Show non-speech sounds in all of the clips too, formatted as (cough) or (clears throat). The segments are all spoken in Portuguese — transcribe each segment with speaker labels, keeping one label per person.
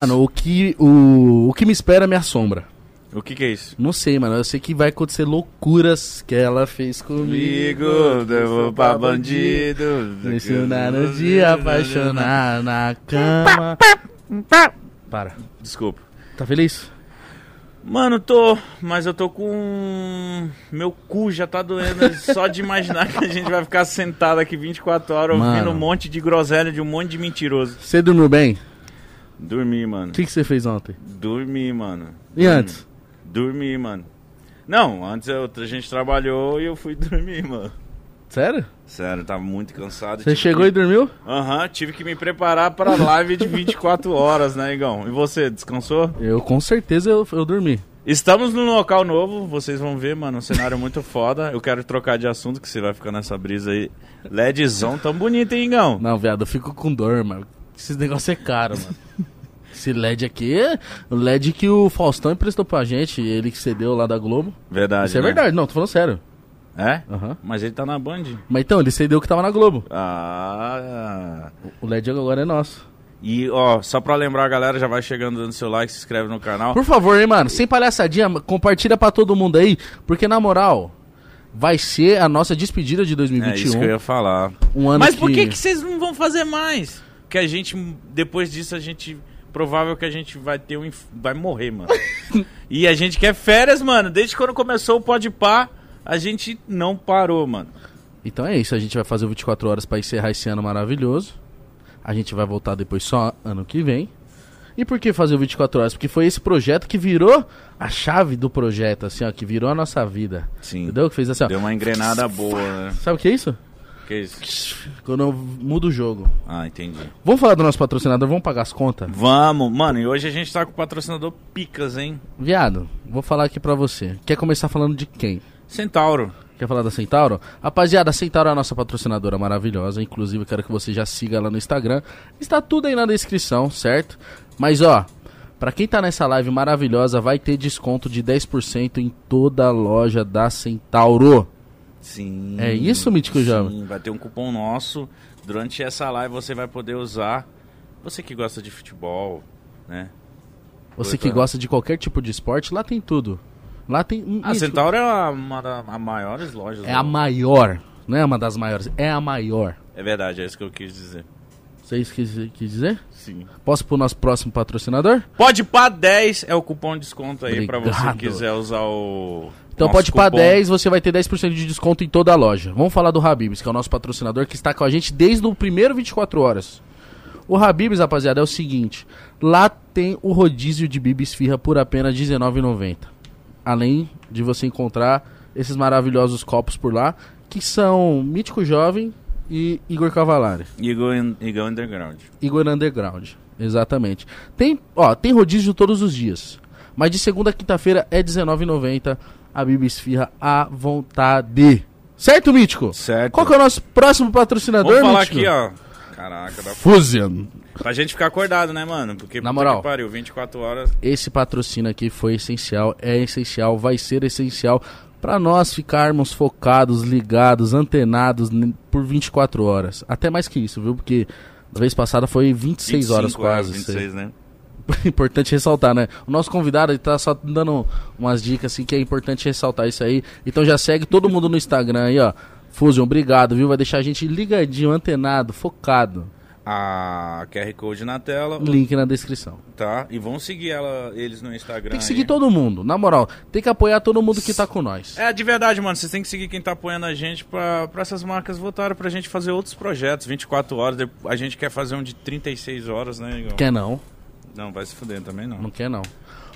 Speaker 1: Mano, o que, o, o que me espera me assombra.
Speaker 2: O que que é isso?
Speaker 1: Não sei, mano. Eu sei que vai acontecer loucuras que ela fez comigo.
Speaker 2: Comigo, eu vou pra bandido.
Speaker 1: Me ensinaram de apaixonar na cama. Para.
Speaker 2: Desculpa.
Speaker 1: Tá feliz?
Speaker 2: Mano, tô, mas eu tô com. Meu cu já tá doendo só de imaginar que a gente vai ficar sentado aqui 24 horas ouvindo
Speaker 1: Mano.
Speaker 2: um monte de groselha de um monte de mentiroso.
Speaker 1: Você dormiu bem?
Speaker 2: Dormi, mano.
Speaker 1: O que, que você fez ontem?
Speaker 2: Dormi, mano.
Speaker 1: E antes?
Speaker 2: Dormi, mano. Não, antes eu- a gente trabalhou e eu fui (laughs) dormir, mano.
Speaker 1: Sério?
Speaker 2: Sério, tava muito cansado. tipo,
Speaker 1: Você
Speaker 2: tive
Speaker 1: chegou e dormiu?
Speaker 2: que- Aham, tive que me preparar pra live de 24 horas, né, Igão? E você, descansou?
Speaker 1: Eu com certeza eu, eu dormi.
Speaker 2: Estamos num local novo, vocês vão ver, mano, um cenário muito foda. Eu quero trocar de assunto, que você vai ficar nessa brisa aí. LEDzão tão bonito, hein, Igão?
Speaker 1: Não, viado, eu fico com dor, mano. Esse negócio é caro, mano.
Speaker 2: (laughs)
Speaker 1: Esse LED aqui, é o LED que o Faustão emprestou pra gente, ele que cedeu lá da Globo.
Speaker 2: Verdade,
Speaker 1: Isso é
Speaker 2: né?
Speaker 1: verdade, não, tô falando sério.
Speaker 2: É?
Speaker 1: Aham.
Speaker 2: Mas ele tá na Band.
Speaker 1: Mas então, ele cedeu o que tava na Globo.
Speaker 2: Ah...
Speaker 1: O LED agora é nosso.
Speaker 2: E, ó, só pra lembrar a galera, já vai chegando dando seu like, se inscreve no canal.
Speaker 1: Por favor, hein, mano, sem palhaçadinha, compartilha pra todo mundo aí, porque na moral, vai ser a nossa despedida de
Speaker 2: É isso
Speaker 1: 2021.
Speaker 2: que eu ia falar.
Speaker 1: Um ano
Speaker 2: Mas por que que vocês não vão fazer mais? Que a gente, depois disso, a gente... Provável que a gente vai ter um... inf- Vai morrer, (laughs) mano. e a gente quer férias, mano. Desde quando começou o Pode Pá, a gente não parou, mano.
Speaker 1: Então é isso, a gente vai fazer o 24 horas pra encerrar esse ano maravilhoso. A gente vai voltar depois só ano que vem. E por que fazer o 24 horas? Porque foi esse projeto que virou a chave do projeto, assim, ó, que virou a nossa vida.
Speaker 2: Sim.
Speaker 1: Entendeu? Que fez assim, ó.
Speaker 2: Deu uma engrenada boa, né?
Speaker 1: Sabe o que é isso?
Speaker 2: Que isso?
Speaker 1: Quando eu mudo o jogo.
Speaker 2: Ah, entendi.
Speaker 1: Vamos falar do nosso patrocinador, vamos pagar as contas?
Speaker 2: Vamos, mano. E hoje a gente tá com o patrocinador Picas, hein?
Speaker 1: Viado, vou falar aqui pra você. Quer começar falando de quem?
Speaker 2: Centauro.
Speaker 1: Quer falar da Centauro? Rapaziada, a Centauro é a nossa patrocinadora maravilhosa. Inclusive, eu quero que você já siga lá no Instagram. Está tudo aí na descrição, certo? Mas ó, pra quem tá nessa live maravilhosa, vai ter desconto de 10% em toda a loja da Centauro.
Speaker 2: Sim.
Speaker 1: É isso, Mítico
Speaker 2: sim,
Speaker 1: Jovem?
Speaker 2: Vai ter um cupom nosso. Durante essa live você vai poder usar. Você que gosta de futebol, né?
Speaker 1: Você
Speaker 2: Pois
Speaker 1: que
Speaker 2: é.
Speaker 1: gosta de qualquer tipo de esporte, lá tem tudo. Lá tem. hum,
Speaker 2: A
Speaker 1: Mítico,
Speaker 2: Centauro é a- uma da- a maiores lojas. né?
Speaker 1: É
Speaker 2: do-
Speaker 1: a maior. Não é uma das maiores, é a maior.
Speaker 2: É verdade, é isso que eu quis dizer.
Speaker 1: Vocês quis, quis dizer?
Speaker 2: Sim.
Speaker 1: Posso pro nosso próximo patrocinador?
Speaker 2: Pode pá 10 é o cupom de desconto aí pra você
Speaker 1: Obrigado.
Speaker 2: que quiser usar o.
Speaker 1: Então
Speaker 2: nosso
Speaker 1: pode pá
Speaker 2: cupom.
Speaker 1: 10, você vai ter 10% de desconto em toda a loja. Vamos falar do Habibs, que é o nosso patrocinador que está com a gente desde o primeiro 24 horas. O Habibs, rapaziada, é o seguinte: lá tem o rodízio de bibi esfirra por apenas R$19,90. Além de você encontrar esses maravilhosos copos por lá, que são Mítico Jovem e Igor Cavalari.
Speaker 2: Eagle, in- Eagle Underground.
Speaker 1: Igor Underground, exatamente. Tem, ó, tem rodízio todos os dias. Mas de segunda a quinta-feira é R$19,90 a Bibi Esfirra à vontade. Certo, Mítico?
Speaker 2: Certo.
Speaker 1: Qual que é o nosso próximo patrocinador,
Speaker 2: Vamos falar
Speaker 1: Mítico?
Speaker 2: aqui, ó. Caraca, dá
Speaker 1: Fusion.
Speaker 2: Pra gente ficar acordado, né, mano? Porque
Speaker 1: Na
Speaker 2: puta
Speaker 1: moral.
Speaker 2: que pariu, 24 horas.
Speaker 1: Esse patrocínio aqui foi essencial, é essencial, vai ser essencial para nós ficarmos focados, ligados, antenados n- por 24 horas. Até mais que isso, viu? Porque da vez passada foi 26 horas
Speaker 2: 25
Speaker 1: quase. sei.
Speaker 2: 26, né?
Speaker 1: (laughs) importante ressaltar, né? O nosso convidado ele tá só dando umas dicas assim que é importante ressaltar isso aí. Então já segue todo mundo no Instagram aí, ó. Fusion, obrigado, viu? Vai deixar a gente ligadinho, antenado, focado.
Speaker 2: A QR Code na tela,
Speaker 1: Link na descrição.
Speaker 2: tá? E vão seguir ela, eles no Instagram.
Speaker 1: Tem que
Speaker 2: aí.
Speaker 1: seguir todo mundo, na moral. Tem que apoiar todo mundo que tá com nós.
Speaker 2: É, de verdade, mano. Vocês têm que seguir quem tá apoiando a gente pra, pra essas marcas votarem pra gente fazer outros projetos. 24 horas, de- a gente quer fazer um de 36 horas, né, Igor?
Speaker 1: Quer não?
Speaker 2: Não, vai se fuder também, não.
Speaker 1: Não quer não.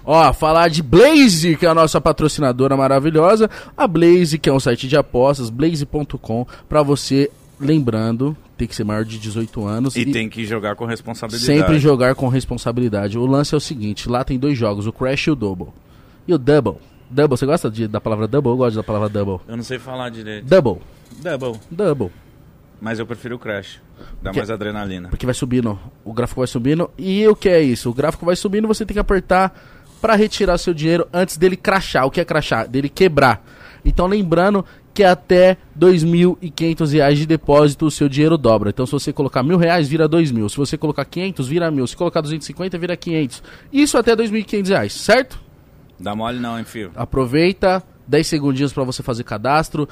Speaker 1: Ó, falar de Blaze, que é a nossa patrocinadora maravilhosa. A Blaze, que é um site de apostas, blaze.com, pra você, lembrando, tem que ser maior de 18 anos.
Speaker 2: E, tem que jogar com responsabilidade.
Speaker 1: Sempre jogar com responsabilidade. O lance é o seguinte: lá tem dois jogos, o Crash e o Double. E o Double. Double, você gosta de- da palavra Double? Eu gosto da palavra Double.
Speaker 2: Eu não sei falar direito.
Speaker 1: Double.
Speaker 2: Double.
Speaker 1: Double.
Speaker 2: Mas eu prefiro o Crash. Dá
Speaker 1: Que-
Speaker 2: mais adrenalina.
Speaker 1: Porque vai subindo. O gráfico vai subindo. E o que é isso? O gráfico vai subindo você tem que apertar pra retirar seu dinheiro antes dele crachar. O que é crachar? Dele quebrar. Então lembrando que até R$ 2.500 reais de depósito o seu dinheiro dobra. Então, se você colocar mil reais, vira dois mil. Se você colocar 500, vira mil. Se colocar 250, vira 500. Isso até R$ 2.500, reais, certo?
Speaker 2: Dá mole não, hein, filho?
Speaker 1: Aproveita, 10 segundinhos para você fazer cadastro.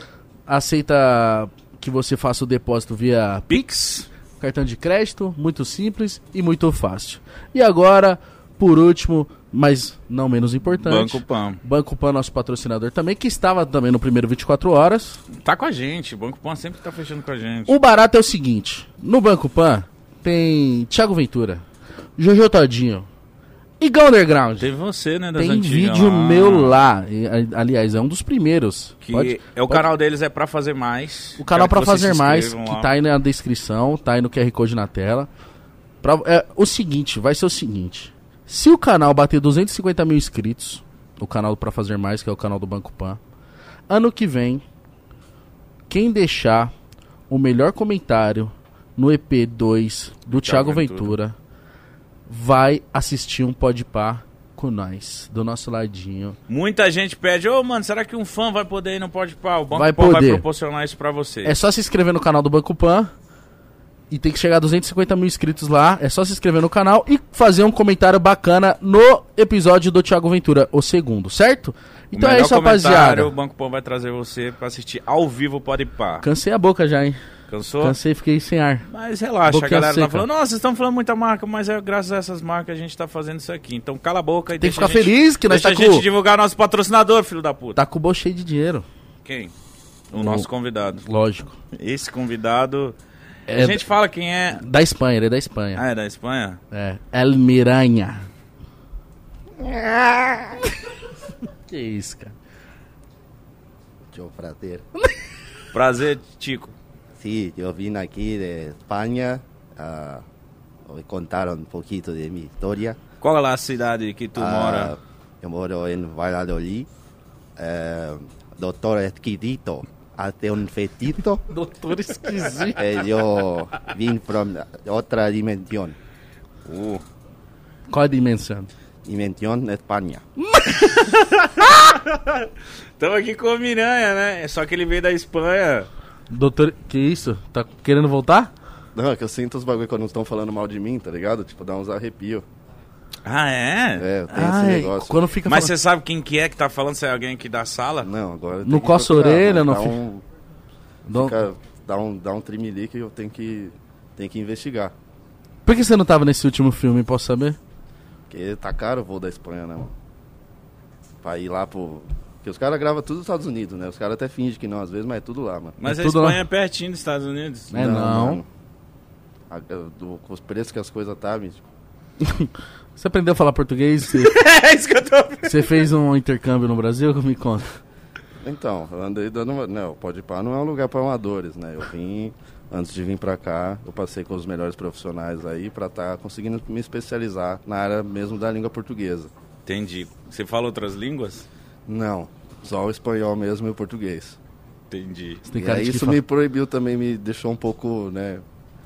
Speaker 1: Aceita que você faça o depósito via
Speaker 2: Pix?
Speaker 1: cartão de crédito, muito simples e muito fácil. E agora, por último, mas não menos importante,
Speaker 2: Banco Pan.
Speaker 1: Banco Pan, nosso patrocinador também, que estava também no primeiro 24 horas.
Speaker 2: Tá com a gente. O Banco Pan sempre tá fechando com a gente.
Speaker 1: O barato é o seguinte: no Banco Pan tem Thiago Ventura, Jojo Todinho, Igão Underground.
Speaker 2: Teve você, né, das
Speaker 1: Tem
Speaker 2: antigas
Speaker 1: vídeo
Speaker 2: lá.
Speaker 1: meu lá. E, a- aliás, é um dos primeiros.
Speaker 2: Que
Speaker 1: Pode-
Speaker 2: é o
Speaker 1: pode-
Speaker 2: canal deles é pra fazer mais.
Speaker 1: O canal
Speaker 2: Quero que
Speaker 1: pra
Speaker 2: vocês
Speaker 1: fazer
Speaker 2: se
Speaker 1: mais,
Speaker 2: inscrevam
Speaker 1: que
Speaker 2: lá.
Speaker 1: tá aí na descrição, tá aí no QR Code na tela. Pra- é, o seguinte, vai ser o seguinte. Se o canal bater 250 mil inscritos, o canal do pra fazer mais, que é o canal do Banco Pan, ano que vem, quem deixar o melhor comentário no EP2 do Thiago
Speaker 2: Thiago
Speaker 1: Ventura, vai assistir um podpar com nós, do nosso ladinho.
Speaker 2: Muita gente pede, ô mano, será que um fã vai poder ir no pode pau? O Banco
Speaker 1: Vai
Speaker 2: Pan vai
Speaker 1: poder.
Speaker 2: proporcionar isso pra você.
Speaker 1: É só se inscrever no canal do Banco Pan. E tem que chegar a 250 mil inscritos lá. É só se inscrever no canal e fazer um comentário bacana no episódio do Thiago Ventura, o segundo, certo?
Speaker 2: O
Speaker 1: Então é
Speaker 2: melhor
Speaker 1: isso,
Speaker 2: comentário,
Speaker 1: rapaziada.
Speaker 2: O Banco Pan vai trazer você pra assistir ao vivo o pode pá.
Speaker 1: Cansei a boca já, hein?
Speaker 2: Cansou?
Speaker 1: Cansei, fiquei sem ar.
Speaker 2: Mas relaxa,
Speaker 1: Boquinha
Speaker 2: a galera
Speaker 1: seca.
Speaker 2: tá falando, nossa, vocês estão falando muita marca, mas é graças a essas marcas que a gente tá fazendo isso aqui. Então cala a boca e
Speaker 1: Tem que
Speaker 2: deixa a
Speaker 1: ficar
Speaker 2: gente-
Speaker 1: feliz que nós
Speaker 2: Deixa
Speaker 1: tá
Speaker 2: a
Speaker 1: com,
Speaker 2: gente divulgar nosso patrocinador, filho da puta.
Speaker 1: tá com o bolso cheio de dinheiro.
Speaker 2: Quem? O nosso convidado.
Speaker 1: Lógico.
Speaker 2: Esse convidado.
Speaker 1: É
Speaker 2: a gente fala quem é.
Speaker 1: da Espanha, ele é da Espanha.
Speaker 2: Ah, é da Espanha?
Speaker 1: É. El Miranha. que isso, cara.
Speaker 3: Yo, frater.
Speaker 2: Prazer, Tico.
Speaker 3: Sí, yo vine aquí de España. ah, hoy contaron un poquito de mi historia.
Speaker 2: Qual é a cidade que tu
Speaker 3: Ah,
Speaker 2: mora?
Speaker 3: Yo moro en Valladolid. Eh, doctor Esquidito, hace un fetito.
Speaker 1: Doutor esquisito.
Speaker 3: Eh, yo vine from otra dimensión.
Speaker 2: Uh,
Speaker 1: Qual a dimensão?
Speaker 3: Dimensión España.
Speaker 2: Tamo aqui com o Miranha, né? Só que ele veio da Espanha.
Speaker 1: Doutor, que isso? Tá querendo voltar?
Speaker 4: Não, é que eu sinto os bagulho quando estão falando mal de mim, tá ligado? Tipo, dá uns arrepio.
Speaker 2: Ah, é?
Speaker 4: É, eu tenho
Speaker 1: Ai,
Speaker 4: esse negócio.
Speaker 1: Quando fica
Speaker 2: Mas você
Speaker 1: falando-
Speaker 2: sabe quem que é que tá falando? Se é alguém aqui da sala?
Speaker 4: Não, agora. eu
Speaker 1: Não
Speaker 4: tenho que
Speaker 1: coça a
Speaker 4: procurar,
Speaker 1: orelha, não
Speaker 4: mano. Dá
Speaker 1: fica-
Speaker 4: um,
Speaker 1: Não-
Speaker 4: fica- dá um, dá um trimelique e eu tenho que, tenho que investigar.
Speaker 1: Por que você não tava nesse último filme, posso saber?
Speaker 4: Porque tá caro o voo da Espanha, né, mano? Pra ir lá pro. Porque os caras gravam tudo nos Estados Unidos, né? Os caras até fingem que não, às vezes, mas é tudo lá, mano.
Speaker 2: Mas a
Speaker 1: Tudo
Speaker 2: Espanha
Speaker 1: lá.
Speaker 2: é pertinho dos Estados Unidos.
Speaker 1: É, não.
Speaker 4: mano. A- eu- do- com os preços que as coisas tá, bicho.
Speaker 1: Você aprendeu a falar português? (laughs) Você,
Speaker 2: (laughs) é isso que eu tô
Speaker 1: você fez um intercâmbio no Brasil? (laughs) Me conta.
Speaker 4: Então, eu andei dando uma... Não, pode pá não é um lugar para amadores, né? Eu vim, antes de vir pra cá, eu passei com os melhores profissionais aí pra estar conseguindo me especializar na área mesmo da língua portuguesa.
Speaker 2: Entendi. Você fala outras línguas?
Speaker 4: Não, só o espanhol mesmo e o português.
Speaker 2: Entendi.
Speaker 1: Você tem
Speaker 4: e
Speaker 1: cara
Speaker 4: aí
Speaker 1: de que
Speaker 4: É, isso
Speaker 1: fala-
Speaker 4: me proibiu também, me deixou um pouco, né?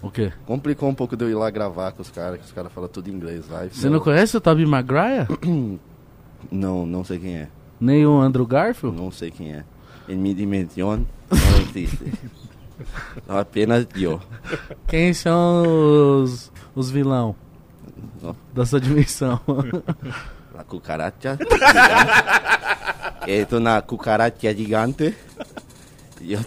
Speaker 1: O quê?
Speaker 4: Complicou um pouco de eu ir lá gravar com os caras, que os caras falam tudo inglês lá. e
Speaker 1: Você
Speaker 4: meu,
Speaker 1: não conhece o Toby Maguire?
Speaker 4: Não, não sei quem é.
Speaker 1: Nem o Andrew Garfield?
Speaker 4: Não sei quem é. Em minha dimensão, não
Speaker 1: (laughs)
Speaker 4: existe. Apenas eu.
Speaker 1: Quem são os, os vilão
Speaker 4: Não.
Speaker 1: da sua dimensão? (laughs)
Speaker 3: La cucaracha. es una cucaracha gigante. Yo,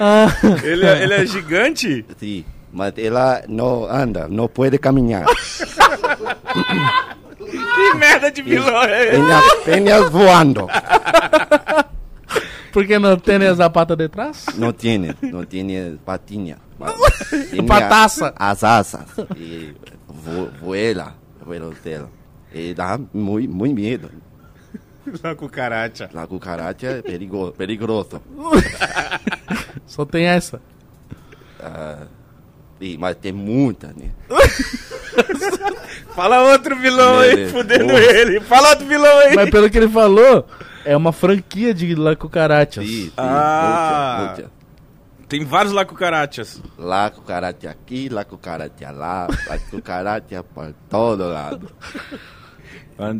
Speaker 1: Ah,
Speaker 2: Ele é, ele é gigante?
Speaker 3: sí, mas ella no anda, no puede
Speaker 1: (laughs)
Speaker 3: caminar.
Speaker 2: Que merda de vilão é esse?
Speaker 3: Tiene las penas voando.
Speaker 1: porque não tem a zapata de trás?
Speaker 3: No tiene, no tiene patiña. mas tiene
Speaker 1: Pataça.
Speaker 3: As asas. Y vo- vuela, vuela o céu. E dá muito, muito medo.
Speaker 2: Lá com o Caracha.
Speaker 3: La cucaracha é perigo, perigoso.
Speaker 1: Só tem essa.
Speaker 3: E, mas tem muita, né?
Speaker 2: Fala outro vilão aí,
Speaker 3: Beleza.
Speaker 2: fudendo
Speaker 3: Boa.
Speaker 2: ele. Fala outro vilão aí.
Speaker 1: Mas pelo que ele falou, é uma franquia de lacucarachas.
Speaker 3: Sim, sim,
Speaker 2: Ah.
Speaker 3: muita, muita.
Speaker 2: Tem vários lá com carachas.
Speaker 3: Lá cucaracha aqui, lá cucaracha lá, lá cucaracha por todo lado.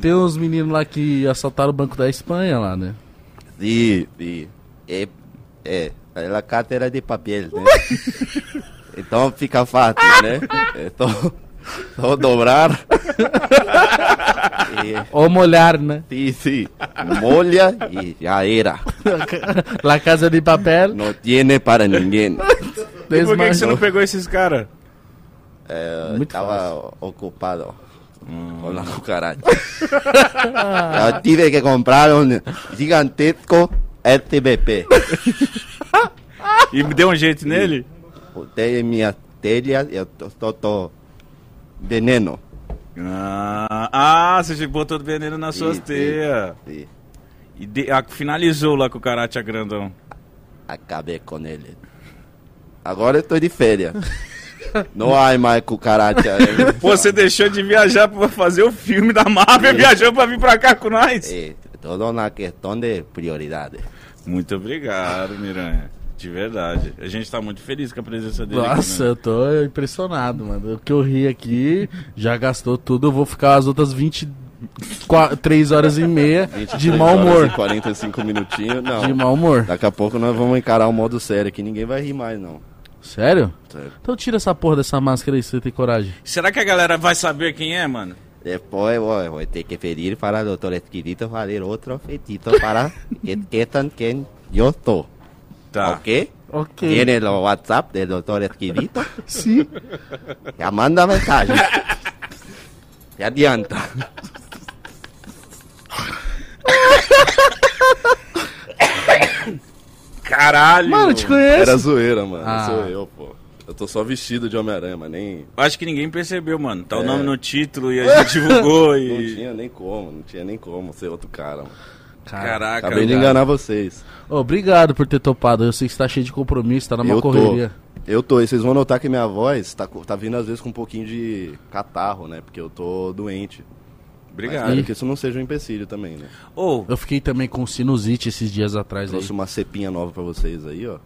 Speaker 1: Tem uns meninos lá que assaltaram o Banco da Espanha lá, né?
Speaker 3: Sim, sim. É, é, ela cátedra de papel, né? então E fica fácil, né? Então, vou dobrar. e,
Speaker 1: Ou molhar, né? (laughs)
Speaker 3: sim, sim. Molha e já era.
Speaker 1: La Casa de Papel.
Speaker 3: Não tiene para ninguém.
Speaker 2: E por que, que
Speaker 1: desmanchou.
Speaker 2: você não pegou esses caras?
Speaker 3: É,
Speaker 1: Muito
Speaker 3: estava ocupado com a cucaracha. (laughs) Eu tive que comprar um gigantesco SBP.
Speaker 2: E me deu um jeito nele?
Speaker 3: Botei em minha telha e eu tô, tô, tô veneno.
Speaker 2: Ah, ah, você botou veneno nas suas
Speaker 3: Sim,
Speaker 2: teias.
Speaker 3: sim, sim.
Speaker 2: E de- ah, finalizou lá com o Karate a grandão.
Speaker 3: Acabei com ele. Agora eu tô de
Speaker 1: (laughs)
Speaker 3: férias. Não há mais cucaracha.
Speaker 2: Pô, você deixou de viajar pra fazer o filme da Marvel e viajou pra vir pra cá com nós.
Speaker 3: É, tudo na questão de prioridade.
Speaker 2: Muito obrigado, Miranha. De verdade. A gente tá muito feliz com a presença dele. aqui,
Speaker 1: Nossa,
Speaker 2: né?
Speaker 1: eu tô impressionado, mano. O que eu ri aqui já gastou tudo. Eu vou ficar as outras 23 horas e
Speaker 2: (laughs)
Speaker 1: meia de
Speaker 4: 23
Speaker 1: mau
Speaker 4: horas
Speaker 1: humor.
Speaker 4: E 45 minutinhos, não.
Speaker 1: De mau humor.
Speaker 4: Daqui a pouco nós vamos encarar um modo sério aqui, ninguém vai rir mais, não.
Speaker 1: Sério?
Speaker 4: Sério.
Speaker 1: Então tira essa porra dessa máscara aí, se você tem coragem.
Speaker 2: Será que a galera vai saber quem é, mano?
Speaker 3: Depois vou, vou ter que pedir para o doutor Esquidito fazer outro feitito para que queiram quem eu estou.
Speaker 2: Tá.
Speaker 3: Ok?
Speaker 1: Ok.
Speaker 3: Tiene o WhatsApp do doutor Esquidito?
Speaker 2: é (laughs)
Speaker 1: Sim.
Speaker 3: Já manda
Speaker 1: (laughs)
Speaker 3: mensagem. Se adianta.
Speaker 2: Caralho.
Speaker 1: Mano, eu te conheço.
Speaker 4: Era zoeira, mano.
Speaker 1: Ah.
Speaker 4: Sou eu, pô. Eu tô só vestido de Homem-Aranha, mas nem.
Speaker 2: Acho que ninguém percebeu, mano. Tá o
Speaker 4: É.
Speaker 2: nome no título
Speaker 1: (laughs)
Speaker 2: e a gente divulgou
Speaker 4: Não
Speaker 2: e.
Speaker 4: tinha nem como, não tinha nem como ser outro cara, mano.
Speaker 1: Tá
Speaker 2: Caraca,
Speaker 4: Acabei de
Speaker 2: cara.
Speaker 4: enganar vocês.
Speaker 1: Obrigado por ter topado. Eu sei que você tá cheio de compromisso, tá numa
Speaker 4: eu
Speaker 1: correria.
Speaker 4: tô. Eu tô, e vocês vão notar que minha voz tá, co- tá vindo às vezes com um pouquinho de catarro, né? Porque eu tô doente. Mas
Speaker 2: Obrigado.
Speaker 4: espero que isso não seja um empecilho também, né?
Speaker 2: Ô,
Speaker 1: Eu fiquei também com sinusite esses dias atrás aí.
Speaker 4: Trouxe uma cepinha nova pra vocês aí, ó.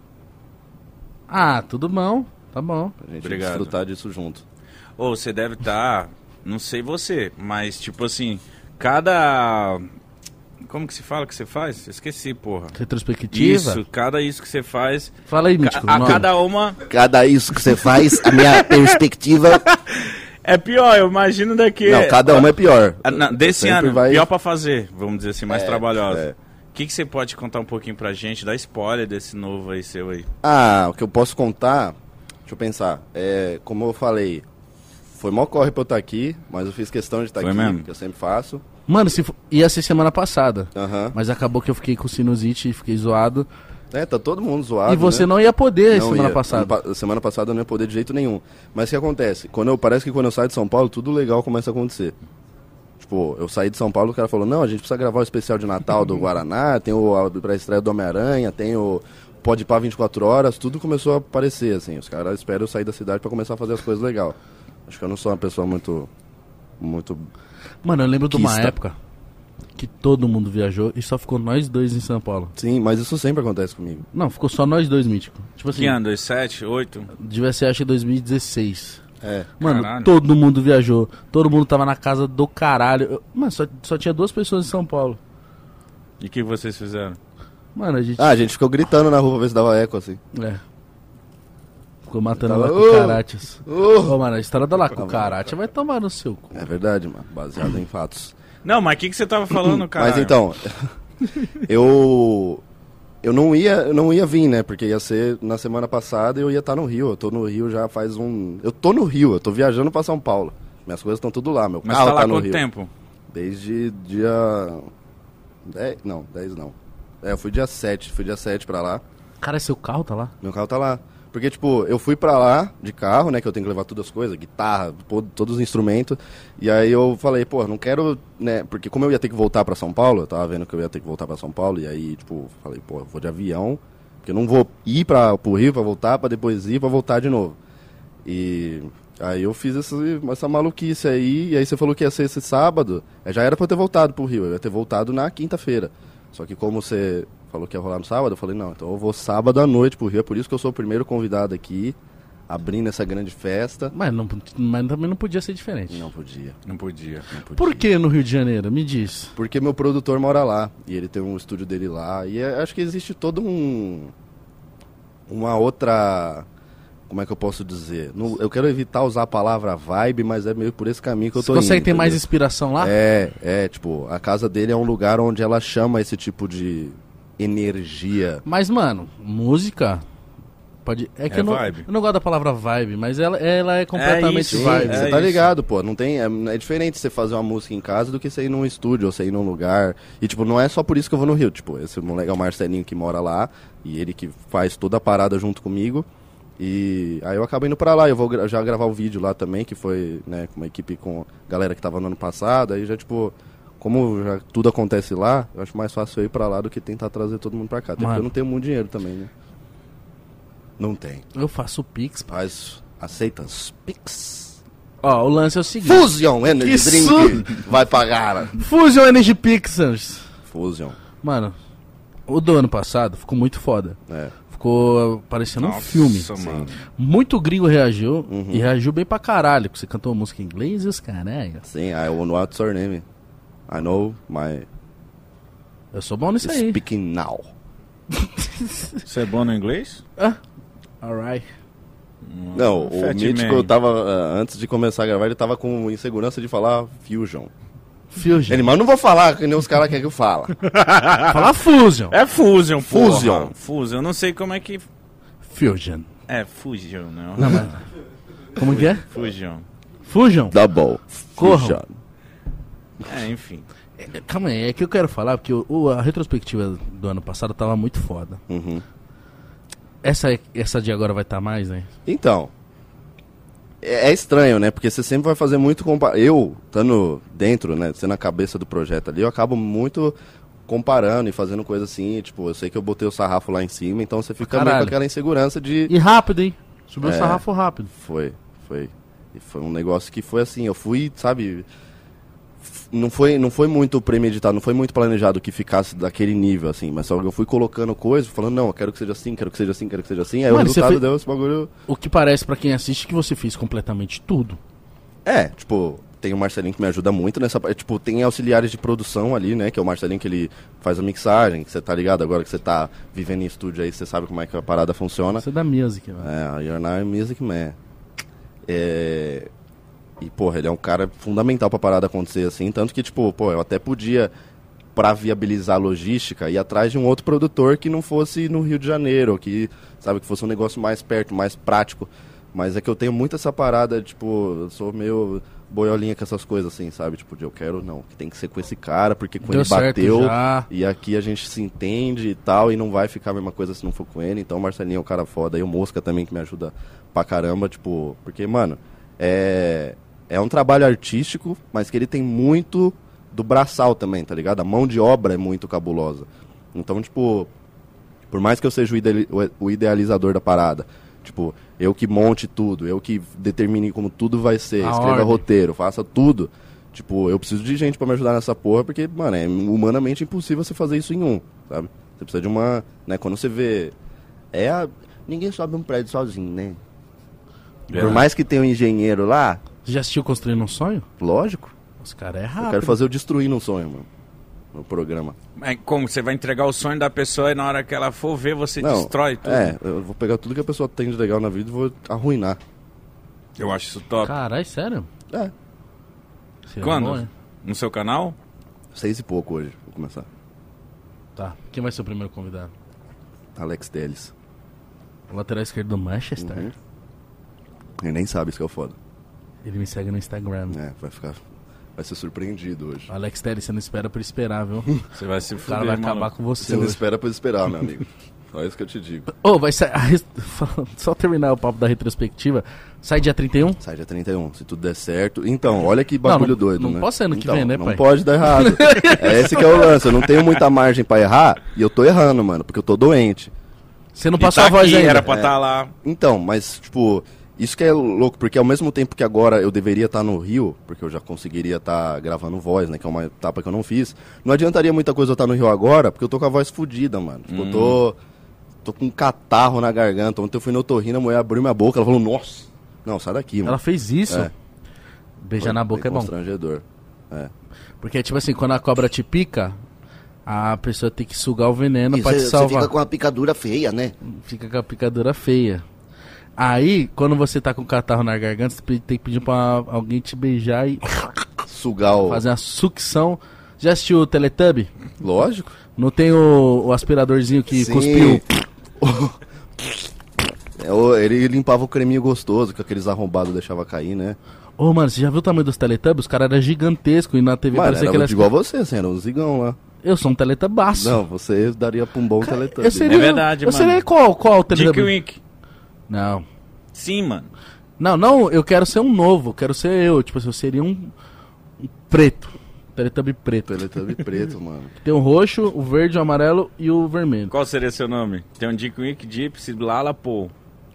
Speaker 1: Ah, tudo bom. Tá bom.
Speaker 4: Pra gente
Speaker 2: Obrigado.
Speaker 4: desfrutar disso junto.
Speaker 2: ô, você deve estar. Não sei você, mas tipo assim, cada. Como que se fala que você faz? Esqueci, porra.
Speaker 1: Retrospectiva.
Speaker 2: Isso, cada isso que você faz.
Speaker 1: Fala aí,
Speaker 2: ca-
Speaker 4: tipo,
Speaker 1: Mítico.
Speaker 2: a
Speaker 1: nome.
Speaker 2: cada uma.
Speaker 3: Cada isso que você faz, a
Speaker 4: (laughs)
Speaker 3: minha perspectiva.
Speaker 2: É pior, eu imagino daqui.
Speaker 4: Não, cada uma é pior.
Speaker 2: Ah, não, desse
Speaker 4: Sempre
Speaker 2: ano,
Speaker 4: vai-
Speaker 2: pior pra fazer, vamos dizer assim, mais trabalhosa.
Speaker 4: é.
Speaker 2: O que, que você pode contar um pouquinho pra gente? Dá spoiler desse novo aí seu aí.
Speaker 4: Ah, o que eu posso contar, deixa eu pensar. É, como eu falei, foi mó corre pra eu estar aqui, mas eu fiz questão de estar
Speaker 2: Foi
Speaker 4: aqui,
Speaker 2: mesmo?
Speaker 4: que eu sempre faço.
Speaker 1: Mano, se... fo- ia ser semana passada.
Speaker 4: Aham.
Speaker 1: Mas acabou que eu fiquei com sinusite e fiquei zoado.
Speaker 4: É, tá todo mundo zoado.
Speaker 1: e você
Speaker 4: né?
Speaker 1: não ia poder
Speaker 4: Não
Speaker 1: semana
Speaker 4: ia.
Speaker 1: passada.
Speaker 4: Ano pa- Semana passada eu não ia poder de jeito nenhum. Mas o que acontece? Quando eu, parece que quando eu saio de São Paulo, tudo legal começa a acontecer. Tipo, eu saí de São Paulo, o cara falou, não, a gente precisa gravar o especial de Natal do Guaraná, tem o a- pra estreia do Homem-Aranha, tem o Pode Pá 24 horas, tudo começou a aparecer, assim. Os caras esperam eu sair da cidade pra começar a fazer as coisas legal. Acho que eu não sou uma pessoa muito... Muito...
Speaker 1: Mano, eu lembro de uma
Speaker 4: Quista.
Speaker 1: época que todo mundo viajou e só ficou nós dois em São Paulo.
Speaker 4: Sim, mas isso sempre acontece comigo.
Speaker 1: Não, ficou só nós dois, Mítico. Tipo assim,
Speaker 2: Que ano? 7, 8?
Speaker 1: devia ser acho que 2016.
Speaker 4: É.
Speaker 1: Mano,
Speaker 2: Caralho.
Speaker 1: todo mundo viajou. Todo mundo tava na casa do caralho. Eu- mano, só, só tinha duas pessoas em São Paulo.
Speaker 2: E o que vocês fizeram?
Speaker 1: Mano, a gente.
Speaker 4: Ah, a gente ficou gritando na rua pra ver se dava eco, assim.
Speaker 1: É. Ficou matando
Speaker 4: Tava-
Speaker 1: lá
Speaker 4: Uh!
Speaker 1: com caratias. Ô, mano, a história da lá
Speaker 4: Tá
Speaker 1: com caratia vai tomar no seu cu.
Speaker 4: É verdade, mano. Baseado em fatos.
Speaker 2: Não, mas o que, que você tava falando, cara?
Speaker 4: Mas então, (laughs) eu eu não ia, eu não ia vir, né? Porque ia ser na semana passada e eu ia estar no Rio. Eu tô no Rio já faz um, eu tô no Rio, eu tô viajando pra São Paulo. Minhas coisas estão tudo lá, meu
Speaker 2: Mas
Speaker 4: carro
Speaker 2: tá lá
Speaker 4: ah, no
Speaker 2: quanto
Speaker 4: Rio.
Speaker 2: tempo?
Speaker 4: Desde dia 10, não, 10 não. É, eu fui dia 7, fui dia 7 pra lá.
Speaker 1: Cara, seu carro tá lá?
Speaker 4: Meu carro tá lá. Porque, tipo, eu fui pra lá de carro, né? Que eu tenho que levar todas as coisas, guitarra, pô- todos os instrumentos. E aí eu falei, pô, não quero, né? Porque como eu ia ter que voltar pra São Paulo, eu tava vendo que eu ia ter que voltar pra São Paulo. E aí, tipo, falei, pô, eu vou de avião. Porque eu não vou ir pra, pro Rio pra voltar, pra depois ir pra voltar de novo. E aí eu fiz essa, essa maluquice aí, e aí você falou que ia ser esse sábado. É, Já era pra eu ter voltado pro Rio, eu ia ter voltado na quinta-feira. Só que como você falou que ia rolar no sábado, eu falei, não, então eu vou sábado à noite pro Rio, é por isso que eu sou o primeiro convidado aqui abrindo essa grande festa.
Speaker 1: Mas, não, mas também não podia ser diferente.
Speaker 4: Não podia.
Speaker 2: Não podia.
Speaker 4: Não podia.
Speaker 1: Por que no Rio de Janeiro? Me diz.
Speaker 4: Porque meu produtor mora lá e ele tem um estúdio dele lá. E é- acho que existe todo um. Uma outra. Como é que eu posso dizer? Não- eu quero evitar usar a palavra vibe, mas é meio por esse caminho que eu
Speaker 1: Você
Speaker 4: tô
Speaker 1: consegue
Speaker 4: indo,
Speaker 1: ter mais
Speaker 4: entendeu?
Speaker 1: inspiração lá?
Speaker 4: É, é, tipo, a casa dele é um lugar onde ela chama esse tipo de energia.
Speaker 1: Mas, mano, música. Pode... É que
Speaker 2: É
Speaker 1: eu, não,
Speaker 2: vibe.
Speaker 1: eu não gosto da palavra vibe, mas ela, ela é completamente
Speaker 2: isso,
Speaker 1: vibe.
Speaker 2: é.
Speaker 4: você tá
Speaker 2: isso.
Speaker 4: ligado, pô. Não tem, é, é diferente você fazer uma música em casa do que você ir num estúdio ou você ir num lugar. E, tipo, não é só por isso que eu vou no Rio. Tipo, esse moleque é o Marcelinho que mora lá e ele que faz toda a parada junto comigo. E aí eu acabo indo pra lá. Eu vou gra- já gravar o vídeo lá também, que foi, né, com uma equipe com a galera que tava no ano passado. Aí já, tipo, como já tudo acontece lá, eu acho mais fácil eu ir pra lá do que tentar trazer todo mundo pra cá. Até
Speaker 1: Mano.
Speaker 4: porque eu não tenho muito dinheiro também, né? Não tem.
Speaker 1: Eu faço pix. pá.
Speaker 4: Mas aceita os Pix.
Speaker 1: Ó, o lance é o seguinte.
Speaker 4: Fusion né, Energy
Speaker 1: Isso!
Speaker 4: Drink. Vai pagar.
Speaker 1: Fusion Energy Pixels.
Speaker 4: Fusion.
Speaker 1: Mano, o do ano passado ficou muito foda.
Speaker 4: É.
Speaker 1: Ficou parecendo um
Speaker 2: Nossa,
Speaker 1: filme.
Speaker 2: mano.
Speaker 1: Muito gringo reagiu
Speaker 4: Uhum.
Speaker 1: e reagiu bem pra caralho. Porque você cantou uma música em inglês e os caralho.
Speaker 4: Sim, I know what's your name. I know my
Speaker 1: Eu sou bom nisso aí.
Speaker 4: speaking now.
Speaker 2: Você é bom no inglês?
Speaker 1: Alright.
Speaker 4: Não, o
Speaker 2: Fat
Speaker 4: Mítico
Speaker 2: Man.
Speaker 4: tava, ah, antes de começar a gravar, ele tava com insegurança de falar Fusion.
Speaker 1: Fusion.
Speaker 4: Ele, mas eu não vou falar, que nem os caras querem que eu fale.
Speaker 1: Fala Fusion.
Speaker 2: É Fusion, porra.
Speaker 4: Fusion.
Speaker 2: Fusion. Eu não sei como é que.
Speaker 1: Fusion.
Speaker 2: É, Fusion, não.
Speaker 1: Como que é?
Speaker 2: Fusion.
Speaker 1: Fusion?
Speaker 4: Double.
Speaker 1: Corram.
Speaker 4: Fusion.
Speaker 2: É, enfim.
Speaker 1: É, Calma aí, é que eu quero falar, porque o- o- a retrospectiva do ano passado tava muito foda.
Speaker 4: Uhum.
Speaker 1: Essa, essa de agora vai estar mais, né?
Speaker 4: Então, é, é estranho, né? Porque você sempre vai fazer muito... Compa eu, estando dentro, né? Sendo a cabeça do projeto ali, eu acabo muito comparando e fazendo coisa assim. Tipo, eu sei que eu botei o sarrafo lá em cima, então você fica meio com
Speaker 1: Caralho.
Speaker 4: aquela insegurança de...
Speaker 1: E rápido, hein? Subiu o
Speaker 4: É.
Speaker 1: sarrafo rápido.
Speaker 4: Foi, foi. E foi um negócio que foi assim, eu fui, sabe... f- Não foi, não foi muito premeditado, não foi muito planejado que ficasse daquele nível, assim. Mas só que eu fui colocando coisas, falando, não, eu quero que seja assim, quero que seja assim, quero que seja assim. Aí o
Speaker 1: Mano, você
Speaker 4: resultado
Speaker 1: fe-
Speaker 4: deu esse bagulho...
Speaker 1: O que parece pra quem assiste é que você fez completamente tudo.
Speaker 4: É, tipo, tem o Marcelinho que me ajuda muito nessa parte. Tipo, tem auxiliares de produção ali, né? Que é o Marcelinho que ele faz a mixagem, que você tá ligado agora que você tá vivendo em estúdio aí, você sabe como é que a parada funciona.
Speaker 1: Você é da music, velho.
Speaker 4: É, You're Now a Music Man. É... E, porra, ele é um cara fundamental pra parada acontecer assim. Tanto que, tipo, pô, eu até podia, pra viabilizar a logística, ir atrás de um outro produtor que não fosse no Rio de Janeiro, que, sabe, que fosse um negócio mais perto, mais prático. Mas é que eu tenho muito essa parada, tipo, eu sou meio boiolinha com essas coisas, assim, sabe? Tipo, de eu quero, não, que tem que ser com esse cara, porque com
Speaker 1: Deu
Speaker 4: ele
Speaker 1: certo
Speaker 4: bateu.
Speaker 1: já.
Speaker 4: E aqui a gente se entende e tal, e não vai ficar a mesma coisa se não for com ele. Então o Marcelinho é um cara foda. E o Mosca também, que me ajuda pra caramba, tipo... Porque, mano, é... É um trabalho artístico, mas que ele tem muito do braçal também, tá ligado? A mão de obra é muito cabulosa. Então, tipo... Por mais que eu seja o, ideali- o- o idealizador da parada, tipo... Eu que monte tudo, eu que determine como tudo vai ser,
Speaker 1: A
Speaker 4: escreva
Speaker 1: ordem.
Speaker 4: roteiro, faça tudo. Tipo, eu preciso de gente pra me ajudar nessa porra, porque, mano, é humanamente impossível você fazer isso em um, sabe? Você precisa de uma, né, quando você vê é a... ninguém sobe um prédio sozinho, né? Por
Speaker 2: Verdade.
Speaker 4: mais que tenha um engenheiro lá,
Speaker 1: Você já assistiu Construindo um Sonho?
Speaker 4: lógico.
Speaker 1: Os caras é
Speaker 4: Eu
Speaker 1: rápido.
Speaker 4: quero fazer eu destruir um sonho, mano. No programa.
Speaker 2: Mas É, como? Ah, Você vai entregar o sonho da pessoa e na hora que ela for ver, você
Speaker 4: Não,
Speaker 2: destrói tudo?
Speaker 4: É, eu vou pegar tudo que a pessoa tem de legal na vida e vou arruinar.
Speaker 2: Eu acho isso top.
Speaker 1: Caralho, sério?
Speaker 4: É,
Speaker 1: Você é
Speaker 2: Quando?
Speaker 1: bom, hein?
Speaker 2: No seu canal?
Speaker 4: seis e pouco hoje, vou começar.
Speaker 1: Tá. Quem vai ser o primeiro convidado?
Speaker 4: Alex Deles.
Speaker 1: O lateral esquerdo do Manchester.
Speaker 4: Uhum. Ele nem sabe isso que é o foda.
Speaker 1: Ele me segue no Instagram.
Speaker 4: É, vai ficar... Vai ser surpreendido hoje.
Speaker 1: O Alex Terry, você não espera por esperar, viu?
Speaker 2: Você vai se
Speaker 1: O
Speaker 2: fuder,
Speaker 1: cara vai
Speaker 2: maluco.
Speaker 1: acabar com você.
Speaker 4: Você não
Speaker 1: hoje.
Speaker 4: espera pra esperar,
Speaker 1: (laughs)
Speaker 4: meu amigo. Só isso que eu te digo.
Speaker 1: Ô, vai (laughs) sair. a res- Só terminar o papo da retrospectiva. Sai dia 31?
Speaker 4: Sai dia 31, se tudo der certo. Então, olha que
Speaker 1: Não,
Speaker 4: bagulho
Speaker 1: não-
Speaker 4: doido,
Speaker 1: não
Speaker 4: né?
Speaker 1: pode ser ano que
Speaker 4: Então,
Speaker 1: vem, né,
Speaker 4: não
Speaker 1: pai?
Speaker 4: pode
Speaker 1: (laughs)
Speaker 4: dar errado. é esse que é o lance. Eu não tenho muita margem pra errar e eu tô errando, mano, porque eu tô doente.
Speaker 1: Você não
Speaker 2: E
Speaker 1: passou
Speaker 2: tá
Speaker 1: a voz
Speaker 2: aqui,
Speaker 1: ainda. Tá
Speaker 2: Era pra estar lá.
Speaker 4: Então, mas, tipo, isso que é louco, porque ao mesmo tempo que agora eu deveria estar no Rio, porque eu já conseguiria estar gravando voz, né? Que é uma etapa tá
Speaker 1: Hum.
Speaker 4: que eu não fiz, não adiantaria muita coisa eu estar no Rio agora, porque eu tô com a voz fodida, mano. Tipo, eu tô. tô com um catarro na garganta. Ontem eu fui no otorrino, a mulher abriu minha boca, ela falou, nossa. Não, sai daqui, mano.
Speaker 1: Ela fez isso?
Speaker 4: É.
Speaker 1: Beijar na boca é bom.
Speaker 4: Constrangedor.
Speaker 1: Porque, tipo assim, quando a cobra te pica, a pessoa tem que sugar o veneno
Speaker 5: E
Speaker 1: pra te
Speaker 5: Você você
Speaker 1: salvar.
Speaker 5: fica com uma picadura feia, né?
Speaker 1: Fica com a picadura feia. Aí, quando você tá com o catarro na garganta, você pe- tem que pedir pra alguém te beijar e
Speaker 4: Sugar o...
Speaker 1: fazer uma sucção. Já assistiu o Teletubby?
Speaker 4: Lógico.
Speaker 1: Não tem o, o aspiradorzinho que
Speaker 4: Sim.
Speaker 1: cuspiu?
Speaker 4: (laughs) É, o- Ele limpava o creminho gostoso que aqueles arrombados deixava cair, né?
Speaker 1: Ô, mano, você já viu o tamanho dos Teletubbies? Os caras eram gigantescos e na TV
Speaker 4: Mano,
Speaker 1: parecia
Speaker 4: era
Speaker 1: que eles...
Speaker 4: igual você, você era um zigão lá.
Speaker 1: Eu sou um teletubaço.
Speaker 4: Não, você daria pra um bom
Speaker 1: Eu
Speaker 4: teletubbie. (laughs)
Speaker 1: seria...
Speaker 4: né?
Speaker 2: É verdade,
Speaker 1: eu
Speaker 2: mano.
Speaker 1: seria qual, qual
Speaker 2: Dick
Speaker 1: Teletubby?
Speaker 2: Wink.
Speaker 1: Não.
Speaker 2: Sim, mano.
Speaker 1: Não, não, eu quero ser um novo, eu quero ser eu. Tipo assim, eu seria um, um preto. Teletubby preto.
Speaker 4: Teletubbie preto, mano.
Speaker 1: Tem o roxo, o verde, o amarelo e o vermelho.
Speaker 2: Qual seria seu nome? Tem um Dick Wink, Gypsy, Lala, Paul.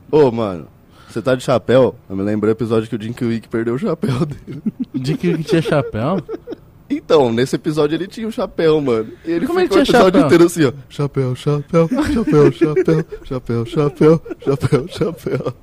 Speaker 4: Ô, mano, você tá de chapéu? Eu me lembro do episódio que o Jim Wick perdeu o chapéu (laughs) dele.
Speaker 1: De que que tinha
Speaker 4: (laughs)
Speaker 1: chapéu?
Speaker 4: Então, nesse episódio ele tinha o chapéu, mano. E ele
Speaker 1: Como
Speaker 4: ficou
Speaker 1: ele tinha
Speaker 4: o episódio
Speaker 1: chapéu?
Speaker 4: inteiro assim, ó. Chapéu, chapéu, chapéu, chapéu, chapéu, chapéu, chapéu, chapéu.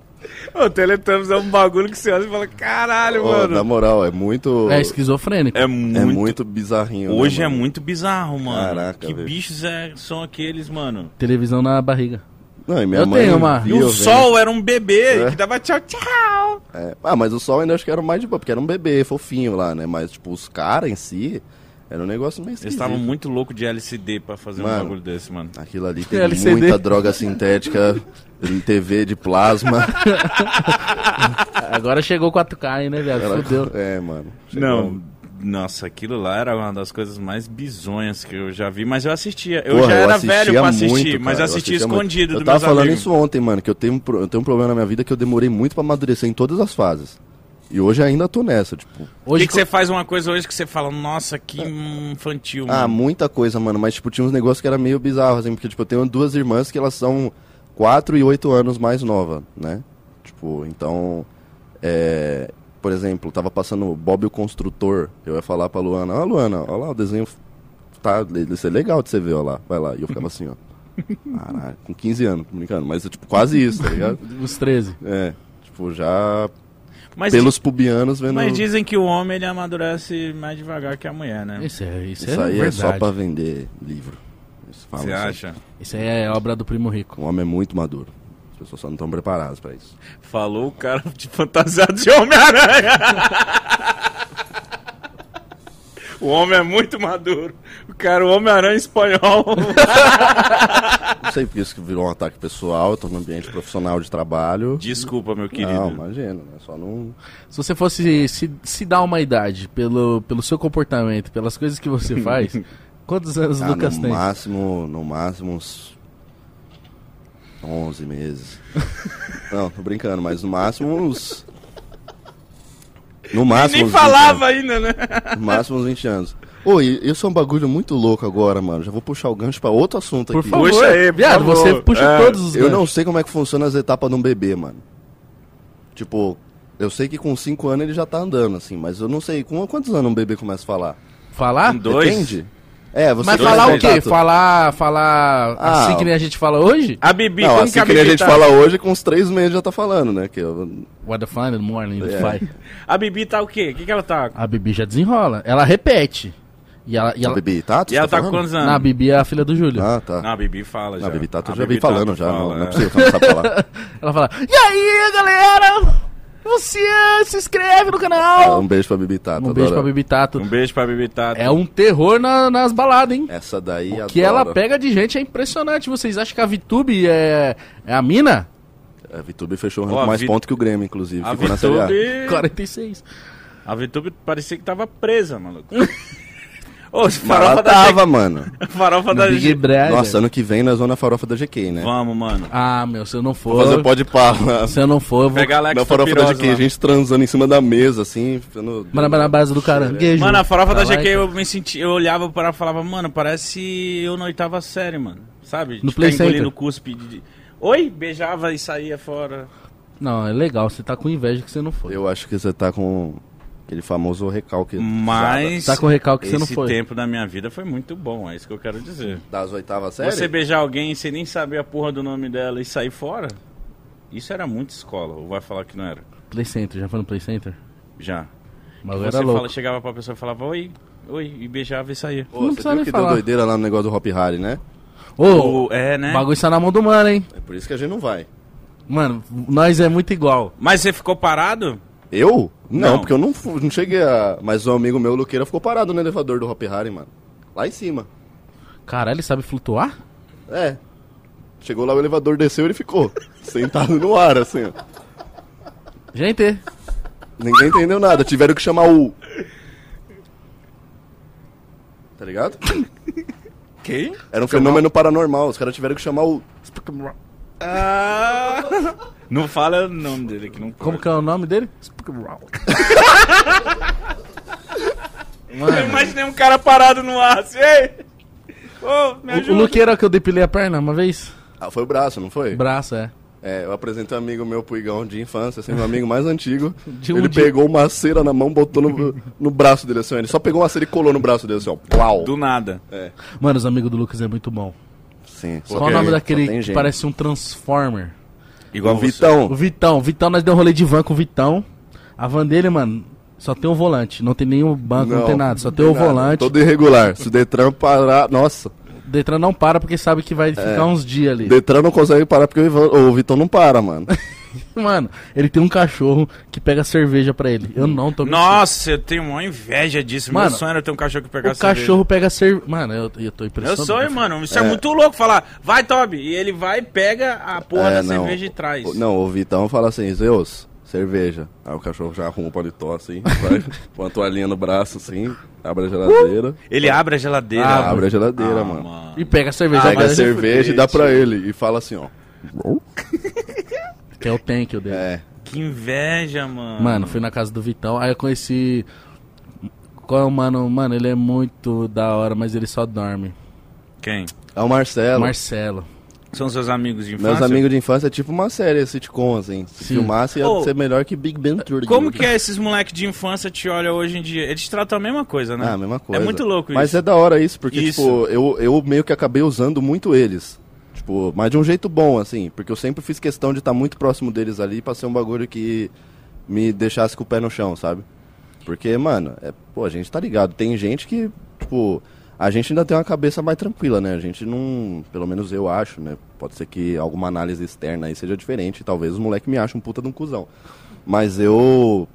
Speaker 2: O Teletubbies é um bagulho que você olha e fala, caralho,
Speaker 4: Ó, na moral, é muito.
Speaker 1: É esquizofrênico.
Speaker 2: É
Speaker 4: é
Speaker 2: muito.
Speaker 4: muito bizarrinho.
Speaker 2: Hoje
Speaker 4: né,
Speaker 2: é
Speaker 4: mano?
Speaker 2: muito bizarro, mano.
Speaker 4: Caraca,
Speaker 2: que
Speaker 4: velho.
Speaker 2: bichos é- são aqueles, mano?
Speaker 1: Televisão na barriga.
Speaker 4: Não, e minha
Speaker 1: Eu
Speaker 4: mãe
Speaker 1: tenho uma.
Speaker 2: E
Speaker 4: via,
Speaker 2: o
Speaker 4: velho.
Speaker 2: sol era um bebê
Speaker 4: É.
Speaker 2: que dava tchau, tchau.
Speaker 4: É. Ah, mas o sol ainda acho que era mais de boa, porque era um bebê fofinho lá, né? Mas, tipo, os caras em si, era um negócio meio
Speaker 2: Eles
Speaker 4: esquisito.
Speaker 2: estavam muito loucos de LCD pra fazer um
Speaker 4: Mano.
Speaker 2: bagulho desse, mano.
Speaker 4: Aquilo ali tem
Speaker 1: LCD.
Speaker 4: muita droga sintética, em TV
Speaker 1: (laughs)
Speaker 4: de plasma.
Speaker 1: Agora chegou 4K, né, velho?
Speaker 4: Era-
Speaker 1: Fudeu.
Speaker 4: É, mano.
Speaker 2: Não. Nossa, aquilo lá era uma das coisas mais bizonhas que eu já vi, mas eu assistia. Eu
Speaker 4: Porra,
Speaker 2: já era
Speaker 4: assistia
Speaker 2: velho pra assistir, mas
Speaker 4: muito, cara, eu
Speaker 2: assistia,
Speaker 4: assistia muito.
Speaker 2: escondido
Speaker 4: Eu
Speaker 2: do
Speaker 4: tava
Speaker 2: meus
Speaker 4: falando
Speaker 2: amigos.
Speaker 4: isso ontem, mano, que eu tenho, um pro- eu tenho um problema na minha vida que eu demorei muito pra amadurecer em todas as fases. E hoje ainda tô nessa, tipo...
Speaker 2: Hoje
Speaker 1: Hoje
Speaker 2: que, que você faz uma coisa hoje que você fala, nossa, que infantil,
Speaker 4: Ah,
Speaker 2: mano.
Speaker 4: muita coisa, mano, mas, tipo, tinha uns negócios que era meio bizarro, assim, porque, tipo, eu tenho duas irmãs que elas são 4 e 8 anos mais nova, né? Tipo, então... é, Por exemplo, tava passando Bob o Construtor, eu ia falar pra Luana, ó, Luana, ó lá o desenho... Tá, isso é legal de você ver, ó lá, vai lá. E eu ficava
Speaker 2: (laughs)
Speaker 4: assim, ó... Caralho, com 15 anos, tô brincando, mas é tipo quase isso,
Speaker 2: (laughs)
Speaker 4: tá ligado?
Speaker 1: Os 13.
Speaker 4: É, tipo, já
Speaker 2: mas,
Speaker 4: pelos pubianos vendo.
Speaker 2: mas dizem que o homem ele amadurece mais devagar que a mulher, né?
Speaker 1: Isso é, isso
Speaker 4: Isso
Speaker 1: é
Speaker 4: aí é
Speaker 1: verdade.
Speaker 4: só pra vender livro. Eles falam
Speaker 2: Você
Speaker 4: assim.
Speaker 2: acha?
Speaker 1: Isso aí é obra do primo rico.
Speaker 4: O homem é muito maduro. As pessoas só não estão preparadas pra isso.
Speaker 2: Falou o cara de fantasiado de Homem-Aranha. o homem é muito maduro. O cara, o Homem-Aranha espanhol.
Speaker 4: Não sei por isso que virou um ataque pessoal, eu tô no ambiente profissional de trabalho.
Speaker 2: Desculpa, meu querido.
Speaker 4: Não, imagina, né? Só não.
Speaker 1: Se você fosse se, se dar uma idade pelo, pelo seu comportamento, pelas coisas que
Speaker 4: (laughs)
Speaker 1: você faz, quantos anos o
Speaker 4: Ah,
Speaker 1: Lucas
Speaker 4: no
Speaker 1: tem?
Speaker 4: máximo, no máximo uns 11 meses. não, tô brincando, mas no máximo uns No máximo
Speaker 2: Nem
Speaker 4: uns 20
Speaker 2: falava ainda, né?
Speaker 4: No máximo uns 20 anos. Ô, e isso é um bagulho muito louco agora, mano. Já vou puxar o gancho pra outro assunto
Speaker 1: Por
Speaker 4: aqui.
Speaker 1: favor.
Speaker 2: Puxa aí, por
Speaker 1: Viado,
Speaker 2: favor.
Speaker 1: você puxa
Speaker 2: É,
Speaker 1: todos os
Speaker 4: Eu não
Speaker 1: ganchos.
Speaker 4: sei como é que funciona as etapas de um bebê, mano. Tipo, eu sei que com 5 anos ele já tá andando, assim, mas eu não sei com quantos anos um bebê começa a falar.
Speaker 1: Falar?
Speaker 2: Com dois.
Speaker 4: Depende? É, você
Speaker 1: Mas
Speaker 4: tem
Speaker 1: falar o
Speaker 4: contato-
Speaker 1: quê? Falar, falar
Speaker 4: Ah,
Speaker 1: assim que nem a gente fala hoje?
Speaker 2: A Bibi,
Speaker 4: Não,
Speaker 2: como
Speaker 4: assim
Speaker 2: que a
Speaker 4: que
Speaker 2: Bibi
Speaker 4: nem a gente
Speaker 2: tá?
Speaker 4: fala hoje, com uns 3 meses já tá falando, né? Que eu-
Speaker 1: What the fun in the morning, the
Speaker 4: É.
Speaker 1: fight.
Speaker 2: A Bibi tá o quê? O que, que ela tá?
Speaker 1: A Bibi já desenrola. Ela repete. E ela. E
Speaker 4: O
Speaker 1: ela...
Speaker 4: bebê Tato?
Speaker 2: E ela tá com
Speaker 4: falando?
Speaker 2: quantos anos?
Speaker 1: Na a Bibi é a filha do Júlio.
Speaker 4: Ah, tá.
Speaker 2: Não, a Bibi fala já.
Speaker 4: Não, bebê Tato
Speaker 2: A
Speaker 4: eu já
Speaker 2: Bibi
Speaker 4: vi falando
Speaker 2: Tato
Speaker 4: já, não,
Speaker 2: fala,
Speaker 4: não é
Speaker 2: é.
Speaker 4: possível que eu não
Speaker 2: (laughs)
Speaker 4: sabe falar.
Speaker 1: (laughs) Ela fala: E aí, galera? Você se inscreve no
Speaker 4: É,
Speaker 1: canal!
Speaker 4: Um beijo pra Bibi Tato.
Speaker 1: um beijo pra
Speaker 4: adoro.
Speaker 1: Bibi Tato.
Speaker 2: Um beijo pra Bibi Tato.
Speaker 1: É um terror na- nas baladas, hein?
Speaker 4: Essa daí
Speaker 1: O que ela
Speaker 4: É, adoro.
Speaker 1: pega de gente é impressionante. Vocês acham que a Vitube é, é a mina?
Speaker 4: A É, Vitube fechou o
Speaker 2: Ó,
Speaker 4: ranking
Speaker 2: a
Speaker 4: com mais
Speaker 2: Vi-
Speaker 4: ponto que o Grêmio, inclusive.
Speaker 2: A
Speaker 4: Ficou na Série A.
Speaker 2: Vitube...
Speaker 1: 46.
Speaker 2: A Vitube parecia que tava presa,
Speaker 4: (laughs)
Speaker 2: maluco. Ô,
Speaker 4: Mas ela
Speaker 2: farofa da...
Speaker 4: tava, mano.
Speaker 2: Farofa da...
Speaker 1: Big Brother.
Speaker 4: Nossa, ano que vem nós vamos na farofa da GK, né?
Speaker 2: Vamos, mano.
Speaker 1: Ah, meu, se eu não for.
Speaker 4: Vamos fazer pode pá lá.
Speaker 1: Se eu não for, eu vou.
Speaker 2: Pegar Alex
Speaker 4: Na farofa da
Speaker 2: Topirosa
Speaker 4: GK,
Speaker 2: lá.
Speaker 4: a gente transando em cima da mesa, assim. Ficando...
Speaker 1: Mano, na base do Tá caranguejo.
Speaker 2: Mano, a farofa da GQ,
Speaker 1: Caralho.
Speaker 2: eu me senti, eu olhava para ela e falava, mano, parece eu na oitava série, mano. Sabe? De
Speaker 1: No
Speaker 2: ficar
Speaker 1: Play
Speaker 2: engolindo
Speaker 1: Center.
Speaker 2: cuspe. De... de- Oi, beijava e saía fora.
Speaker 1: Não, é legal, você tá com inveja que você não foi.
Speaker 4: Eu acho que você tá com Aquele famoso recalque.
Speaker 2: Mas
Speaker 1: Tá com recalque que você
Speaker 2: esse
Speaker 1: não foi.
Speaker 2: tempo da minha vida foi muito bom, é isso que eu quero dizer.
Speaker 4: Das oitavas séries?
Speaker 2: Você beijar alguém sem nem saber a porra do nome dela e sair fora? Isso era muito escola, ou vai falar que não era?
Speaker 1: Play Center, já foi no Play Center?
Speaker 2: Já.
Speaker 1: Mas eu
Speaker 2: Você
Speaker 1: era
Speaker 2: fala-
Speaker 1: louco.
Speaker 2: chegava pra pessoa e falava oi, oi, e beijava e saía.
Speaker 4: Pô,
Speaker 1: Não
Speaker 4: você
Speaker 1: precisa
Speaker 4: viu
Speaker 1: nem
Speaker 4: que
Speaker 1: falar.
Speaker 4: deu doideira lá no negócio do Hop Harry, né?
Speaker 1: Ô,
Speaker 2: O- é, né?
Speaker 1: o bagulho está na mão do mano, hein?
Speaker 4: É por isso que a gente não vai.
Speaker 1: Mano, nós é muito igual.
Speaker 2: Mas você ficou parado?
Speaker 4: Eu? Não,
Speaker 2: Não.
Speaker 4: porque eu não, fu- não cheguei a. Mas um amigo meu, o Luqueira, ficou parado no elevador do Hop Harry, mano. Lá em cima.
Speaker 1: Caralho, ele sabe flutuar?
Speaker 4: É. Chegou lá, o elevador desceu e ele ficou. (laughs) sentado no ar, assim, ó.
Speaker 1: Gente,
Speaker 4: Ninguém entendeu nada. Tiveram que chamar o. Tá ligado?
Speaker 2: Quem?
Speaker 4: Era um fenômeno paranormal. Os caras tiveram que chamar o.
Speaker 2: Ah, não fala o nome dele que não pode.
Speaker 1: como que é o nome dele?
Speaker 2: Eu
Speaker 1: Mano,
Speaker 2: imaginei um cara parado no ar assim, ei! Ô, me
Speaker 1: o, o
Speaker 2: ajuda.
Speaker 1: Luqueira que eu depilei a perna uma vez?
Speaker 4: Ah, foi o braço, não foi?
Speaker 1: Braço, é.
Speaker 4: É, eu apresentei um amigo meu pro Igão de infância, assim, meu amigo mais antigo.
Speaker 1: (laughs) De um
Speaker 4: ele
Speaker 1: dia.
Speaker 4: pegou uma cera na mão, botou no, no braço dele assim, ó. ele só pegou uma cera e colou no braço dele assim, ó. Plau.
Speaker 2: Do nada.
Speaker 4: É.
Speaker 1: Mano, os amigos do Lucas é muito bom.
Speaker 4: Sim.
Speaker 1: Qual o nome daquele que parece um Transformer?
Speaker 2: Igual
Speaker 4: o
Speaker 2: você.
Speaker 4: Vitão.
Speaker 1: O Vitão. Vitão, nós deu um rolê de van com o Vitão. A van dele, mano, só tem um volante. Não tem nenhum banco, não, tem nada. Só tem o
Speaker 4: nada.
Speaker 1: volante.
Speaker 4: Todo irregular. Se o Detran parar. Nossa.
Speaker 1: Detran não para porque sabe que vai ficar uns dias ali.
Speaker 4: Detran não consegue parar porque o, Ivan- o Vitão não para, mano.
Speaker 1: Mano, ele tem um cachorro que pega cerveja pra ele. Eu não tô
Speaker 2: Nossa, eu tenho uma inveja disso.
Speaker 1: é Mano,
Speaker 2: Meu sonho era ter um cachorro que
Speaker 1: O
Speaker 2: pegasse
Speaker 1: cachorro pega cerveja. Mano, eu, eu tô
Speaker 2: cerveja. Meu
Speaker 1: impressionado.
Speaker 2: É sonho, mano. Isso é. muito louco falar. Vai, Toby. E ele vai, pega a porra da cerveja e traz.
Speaker 4: O- É, Não, o Vitão fala assim, Zeus, cerveja. Aí o cachorro já arruma o paletó assim, (laughs) vai, põe a toalhinha no braço assim, abre a geladeira.
Speaker 2: Ele Uh! abre a geladeira.
Speaker 1: Ah,
Speaker 4: abre a geladeira,
Speaker 2: Ah,
Speaker 4: mano.
Speaker 1: E pega cerveja.
Speaker 4: Pega a
Speaker 1: mas
Speaker 4: cerveja e dá pra ele. E fala assim, ó.
Speaker 1: Que é o tank o dele.
Speaker 4: É.
Speaker 2: Que inveja, mano.
Speaker 1: Mano, fui na casa do Vitão. Aí eu conheci. Qual é o mano? Mano, ele é muito da hora, mas ele só dorme.
Speaker 2: Quem?
Speaker 4: É o Marcelo.
Speaker 1: Marcelo.
Speaker 2: São seus amigos de infância?
Speaker 4: Meus amigos de infância é tipo uma série sitcom, assim. Se
Speaker 1: Sim.
Speaker 4: filmasse, ia
Speaker 2: Ô,
Speaker 4: ser melhor que Big Bang Theory. né?
Speaker 2: Como que é esses moleques de infância te olham hoje em dia? Eles tratam a mesma coisa, né?
Speaker 4: Ah, a mesma coisa.
Speaker 2: É muito louco
Speaker 4: Mas
Speaker 2: isso.
Speaker 4: é da hora isso, porque,
Speaker 2: Isso.
Speaker 4: tipo, eu, eu meio que acabei usando muito eles. Tipo, mas de um jeito bom, assim. Porque eu sempre fiz questão de estar muito próximo deles ali pra ser um bagulho que me deixasse com o pé no chão, sabe? Porque, mano, é, pô, a gente tá ligado. Tem gente que, tipo, a gente ainda tem uma cabeça mais tranquila, né? A gente não. Pelo menos eu acho, né? Pode ser que alguma análise externa aí seja diferente. Talvez os moleques me achem um puta de um cuzão. Mas eu.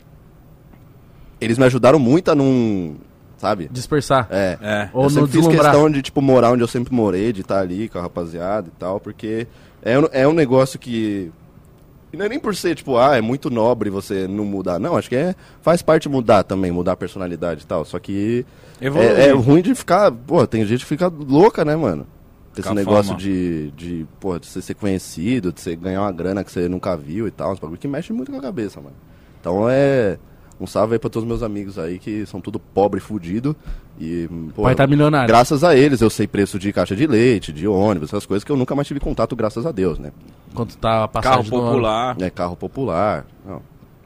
Speaker 4: Eles me ajudaram muito a não. Sabe?
Speaker 1: Dispersar.
Speaker 4: É.
Speaker 2: É.
Speaker 1: Ou
Speaker 4: eu
Speaker 1: não
Speaker 4: sempre fiz
Speaker 1: deslumbrar.
Speaker 4: questão de, tipo, morar onde eu sempre morei, de estar ali com a rapaziada e tal, porque é, um- é um negócio que. E não é nem por ser, tipo, ah, é muito nobre você não mudar. Não, acho que é, faz parte mudar também, mudar a personalidade e tal. Só que
Speaker 2: Evoluir.
Speaker 4: é, é ruim de ficar. Pô, tem gente que fica louca, né, mano? Esse
Speaker 2: Cafama.
Speaker 4: negócio de, de, pô, de você ser conhecido, de você ganhar uma grana que você nunca viu e tal. Uns bagulho que mexe muito com a cabeça, mano. Então é. Um salve aí pra todos meus amigos aí que são tudo pobre e fudido. E, pô,
Speaker 1: Vai tá milionário.
Speaker 4: graças a eles eu sei preço de caixa de leite, de ônibus, essas coisas que eu nunca mais tive contato, graças a Deus, né?
Speaker 1: Quando tá a
Speaker 2: Carro
Speaker 1: passagem do ano.
Speaker 2: popular.
Speaker 4: É carro popular, não,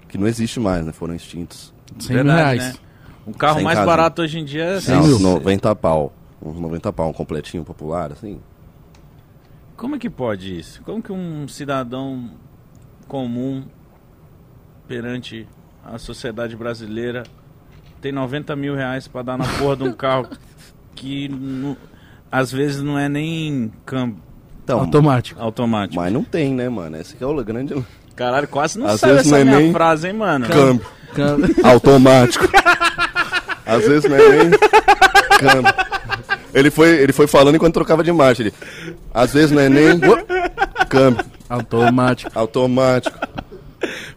Speaker 4: que não existe mais, né? Foram extintos.
Speaker 1: 100 mil
Speaker 2: Verdade,
Speaker 1: reais.
Speaker 2: né? O carro
Speaker 4: Sem
Speaker 2: mais
Speaker 4: casa.
Speaker 2: barato hoje em dia é...
Speaker 1: Cem
Speaker 4: Não,
Speaker 1: mil.
Speaker 4: uns 90 pau. Uns 90 pau, um completinho popular, assim.
Speaker 2: Como é que pode isso? Como que um cidadão comum perante a sociedade brasileira tem 90 mil reais pra dar na porra de
Speaker 1: (laughs)
Speaker 2: um carro que nu- às vezes não é nem câmbio
Speaker 4: Então,
Speaker 2: (laughs)
Speaker 1: Automático.
Speaker 2: automático?
Speaker 4: Mas não tem, né, mano? Esse que é o grande
Speaker 2: Caralho, quase não
Speaker 4: Às
Speaker 2: saiu
Speaker 4: vezes
Speaker 2: essa
Speaker 4: não é
Speaker 2: minha
Speaker 4: nem
Speaker 2: frase, hein, mano?
Speaker 4: câmbio
Speaker 1: Câmbio.
Speaker 2: (laughs)
Speaker 4: automático. Às vezes não é nem câmbio. Ele foi, ele foi falando enquanto trocava de marcha. Ele, às vezes não é nem câmbio
Speaker 2: (laughs)
Speaker 1: Automático.
Speaker 4: automático.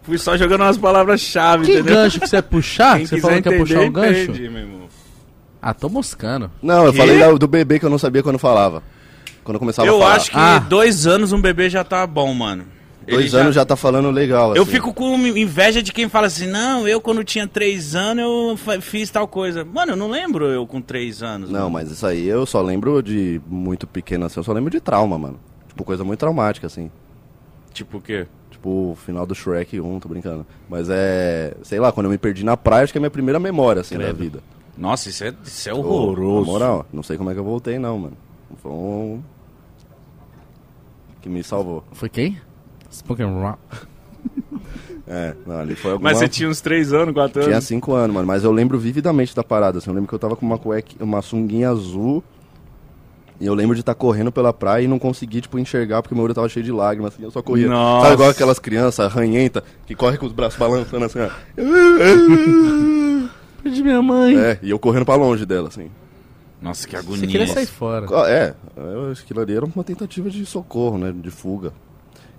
Speaker 2: Fui só jogando umas palavras-chave,
Speaker 1: Que
Speaker 2: entendeu?
Speaker 1: gancho que você ia puxar?
Speaker 2: Quem
Speaker 1: Que você
Speaker 2: quiser
Speaker 1: falou que ia
Speaker 2: entender,
Speaker 1: puxar o gancho?
Speaker 2: entende, meu irmão.
Speaker 1: Ah, tô moscando.
Speaker 4: Não, eu
Speaker 2: Quê?
Speaker 4: falei da- do bebê que eu não sabia quando falava. Quando eu começava a
Speaker 2: Eu
Speaker 4: falar.
Speaker 2: acho que
Speaker 1: Ah.
Speaker 2: dois anos um bebê já tá bom, mano. Ele
Speaker 4: Dois anos já tá falando legal.
Speaker 2: Eu
Speaker 4: assim.
Speaker 2: fico com um inveja de quem fala assim, não, eu quando tinha três anos eu fa- fiz tal coisa. Mano, eu não lembro eu com três anos.
Speaker 4: Não, mas isso aí eu só lembro de muito pequeno assim. Eu só lembro de trauma, mano. Tipo, coisa muito traumática, assim.
Speaker 2: Tipo o quê?
Speaker 4: Tipo, tipo o final do Shrek 1, tô brincando. Mas é. Sei lá, quando eu me perdi na praia, acho que é a minha primeira memória, assim, da
Speaker 2: Credo.
Speaker 4: vida.
Speaker 2: Nossa, isso é, isso é
Speaker 4: Pô,
Speaker 2: horroroso.
Speaker 4: Na moral, não sei como é que eu voltei, não, mano. Foi um. Que me salvou.
Speaker 1: Foi quem? Spoken Rock.
Speaker 4: É, não, ali foi alguma...
Speaker 2: Mas você tinha uns 3 anos, 4
Speaker 4: Tinha
Speaker 2: anos.
Speaker 4: cinco anos, mano. Mas eu lembro vividamente da parada. Assim, eu lembro que eu tava com uma cueca, uma sunguinha azul. E eu lembro de estar correndo pela praia e não conseguir, tipo, enxergar, porque meu olho tava cheio de lágrimas, assim, eu só corria.
Speaker 2: Nossa.
Speaker 4: Sabe igual aquelas crianças ranhentas que correm com os braços balançando assim, ó.
Speaker 2: (laughs)
Speaker 1: De minha mãe.
Speaker 4: É, e eu correndo pra longe dela, assim.
Speaker 2: Nossa, que
Speaker 1: Você
Speaker 2: agonia.
Speaker 1: queria sair fora.
Speaker 4: Ah, É, eu acho que aquilo ali era uma tentativa de socorro, né? De fuga.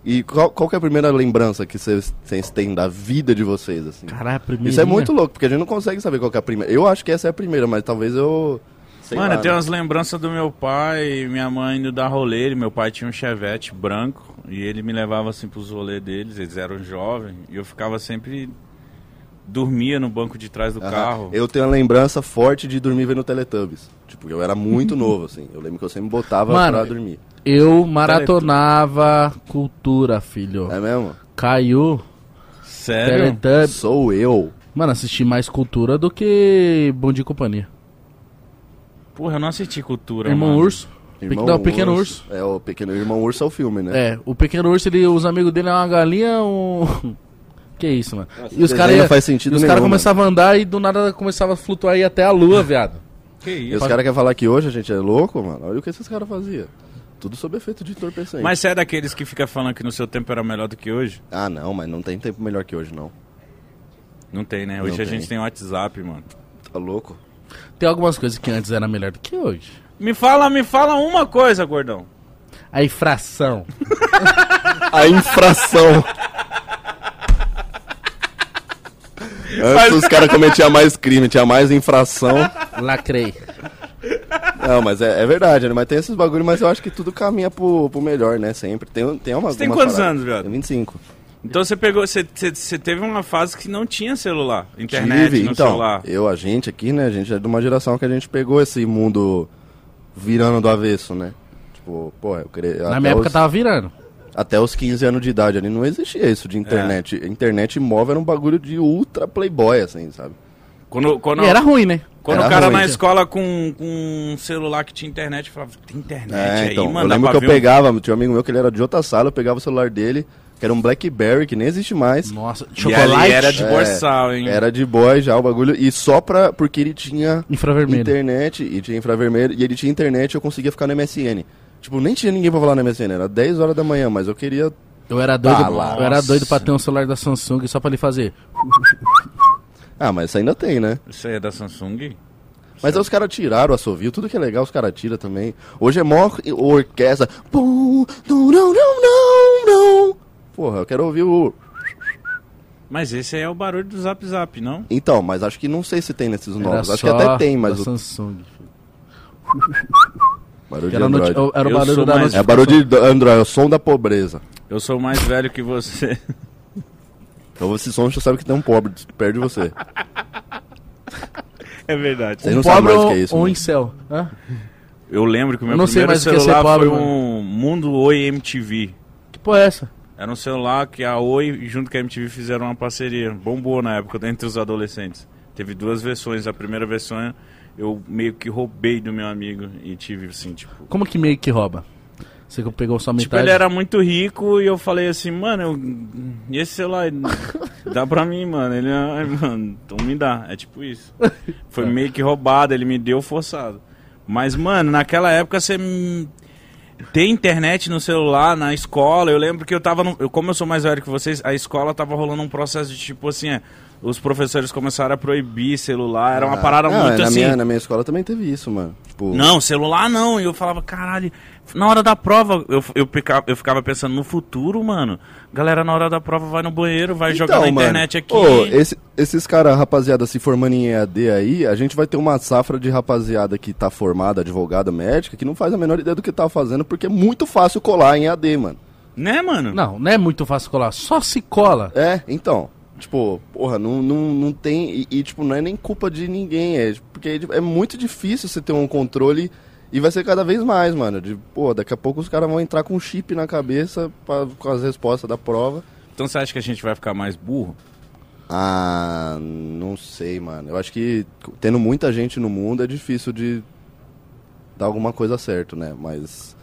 Speaker 4: E qual, qual que é a primeira lembrança que vocês vocês têm da vida de vocês, assim?
Speaker 1: Caralho, primeiro.
Speaker 4: Isso é muito louco, porque a gente não consegue saber qual que é a primeira. Eu acho que essa é a primeira, mas talvez eu. sei
Speaker 2: Mano,
Speaker 4: lá,
Speaker 2: eu tenho
Speaker 4: né?
Speaker 2: umas lembranças do meu pai e minha mãe indo dar rolê. e Meu pai tinha um chevette branco e ele me levava assim pros rolês deles. Eles eram jovens e eu ficava sempre. Dormia no banco de trás do
Speaker 1: um
Speaker 4: Aham.
Speaker 2: carro.
Speaker 4: Eu tenho uma lembrança forte de dormir vendo Teletubbies. Tipo, eu
Speaker 1: (laughs)
Speaker 4: era muito novo, assim. Eu lembro que eu sempre botava
Speaker 1: Mano,
Speaker 4: pra dormir.
Speaker 1: Eu maratonava cultura, filho.
Speaker 4: É mesmo?
Speaker 1: Caiu,
Speaker 2: Sério?
Speaker 1: Teletubbies.
Speaker 4: Sou eu.
Speaker 1: Mano, assisti mais cultura do que Bom Dia e Companhia.
Speaker 2: Porra, eu não assisti cultura.
Speaker 1: Irmão
Speaker 2: mano.
Speaker 1: Urso. Pe- não, Pequeno Urso.
Speaker 4: É, o Pequeno Irmão Urso é o filme, né?
Speaker 1: É, o Pequeno Urso, ele, os amigos dele é uma galinha, um... (laughs) Que isso, mano. e os
Speaker 4: desenho
Speaker 1: caras
Speaker 4: não faz sentido
Speaker 1: os
Speaker 4: nenhum,
Speaker 1: caras
Speaker 4: mano.
Speaker 1: começavam a andar e do nada começava a flutuar e até a lua, viado.
Speaker 2: Que
Speaker 4: E
Speaker 2: isso?
Speaker 4: os caras querem falar que hoje a gente é louco, mano. Olha o que esses caras faziam. Tudo sob efeito de entorpecente.
Speaker 2: Mas você é daqueles que fica falando que no seu tempo era melhor do que hoje?
Speaker 4: Ah, não, mas não tem tempo melhor que hoje, não.
Speaker 2: Não tem, né? Hoje
Speaker 4: Não
Speaker 2: a
Speaker 4: tem.
Speaker 2: gente tem WhatsApp, mano.
Speaker 4: Tá louco?
Speaker 1: Tem algumas coisas que antes era melhor do que hoje.
Speaker 2: Me fala, me fala uma coisa, gordão.
Speaker 1: A
Speaker 4: (laughs)
Speaker 1: infração.
Speaker 4: A infração. Antes os caras cometiam mais crime, tinha mais infração.
Speaker 1: Lacrei.
Speaker 4: Tá, Não, mas é, é verdade, né? Mas tem esses bagulho, mas eu acho que tudo caminha pro, pro melhor, né? Sempre. Tem, tem uma
Speaker 2: Você tem
Speaker 4: uma
Speaker 2: quantos
Speaker 4: parada.
Speaker 2: anos, viado?
Speaker 4: Tenho 25.
Speaker 2: Então você pegou, você, você- você teve uma fase que não tinha celular, internet
Speaker 4: Tive,
Speaker 2: no
Speaker 4: então,
Speaker 2: celular.
Speaker 4: eu, a gente aqui, né? A gente é de uma geração que a gente pegou esse mundo virando do avesso, né? Tipo, pô, eu queria.
Speaker 1: Na minha época
Speaker 4: os,
Speaker 1: tava virando.
Speaker 4: até os 15 anos de idade ali não existia isso de internet.
Speaker 2: É.
Speaker 4: Internet móvel era um bagulho de ultra playboy, assim, sabe?
Speaker 2: Quando, quando,
Speaker 1: E era ruim, né?
Speaker 2: quando
Speaker 4: era
Speaker 2: o cara
Speaker 4: ruim.
Speaker 2: na escola com, com um celular que tinha internet, eu falava, tem internet
Speaker 4: É,
Speaker 2: aí,
Speaker 4: então,
Speaker 2: mano,
Speaker 4: eu
Speaker 2: dá pra
Speaker 4: lembro que eu
Speaker 2: ver um-
Speaker 4: pegava, tinha um amigo meu que ele era de outra sala, eu pegava o celular dele, que era um Blackberry, que nem existe mais.
Speaker 1: Nossa,
Speaker 2: E ali
Speaker 1: chocolate.
Speaker 2: era de
Speaker 4: É,
Speaker 2: borsal, hein?
Speaker 4: Era de boy já o bagulho, e só pra. Porque ele tinha
Speaker 1: Infravermelho.
Speaker 4: internet, e tinha infravermelho, e ele tinha internet eu conseguia ficar no MSN. Tipo, nem tinha ninguém pra falar no MSN, era 10 horas da manhã, mas eu queria.
Speaker 1: Eu era doido,
Speaker 4: Ah, lá.
Speaker 1: eu era doido pra
Speaker 2: Nossa.
Speaker 1: ter um celular da Samsung só pra ele fazer.
Speaker 4: Ah, mas isso ainda tem, né?
Speaker 2: Isso aí é da Samsung?
Speaker 4: Mas aí os caras tiraram o assovio, tudo que é legal os caras tiram também. Hoje é mó orquestra. Pum, não, não, não, não, não. Porra, eu quero ouvir o.
Speaker 2: Mas esse aí é o barulho do Zap Zap, não?
Speaker 4: Então, mas acho que não sei se tem nesses
Speaker 1: Era
Speaker 4: novos. Acho que
Speaker 1: só
Speaker 4: até tem, mas
Speaker 1: da
Speaker 4: o
Speaker 1: Samsung.
Speaker 4: barulho de
Speaker 1: Era, noti-
Speaker 4: Android.
Speaker 1: era o
Speaker 2: Eu
Speaker 1: barulho
Speaker 2: sou
Speaker 1: da
Speaker 2: mais-
Speaker 1: noite.
Speaker 4: É barulho de Android, é o som da pobreza.
Speaker 2: Eu sou mais velho que você. (laughs)
Speaker 4: Então esse som você sabe que tem um pobre,
Speaker 1: (laughs)
Speaker 4: perde você.
Speaker 2: é verdade.
Speaker 4: Você não sabe
Speaker 1: Pobre
Speaker 4: mais o
Speaker 1: ou,
Speaker 4: que é isso.
Speaker 1: ou
Speaker 4: mano.
Speaker 1: incel. Hã?
Speaker 2: Eu lembro que o meu
Speaker 1: Eu não sei
Speaker 2: primeiro
Speaker 1: mais o que é ser
Speaker 2: celular
Speaker 1: pobre,
Speaker 2: foi
Speaker 1: mano.
Speaker 2: um Mundo Oi MTV.
Speaker 1: Que porra é essa?
Speaker 2: Era um celular que a Oi junto com a MTV fizeram uma parceria. Bombou na época entre os adolescentes. Teve duas versões. A primeira versão eu meio que roubei do meu amigo e tive assim, tipo.
Speaker 1: Como que meio que rouba? Você que pegou só metade?
Speaker 2: Tipo, ele era muito rico e eu falei assim, mano, eu... e esse celular dá pra mim, mano. Ele, ai, mano, então me dá. É tipo isso.
Speaker 4: (laughs) É.
Speaker 2: Foi meio que roubado, ele me deu forçado. Mas, mano, naquela época você hum, ter internet no celular, na escola, eu lembro que eu tava. no- eu, como eu sou mais velho que vocês, a escola tava rolando um processo de tipo assim, é, os professores começaram a proibir celular, era uma parada
Speaker 4: Ah, Não,
Speaker 2: muito
Speaker 4: na
Speaker 2: assim.
Speaker 4: Minha, na minha escola também teve isso, mano. Tipo,
Speaker 2: Não, celular não. E eu falava, caralho, na hora da prova, eu, eu, fica- eu ficava pensando no futuro, mano. Galera, na hora da prova, vai no banheiro, vai jogar Tá na
Speaker 4: Então, mano,
Speaker 2: internet aqui.
Speaker 4: ô, esse- esses caras, rapaziada, se formando em EAD aí, a gente vai ter uma safra de rapaziada que tá formada, advogada, médica, que não faz a menor ideia do que tá fazendo, porque é muito fácil colar em EAD, mano.
Speaker 2: Né, mano?
Speaker 1: Não, não é muito fácil colar. Só se cola.
Speaker 4: É, então. Tipo, porra, não, não, não tem. E, e, tipo, não é nem culpa de ninguém. É, tipo, porque é muito difícil você ter um controle. E vai ser cada vez mais, mano. De, pô, daqui a pouco os caras vão entrar com um chip na cabeça pra, com as respostas da prova.
Speaker 2: Então você acha que a gente vai ficar mais burro?
Speaker 4: Ah, não sei, mano. Eu acho que tendo muita gente no mundo é difícil de dar alguma coisa certo, né? Mas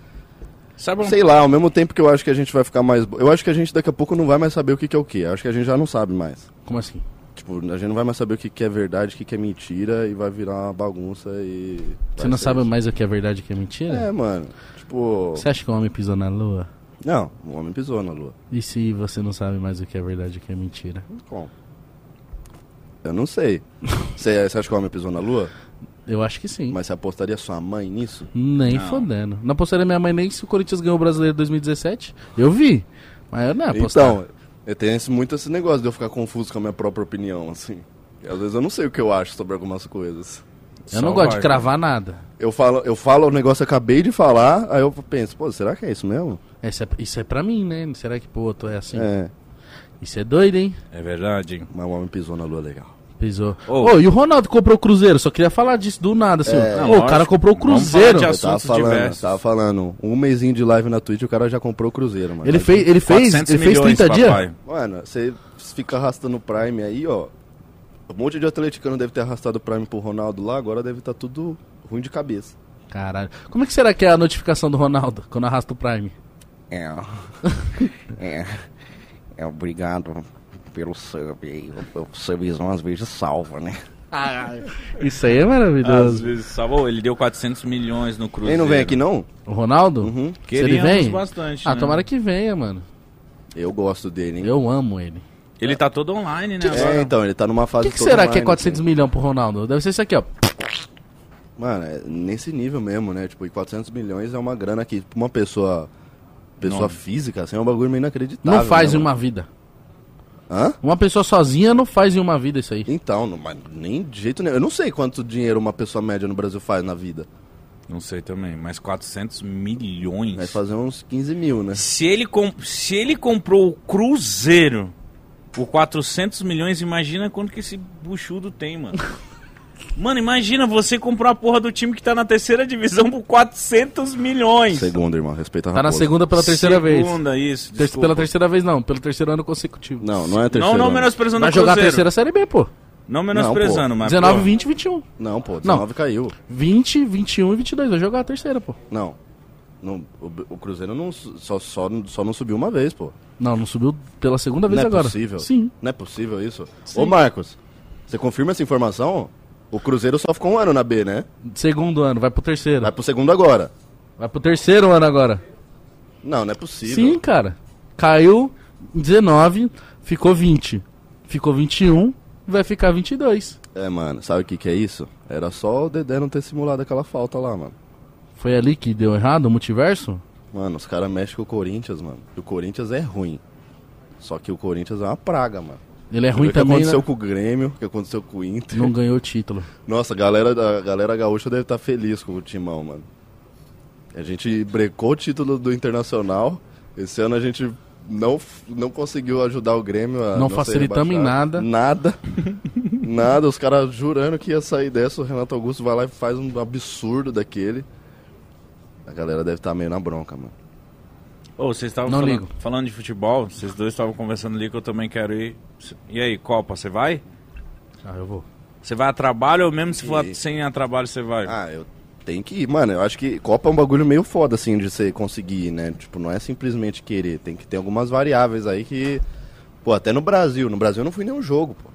Speaker 2: Sabe um...
Speaker 4: sei lá, ao mesmo tempo que eu acho que a gente vai ficar mais, bo- eu acho que a gente daqui a pouco não vai mais saber o que que é o que. Eu acho que a gente já não sabe mais.
Speaker 1: Como assim?
Speaker 4: Tipo, a gente não vai mais saber o que que é verdade, o que que é mentira e vai virar uma bagunça e
Speaker 1: Você
Speaker 4: vai
Speaker 1: não
Speaker 4: ser
Speaker 1: sabe
Speaker 4: isso.
Speaker 1: mais o que é verdade e o que é mentira?
Speaker 4: É, mano. Tipo,
Speaker 1: Você acha que o homem pisou na lua?
Speaker 4: não, o homem pisou na lua.
Speaker 1: E se você não sabe mais o que é verdade e o que é mentira?
Speaker 4: Como? Eu não sei. (laughs) Você você acha que o homem pisou na lua?
Speaker 1: Eu acho que sim.
Speaker 4: Mas você apostaria sua mãe nisso?
Speaker 1: Nem
Speaker 2: Não.
Speaker 1: fodendo. Não apostei da minha mãe nem se o Corinthians ganhou o Brasileiro 2017. Eu vi. Mas eu não apostei.
Speaker 4: Então, eu tenho esse- muito esse negócio de eu ficar confuso com a minha própria opinião, assim. E às vezes eu não sei o que eu acho sobre algumas coisas.
Speaker 1: eu não gosto de cravar nada.
Speaker 4: Eu falo, eu falo o negócio que eu acabei de falar, aí eu penso, pô, será que é isso mesmo?
Speaker 1: Isso é, isso é pra mim, né? Será que pro outro é assim?
Speaker 4: É,
Speaker 1: Isso é doido, hein?
Speaker 2: É verdade, hein?
Speaker 4: mas o homem pisou na lua legal.
Speaker 1: Pisou. Ô,
Speaker 2: Ô. É,
Speaker 1: e o Ronaldo comprou o Cruzeiro? Só queria falar disso do nada, assim. ó.
Speaker 2: Não,
Speaker 1: Ô, o cara
Speaker 2: lógico.
Speaker 1: comprou o
Speaker 2: Vamos falar de
Speaker 1: Cruzeiro.
Speaker 2: assunto.
Speaker 4: Eu tava
Speaker 2: Assuntos
Speaker 4: falando,
Speaker 2: diversos.
Speaker 4: tava falando, um mesinho de live na Twitch o cara já comprou o Cruzeiro, mano.
Speaker 1: Ele fez, ele fez,
Speaker 2: 400
Speaker 1: ele fez
Speaker 2: milhões,
Speaker 1: 30 dias?
Speaker 2: papai.
Speaker 4: Mano, você fica arrastando o Prime aí, ó. Um monte de atleticano deve ter arrastado o Prime pro Ronaldo lá, agora deve estar tudo ruim de cabeça.
Speaker 1: Caralho. Como é que será que é a notificação do Ronaldo quando arrasta o Prime?
Speaker 5: É. é. É obrigado pelo sub aí. O, o subzão às vezes salva, né?
Speaker 1: Isso aí é
Speaker 2: Às
Speaker 1: maravilhoso.
Speaker 2: vezes, sabe? Ô, ele deu 400 milhões no Cruzeiro.
Speaker 4: Ele não vem aqui não?
Speaker 1: O Ronaldo? Se ele
Speaker 2: Queríamos
Speaker 1: vem?
Speaker 2: Uhum. bastante,
Speaker 1: ah,
Speaker 2: né?
Speaker 1: tomara que venha, mano.
Speaker 4: Eu gosto dele, hein?
Speaker 1: Eu amo ele.
Speaker 2: Ele tá todo online, né?
Speaker 4: É,
Speaker 2: agora?
Speaker 4: então, ele tá numa
Speaker 1: O
Speaker 4: fase
Speaker 1: que, que
Speaker 4: toda
Speaker 1: será que é
Speaker 4: online,
Speaker 1: 400
Speaker 4: assim.
Speaker 1: milhões pro Ronaldo? Deve ser isso aqui, ó.
Speaker 2: Tá
Speaker 4: Mano, é nesse nível mesmo, né? Tipo, e 400 milhões é uma grana que pra uma pessoa pessoa
Speaker 2: Não.
Speaker 4: física, assim, é um bagulho meio inacreditável.
Speaker 1: Não faz
Speaker 4: né,
Speaker 1: em
Speaker 4: mano?
Speaker 1: uma vida.
Speaker 4: Hã?
Speaker 1: Uma pessoa sozinha não faz em uma vida isso aí.
Speaker 4: Então, não, mas nem de jeito nenhum. Eu não sei quanto dinheiro uma pessoa média no Brasil faz na vida.
Speaker 2: Não sei também, mas 400 milhões.
Speaker 4: Vai fazer uns 15 mil, né?
Speaker 2: Se ele, com- se ele comprou o Cruzeiro por 400 milhões, imagina quanto que esse buchudo tem, mano. Mano, imagina você comprar a porra do time que tá na terceira divisão por 400 milhões.
Speaker 4: Segunda, irmão, respeita a
Speaker 1: Tá na
Speaker 4: raposa.
Speaker 1: segunda pela terceira vez.
Speaker 2: Segunda, isso.
Speaker 1: Ter-
Speaker 2: desculpa.
Speaker 1: pela terceira vez não, pelo terceiro ano consecutivo.
Speaker 4: Não, não é a terceira.
Speaker 2: não, não
Speaker 4: né?
Speaker 2: menosprezando
Speaker 1: Vai
Speaker 2: o
Speaker 1: jogar a
Speaker 2: Cruzeiro.
Speaker 1: terceira Série B, pô.
Speaker 2: Não menosprezando, mas...
Speaker 1: 19,
Speaker 2: pô,
Speaker 1: 20, 21.
Speaker 4: Não, pô, 19 caiu.
Speaker 1: 20, 21 e 22. Vai jogar a terceira, pô.
Speaker 4: Não. Não, o, o Cruzeiro não, su- só, só, só não subiu uma vez, pô.
Speaker 1: Não, não subiu pela segunda vez
Speaker 4: não
Speaker 1: agora.
Speaker 4: é possível.
Speaker 1: Sim.
Speaker 4: Não é possível isso. Ô, Marcos, você confirma essa informação? O Cruzeiro só ficou um ano na B, né?
Speaker 1: Segundo ano, vai pro terceiro.
Speaker 4: Vai pro segundo agora.
Speaker 1: Vai pro terceiro ano agora.
Speaker 4: Não, não é possível.
Speaker 1: Sim, cara. Caiu 19, ficou 20. Ficou 21, vai ficar 22.
Speaker 4: É, mano, sabe o que que é isso? Era só o Dedé não ter simulado aquela falta lá, mano.
Speaker 1: Foi ali que deu errado o multiverso?
Speaker 4: Mano, os caras mexem com o Corinthians, mano. E o Corinthians é ruim. Só que o Corinthians é uma praga, mano.
Speaker 1: Ele é
Speaker 4: Você vê
Speaker 1: ruim
Speaker 4: o que
Speaker 1: também, né?
Speaker 4: aconteceu com o Grêmio, o que aconteceu com o Inter.
Speaker 1: Não ganhou o título.
Speaker 4: Nossa, a galera, a galera gaúcha deve estar feliz com o Timão, mano. A gente brecou o título do Internacional. Esse ano a gente não, f- não conseguiu ajudar o Grêmio a
Speaker 1: Não
Speaker 4: ser
Speaker 1: facilitamos em
Speaker 4: rebaixado.
Speaker 1: nada.
Speaker 4: Nada.
Speaker 1: (laughs)
Speaker 4: nada. Os caras jurando que ia sair dessa. O Renato Augusto vai lá e faz um absurdo daquele. A galera deve estar meio na bronca, mano.
Speaker 2: Ô, vocês estavam
Speaker 1: Não
Speaker 2: falando,
Speaker 1: ligo.
Speaker 2: falando de futebol, vocês dois estavam conversando ali que eu também quero ir. E aí, Copa, você vai?
Speaker 1: Ah, eu vou.
Speaker 2: Você vai a trabalho ou mesmo se for
Speaker 4: E-
Speaker 2: a- sem ir a trabalho você vai?
Speaker 4: Ah, eu tenho que ir. Mano, eu acho que Copa é um bagulho meio foda, assim, de você conseguir, né? Tipo, não é simplesmente querer. Tem que ter algumas variáveis aí que. Pô, até no Brasil. No Brasil eu não fui nenhum jogo, pô.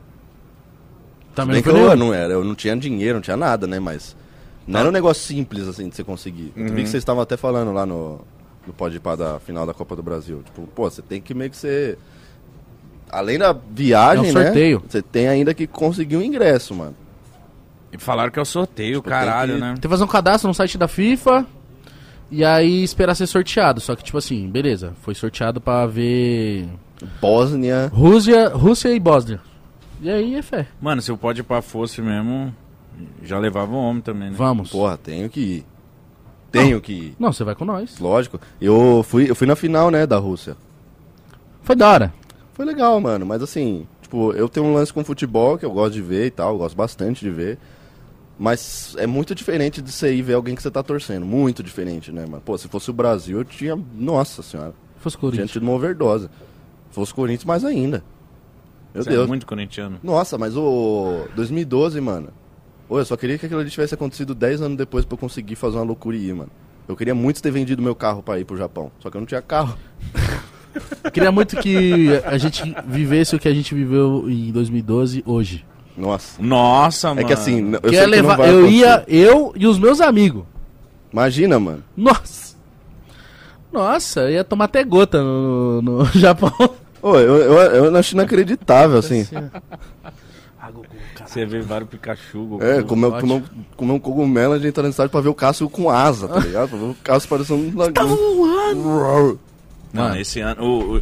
Speaker 1: Também não
Speaker 4: Bem que
Speaker 1: foi
Speaker 4: eu
Speaker 1: nenhum.
Speaker 4: não era. Eu não tinha dinheiro, não tinha nada, né? Mas. Não era um negócio simples, assim, de você conseguir. Eu
Speaker 1: Uhum.
Speaker 4: vi que vocês estavam até falando lá no. No pode pá da final da Copa do Brasil. Tipo, pô, você tem que meio que ser. Além da viagem,
Speaker 1: É um
Speaker 4: né?
Speaker 1: sorteio.
Speaker 4: Você tem ainda que conseguir o ingresso, mano.
Speaker 2: E falaram que é o sorteio,
Speaker 4: Tipo, tem
Speaker 2: caralho,
Speaker 4: que-
Speaker 2: né?
Speaker 1: Tem que fazer um cadastro no site da FIFA e aí esperar ser sorteado. Só que, tipo assim, beleza. Foi sorteado pra ver
Speaker 4: Bósnia.
Speaker 1: Rússia, Rússia e Bósnia. E aí é
Speaker 4: Né?
Speaker 1: fé.
Speaker 2: Mano, se o pode ir pra fosse mesmo, já levava o homem também, né?
Speaker 1: Vamos.
Speaker 4: Porra, tenho que ir. Tenho que ir.
Speaker 1: Não, você vai com nós.
Speaker 4: Lógico. Eu fui, eu fui na final, né, da Rússia.
Speaker 1: Foi da hora.
Speaker 4: Foi legal, mano, mas assim, tipo, eu tenho um lance com futebol que eu gosto de ver e tal, eu gosto bastante de ver. Mas é muito diferente de você ir ver alguém que você tá torcendo. Muito diferente, né, mano? Pô, se fosse o Brasil, eu tinha. Nossa senhora.
Speaker 1: Fosse
Speaker 4: Tinha
Speaker 1: Corinthians.
Speaker 4: tido uma overdose. Fosse Corinthians mais ainda. Meu
Speaker 2: Você é
Speaker 4: Deus.
Speaker 2: muito corintiano.
Speaker 4: Nossa, mas o 2012, mano. Ô, eu só queria que aquilo ali tivesse acontecido 10 anos depois pra eu conseguir fazer uma loucura e ir, mano. Eu queria muito ter vendido meu carro pra ir pro Japão. Só que eu não tinha carro.
Speaker 1: Eu queria muito que a gente vivesse o que a gente viveu em 2012 hoje.
Speaker 4: Nossa.
Speaker 2: Nossa, mano.
Speaker 4: É que assim, n- eu,
Speaker 1: Que
Speaker 4: sei
Speaker 1: é
Speaker 4: que não
Speaker 1: levar-
Speaker 4: vai
Speaker 1: eu
Speaker 4: acontecer.
Speaker 1: ia, eu e os meus amigos.
Speaker 4: Imagina, mano.
Speaker 1: Nossa! Nossa, eu ia tomar até gota no, no (laughs) Japão.
Speaker 4: Ô, eu, eu, eu acho inacreditável, assim.
Speaker 2: Você vê vários Pikachu. Goku.
Speaker 4: É, comer,
Speaker 1: Ótimo.
Speaker 4: comer, um- comer um cogumelo, a gente tá na cidade pra ver o Cássio com asa, tá ligado? Pra ver o Cássio parecendo um lagoon.
Speaker 2: Não,
Speaker 1: Mano.
Speaker 2: esse ano. ô, ô, ô,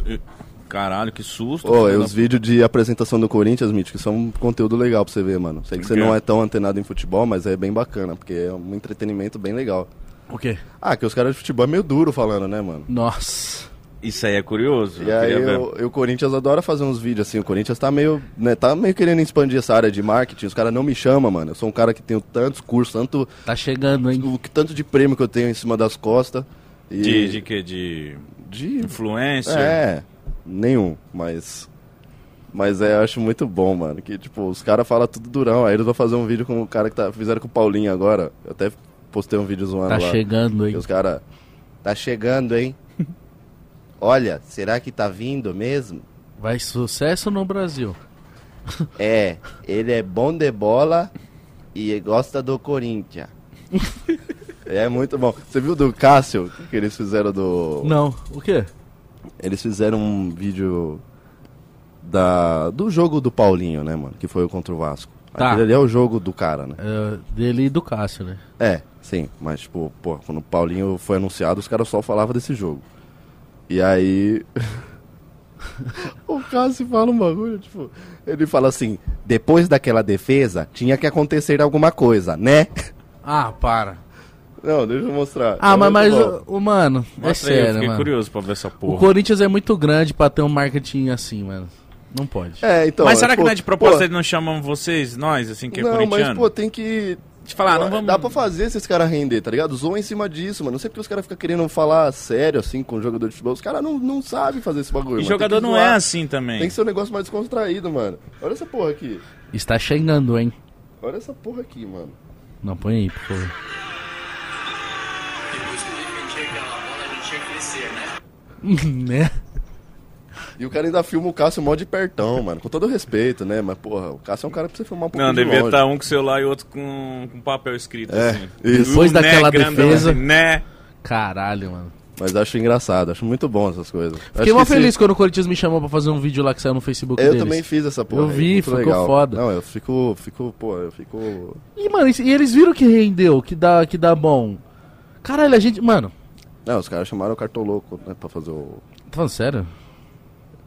Speaker 2: caralho, que susto.
Speaker 4: Ah. Ô,
Speaker 2: filho
Speaker 4: e
Speaker 2: da
Speaker 4: os vídeos de apresentação do Corinthians, Mítico, são um conteúdo legal pra você ver, mano. Sei que você
Speaker 2: Por quê?
Speaker 4: não é tão antenado em futebol, mas é bem bacana, porque é um entretenimento bem legal.
Speaker 1: O quê?
Speaker 4: Ah, que os caras de futebol é meio duro falando, né, mano?
Speaker 1: Nossa.
Speaker 2: Isso aí é curioso.
Speaker 4: E
Speaker 2: eu
Speaker 4: aí
Speaker 2: queria ver.
Speaker 4: o, e o Corinthians adora fazer uns vídeos assim, o Corinthians tá meio, né, tá meio querendo expandir essa área de marketing, os caras não me chamam, mano. Eu sou um cara que tenho tantos cursos, tanto,
Speaker 1: Tá chegando, hein?
Speaker 4: o que- tanto de prêmio que eu tenho em cima das costas. E
Speaker 2: De, de quê? De né?
Speaker 4: de
Speaker 2: influencer?
Speaker 4: É, nenhum, mas. Mas é, eu acho muito bom, mano. Que, tipo, os caras falam tudo durão. Aí eles vão fazer um vídeo com o cara que tá, fizeram com o Paulinho agora. Eu até postei um vídeo zoando
Speaker 1: Tá
Speaker 4: lá.
Speaker 1: chegando,
Speaker 4: E
Speaker 1: hein?
Speaker 4: os caras.
Speaker 3: Tá chegando,
Speaker 1: (laughs)
Speaker 3: hein? Olha, será que tá vindo mesmo?
Speaker 1: Vai sucesso no Brasil.
Speaker 3: É, ele é bom de bola e gosta do
Speaker 1: (laughs)
Speaker 3: Corinthians.
Speaker 4: É muito bom. Você viu do Cássio que eles fizeram do.
Speaker 1: Não, o quê?
Speaker 4: Eles fizeram um vídeo da, do jogo do Paulinho, né, mano? Que foi o contra o Vasco.
Speaker 1: Tá.
Speaker 4: Aquele ali é o jogo do cara, né?
Speaker 1: É, dele e do Cássio, né?
Speaker 4: É, sim, mas tipo, pô, quando o Paulinho foi anunciado, os caras só falavam desse jogo. E aí. (laughs) o Cássio fala um bagulho, tipo. Ele fala assim: depois daquela defesa, tinha que acontecer alguma coisa, né? (laughs)
Speaker 1: Ah, para.
Speaker 4: Não, deixa eu mostrar.
Speaker 1: Ah,
Speaker 4: É
Speaker 1: mas, mas
Speaker 4: muito bom.
Speaker 1: o, o- mano, é
Speaker 2: Mostra aí, eu
Speaker 1: sério,
Speaker 2: fiquei
Speaker 1: mano.
Speaker 2: curioso pra ver essa
Speaker 1: O
Speaker 2: porra.
Speaker 1: Corinthians é muito grande pra ter um marketing assim, mano. Não pode.
Speaker 4: É, então.
Speaker 2: Mas será que
Speaker 4: tipo,
Speaker 2: não é de propósito
Speaker 4: pô,
Speaker 2: eles não chamam vocês, nós, assim, que é
Speaker 4: Não, mas,
Speaker 2: corintiano?
Speaker 4: pô, tem que.
Speaker 2: Te falar, não
Speaker 4: Pô,
Speaker 2: vamos...
Speaker 4: Dá pra fazer esses caras render, tá ligado? Zoam em cima disso, mano. Não sei porque os caras ficam querendo falar sério, assim, com o jogador de futebol. Os caras não, não sabem fazer esse bagulho.
Speaker 2: E
Speaker 4: mano.
Speaker 2: jogador
Speaker 4: Tem
Speaker 2: não
Speaker 4: que
Speaker 2: é
Speaker 4: zoar.
Speaker 2: assim também.
Speaker 4: Tem que ser um negócio mais descontraído, mano. Olha essa porra aqui.
Speaker 1: Está chegando, hein?
Speaker 4: Olha essa porra aqui, mano.
Speaker 1: Não, põe aí, por favor.
Speaker 6: Depois que eu defendi aquela bola, a gente ia crescer, né?
Speaker 1: (laughs) né?
Speaker 4: E o cara ainda filma o Cássio mó de pertão, mano. Com todo respeito, né? Mas, porra, o Cássio é um cara pra você filmar um pouco
Speaker 2: Não,
Speaker 4: de
Speaker 2: devia
Speaker 4: longe.
Speaker 2: estar um com celular e outro com, com papel escrito,
Speaker 4: É,
Speaker 2: assim.
Speaker 4: isso.
Speaker 1: Depois
Speaker 2: Um né
Speaker 1: daquela
Speaker 2: grandão,
Speaker 1: defesa.
Speaker 2: assim, Né?
Speaker 1: Caralho, mano.
Speaker 4: Mas acho engraçado, acho muito bom essas coisas.
Speaker 1: Fiquei
Speaker 4: acho
Speaker 1: mó
Speaker 4: que se-
Speaker 1: feliz quando o Corinthians me chamou pra fazer um vídeo lá que saiu no Facebook
Speaker 4: Eu
Speaker 1: deles.
Speaker 4: também fiz essa porra.
Speaker 1: Eu
Speaker 4: aí,
Speaker 1: vi,
Speaker 4: muito
Speaker 1: ficou
Speaker 4: legal.
Speaker 1: foda.
Speaker 4: Não, eu fico, fico, pô, eu fico...
Speaker 1: E, mano, e eles viram que rendeu, que dá, que dá bom. Caralho, a gente... Mano,
Speaker 4: Não, os caras chamaram o Cartoloco, né, pra fazer o...
Speaker 1: tá falando sério?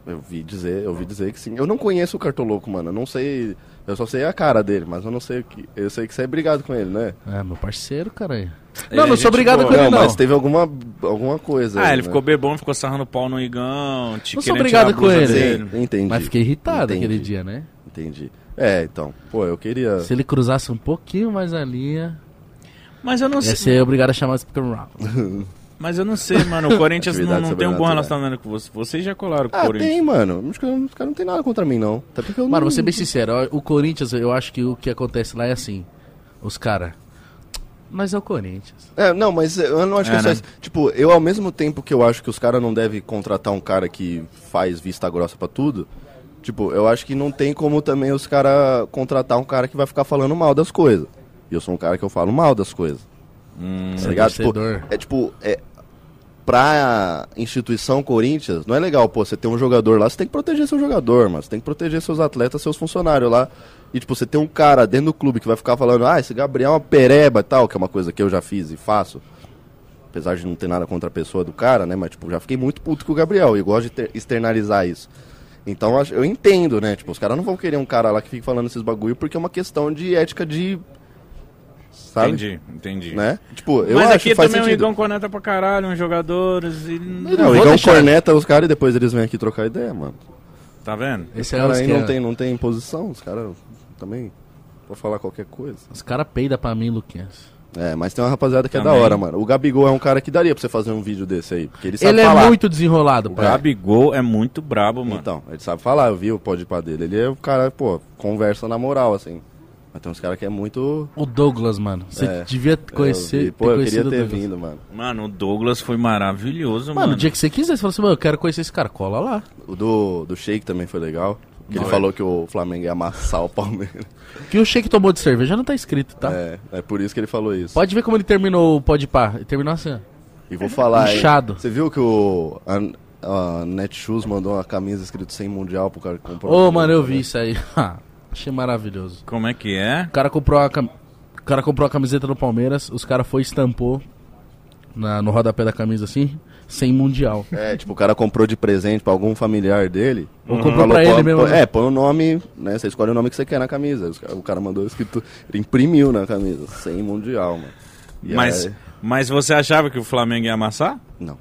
Speaker 4: Eu vi dizer, eu vi dizer que sim. Eu não conheço o Cartoloco, mano. Eu não sei... Eu só sei a cara dele, mas eu não sei o que... Eu sei que você é brigado com ele, né?
Speaker 1: É, meu parceiro, caralho.
Speaker 2: Ele
Speaker 1: não, não
Speaker 2: é
Speaker 1: sou
Speaker 2: gente
Speaker 1: obrigado
Speaker 2: boa.
Speaker 1: com ele, não.
Speaker 4: mas teve alguma, alguma coisa
Speaker 2: Ah,
Speaker 4: aí,
Speaker 2: ele
Speaker 4: né?
Speaker 2: ficou bebão, ficou sarrando pau no Igão. Te
Speaker 1: Não sou
Speaker 2: querendo
Speaker 1: obrigado
Speaker 2: tirar a blusa
Speaker 1: com ele.
Speaker 2: dele.
Speaker 4: Sim, entendi.
Speaker 1: Mas fiquei irritado
Speaker 4: Entendi,
Speaker 1: aquele dia, né?
Speaker 4: Entendi. É, então. Pô, eu queria.
Speaker 1: Se ele cruzasse um pouquinho mais a linha,
Speaker 2: Mas eu não
Speaker 1: ia
Speaker 2: sei,
Speaker 1: ser obrigado a chamar esse Pokémon Round.
Speaker 4: Hum.
Speaker 2: mas eu
Speaker 1: (laughs)
Speaker 2: não sei, mano. O Corinthians não,
Speaker 4: Atividade
Speaker 2: não tem um bom
Speaker 4: sobrenatural.
Speaker 2: relacionamento com você. Vocês já colaram com o
Speaker 4: Ah,
Speaker 2: Corinthians.
Speaker 4: tem, mano. Os caras os caras não tem nada contra mim, não. Até porque eu
Speaker 1: Mano,
Speaker 4: não.
Speaker 1: vou ser bem sincero, ó, o Corinthians, eu acho que o que acontece lá é assim. Os caras. Mas é o Corinthians.
Speaker 4: É, não, mas eu não acho que
Speaker 2: É,
Speaker 4: é só
Speaker 2: né?
Speaker 4: isso. Tipo, eu ao mesmo tempo que eu acho que os caras não devem contratar um cara que faz vista grossa pra tudo, tipo, eu acho que não tem como também os caras contratar um cara que vai ficar falando mal das coisas. E eu sou um cara que eu falo mal das coisas.
Speaker 1: Você
Speaker 4: Tá
Speaker 1: é
Speaker 4: ligado? Tipo,
Speaker 1: torcedor.
Speaker 4: é tipo, é, pra instituição Corinthians, não é legal, pô, você tem um jogador lá, você tem que proteger seu jogador, mano. Você tem que proteger seus atletas, seus funcionários lá. E, tipo, você tem um cara dentro do clube que vai ficar falando, ah, esse Gabriel é uma pereba e tal, que é uma coisa que eu já fiz e faço. Apesar de não ter nada contra a pessoa do cara, né? Mas, tipo, já fiquei muito puto com o Gabriel e eu gosto de ter- externalizar isso. Então, eu acho- eu entendo, né? Tipo, os caras não vão querer um cara lá que fique falando esses bagulho porque é uma questão de ética de... Sabe?
Speaker 2: Entendi, entendi.
Speaker 4: Né? Tipo, eu
Speaker 2: Mas
Speaker 4: acho
Speaker 2: aqui
Speaker 4: que
Speaker 1: é
Speaker 4: faz
Speaker 2: também
Speaker 1: um
Speaker 2: o
Speaker 4: sentido.
Speaker 2: Igão conecta pra caralho, uns jogadores. E...
Speaker 4: Não, o
Speaker 1: vou
Speaker 4: Igão
Speaker 1: deixar.
Speaker 4: corneta os caras e depois eles vêm aqui trocar ideia, mano.
Speaker 2: Tá vendo?
Speaker 1: Esse
Speaker 4: Os
Speaker 1: é o
Speaker 4: caras aí
Speaker 1: esquema.
Speaker 4: não tem, não tem posição, os caras também. Pra falar qualquer coisa.
Speaker 1: Os caras peidam pra mim, Luquinhas.
Speaker 4: É, mas tem uma rapaziada que é
Speaker 2: Também.
Speaker 4: da hora, mano. O Gabigol é um cara que daria pra você fazer um vídeo desse aí, porque ele sabe
Speaker 1: Ele é
Speaker 4: falar.
Speaker 1: muito desenrolado,
Speaker 2: O
Speaker 1: pai.
Speaker 2: Gabigol é muito brabo, mano.
Speaker 4: Então, ele sabe falar, eu vi o pode pá dele. Ele é o cara, pô, conversa na moral, assim. Mas tem uns caras que é muito.
Speaker 1: O Douglas, mano. Você
Speaker 4: É,
Speaker 1: devia
Speaker 4: eu
Speaker 1: conhecer.
Speaker 4: vi. Pô, eu queria
Speaker 1: conhecido o
Speaker 4: ter
Speaker 1: Douglas.
Speaker 4: vindo, mano.
Speaker 2: Mano, o Douglas foi maravilhoso,
Speaker 1: Mano,
Speaker 2: mano.
Speaker 1: o dia que você quiser, você fala assim, mano, eu quero conhecer esse cara, cola lá.
Speaker 4: O do, do Shake também foi legal. Que ele falou que o Flamengo ia amassar o Palmeiras.
Speaker 1: Que o Shake tomou de cerveja não tá escrito, tá?
Speaker 4: É, é por isso que ele falou isso.
Speaker 1: Pode ver como ele terminou o pode par. Ele terminou assim, ó.
Speaker 4: E vou falar, hein?
Speaker 1: Inchado.
Speaker 4: Você viu que o a, a Netshoes mandou uma camisa escrito sem mundial pro cara que comprou?
Speaker 1: Ô, mano, eu vi isso aí. (laughs) Ah, Achei maravilhoso.
Speaker 2: Como é que é?
Speaker 1: O cara comprou a, cam... o cara comprou a camiseta do Palmeiras, os caras foi e estampou na... no rodapé da camisa assim, sem mundial.
Speaker 4: É, tipo, o cara comprou de presente pra algum familiar dele. Uhum.
Speaker 1: Ou comprou pra ele
Speaker 4: põe-
Speaker 1: mesmo, né?
Speaker 4: É, põe o nome, né? Você escolhe o nome que você quer na camisa. Os ca- O cara mandou escrito, ele imprimiu na camisa, sem mundial, mano. E
Speaker 2: Mas,
Speaker 4: aí-
Speaker 2: mas você achava que o Flamengo ia amassar?
Speaker 4: Não.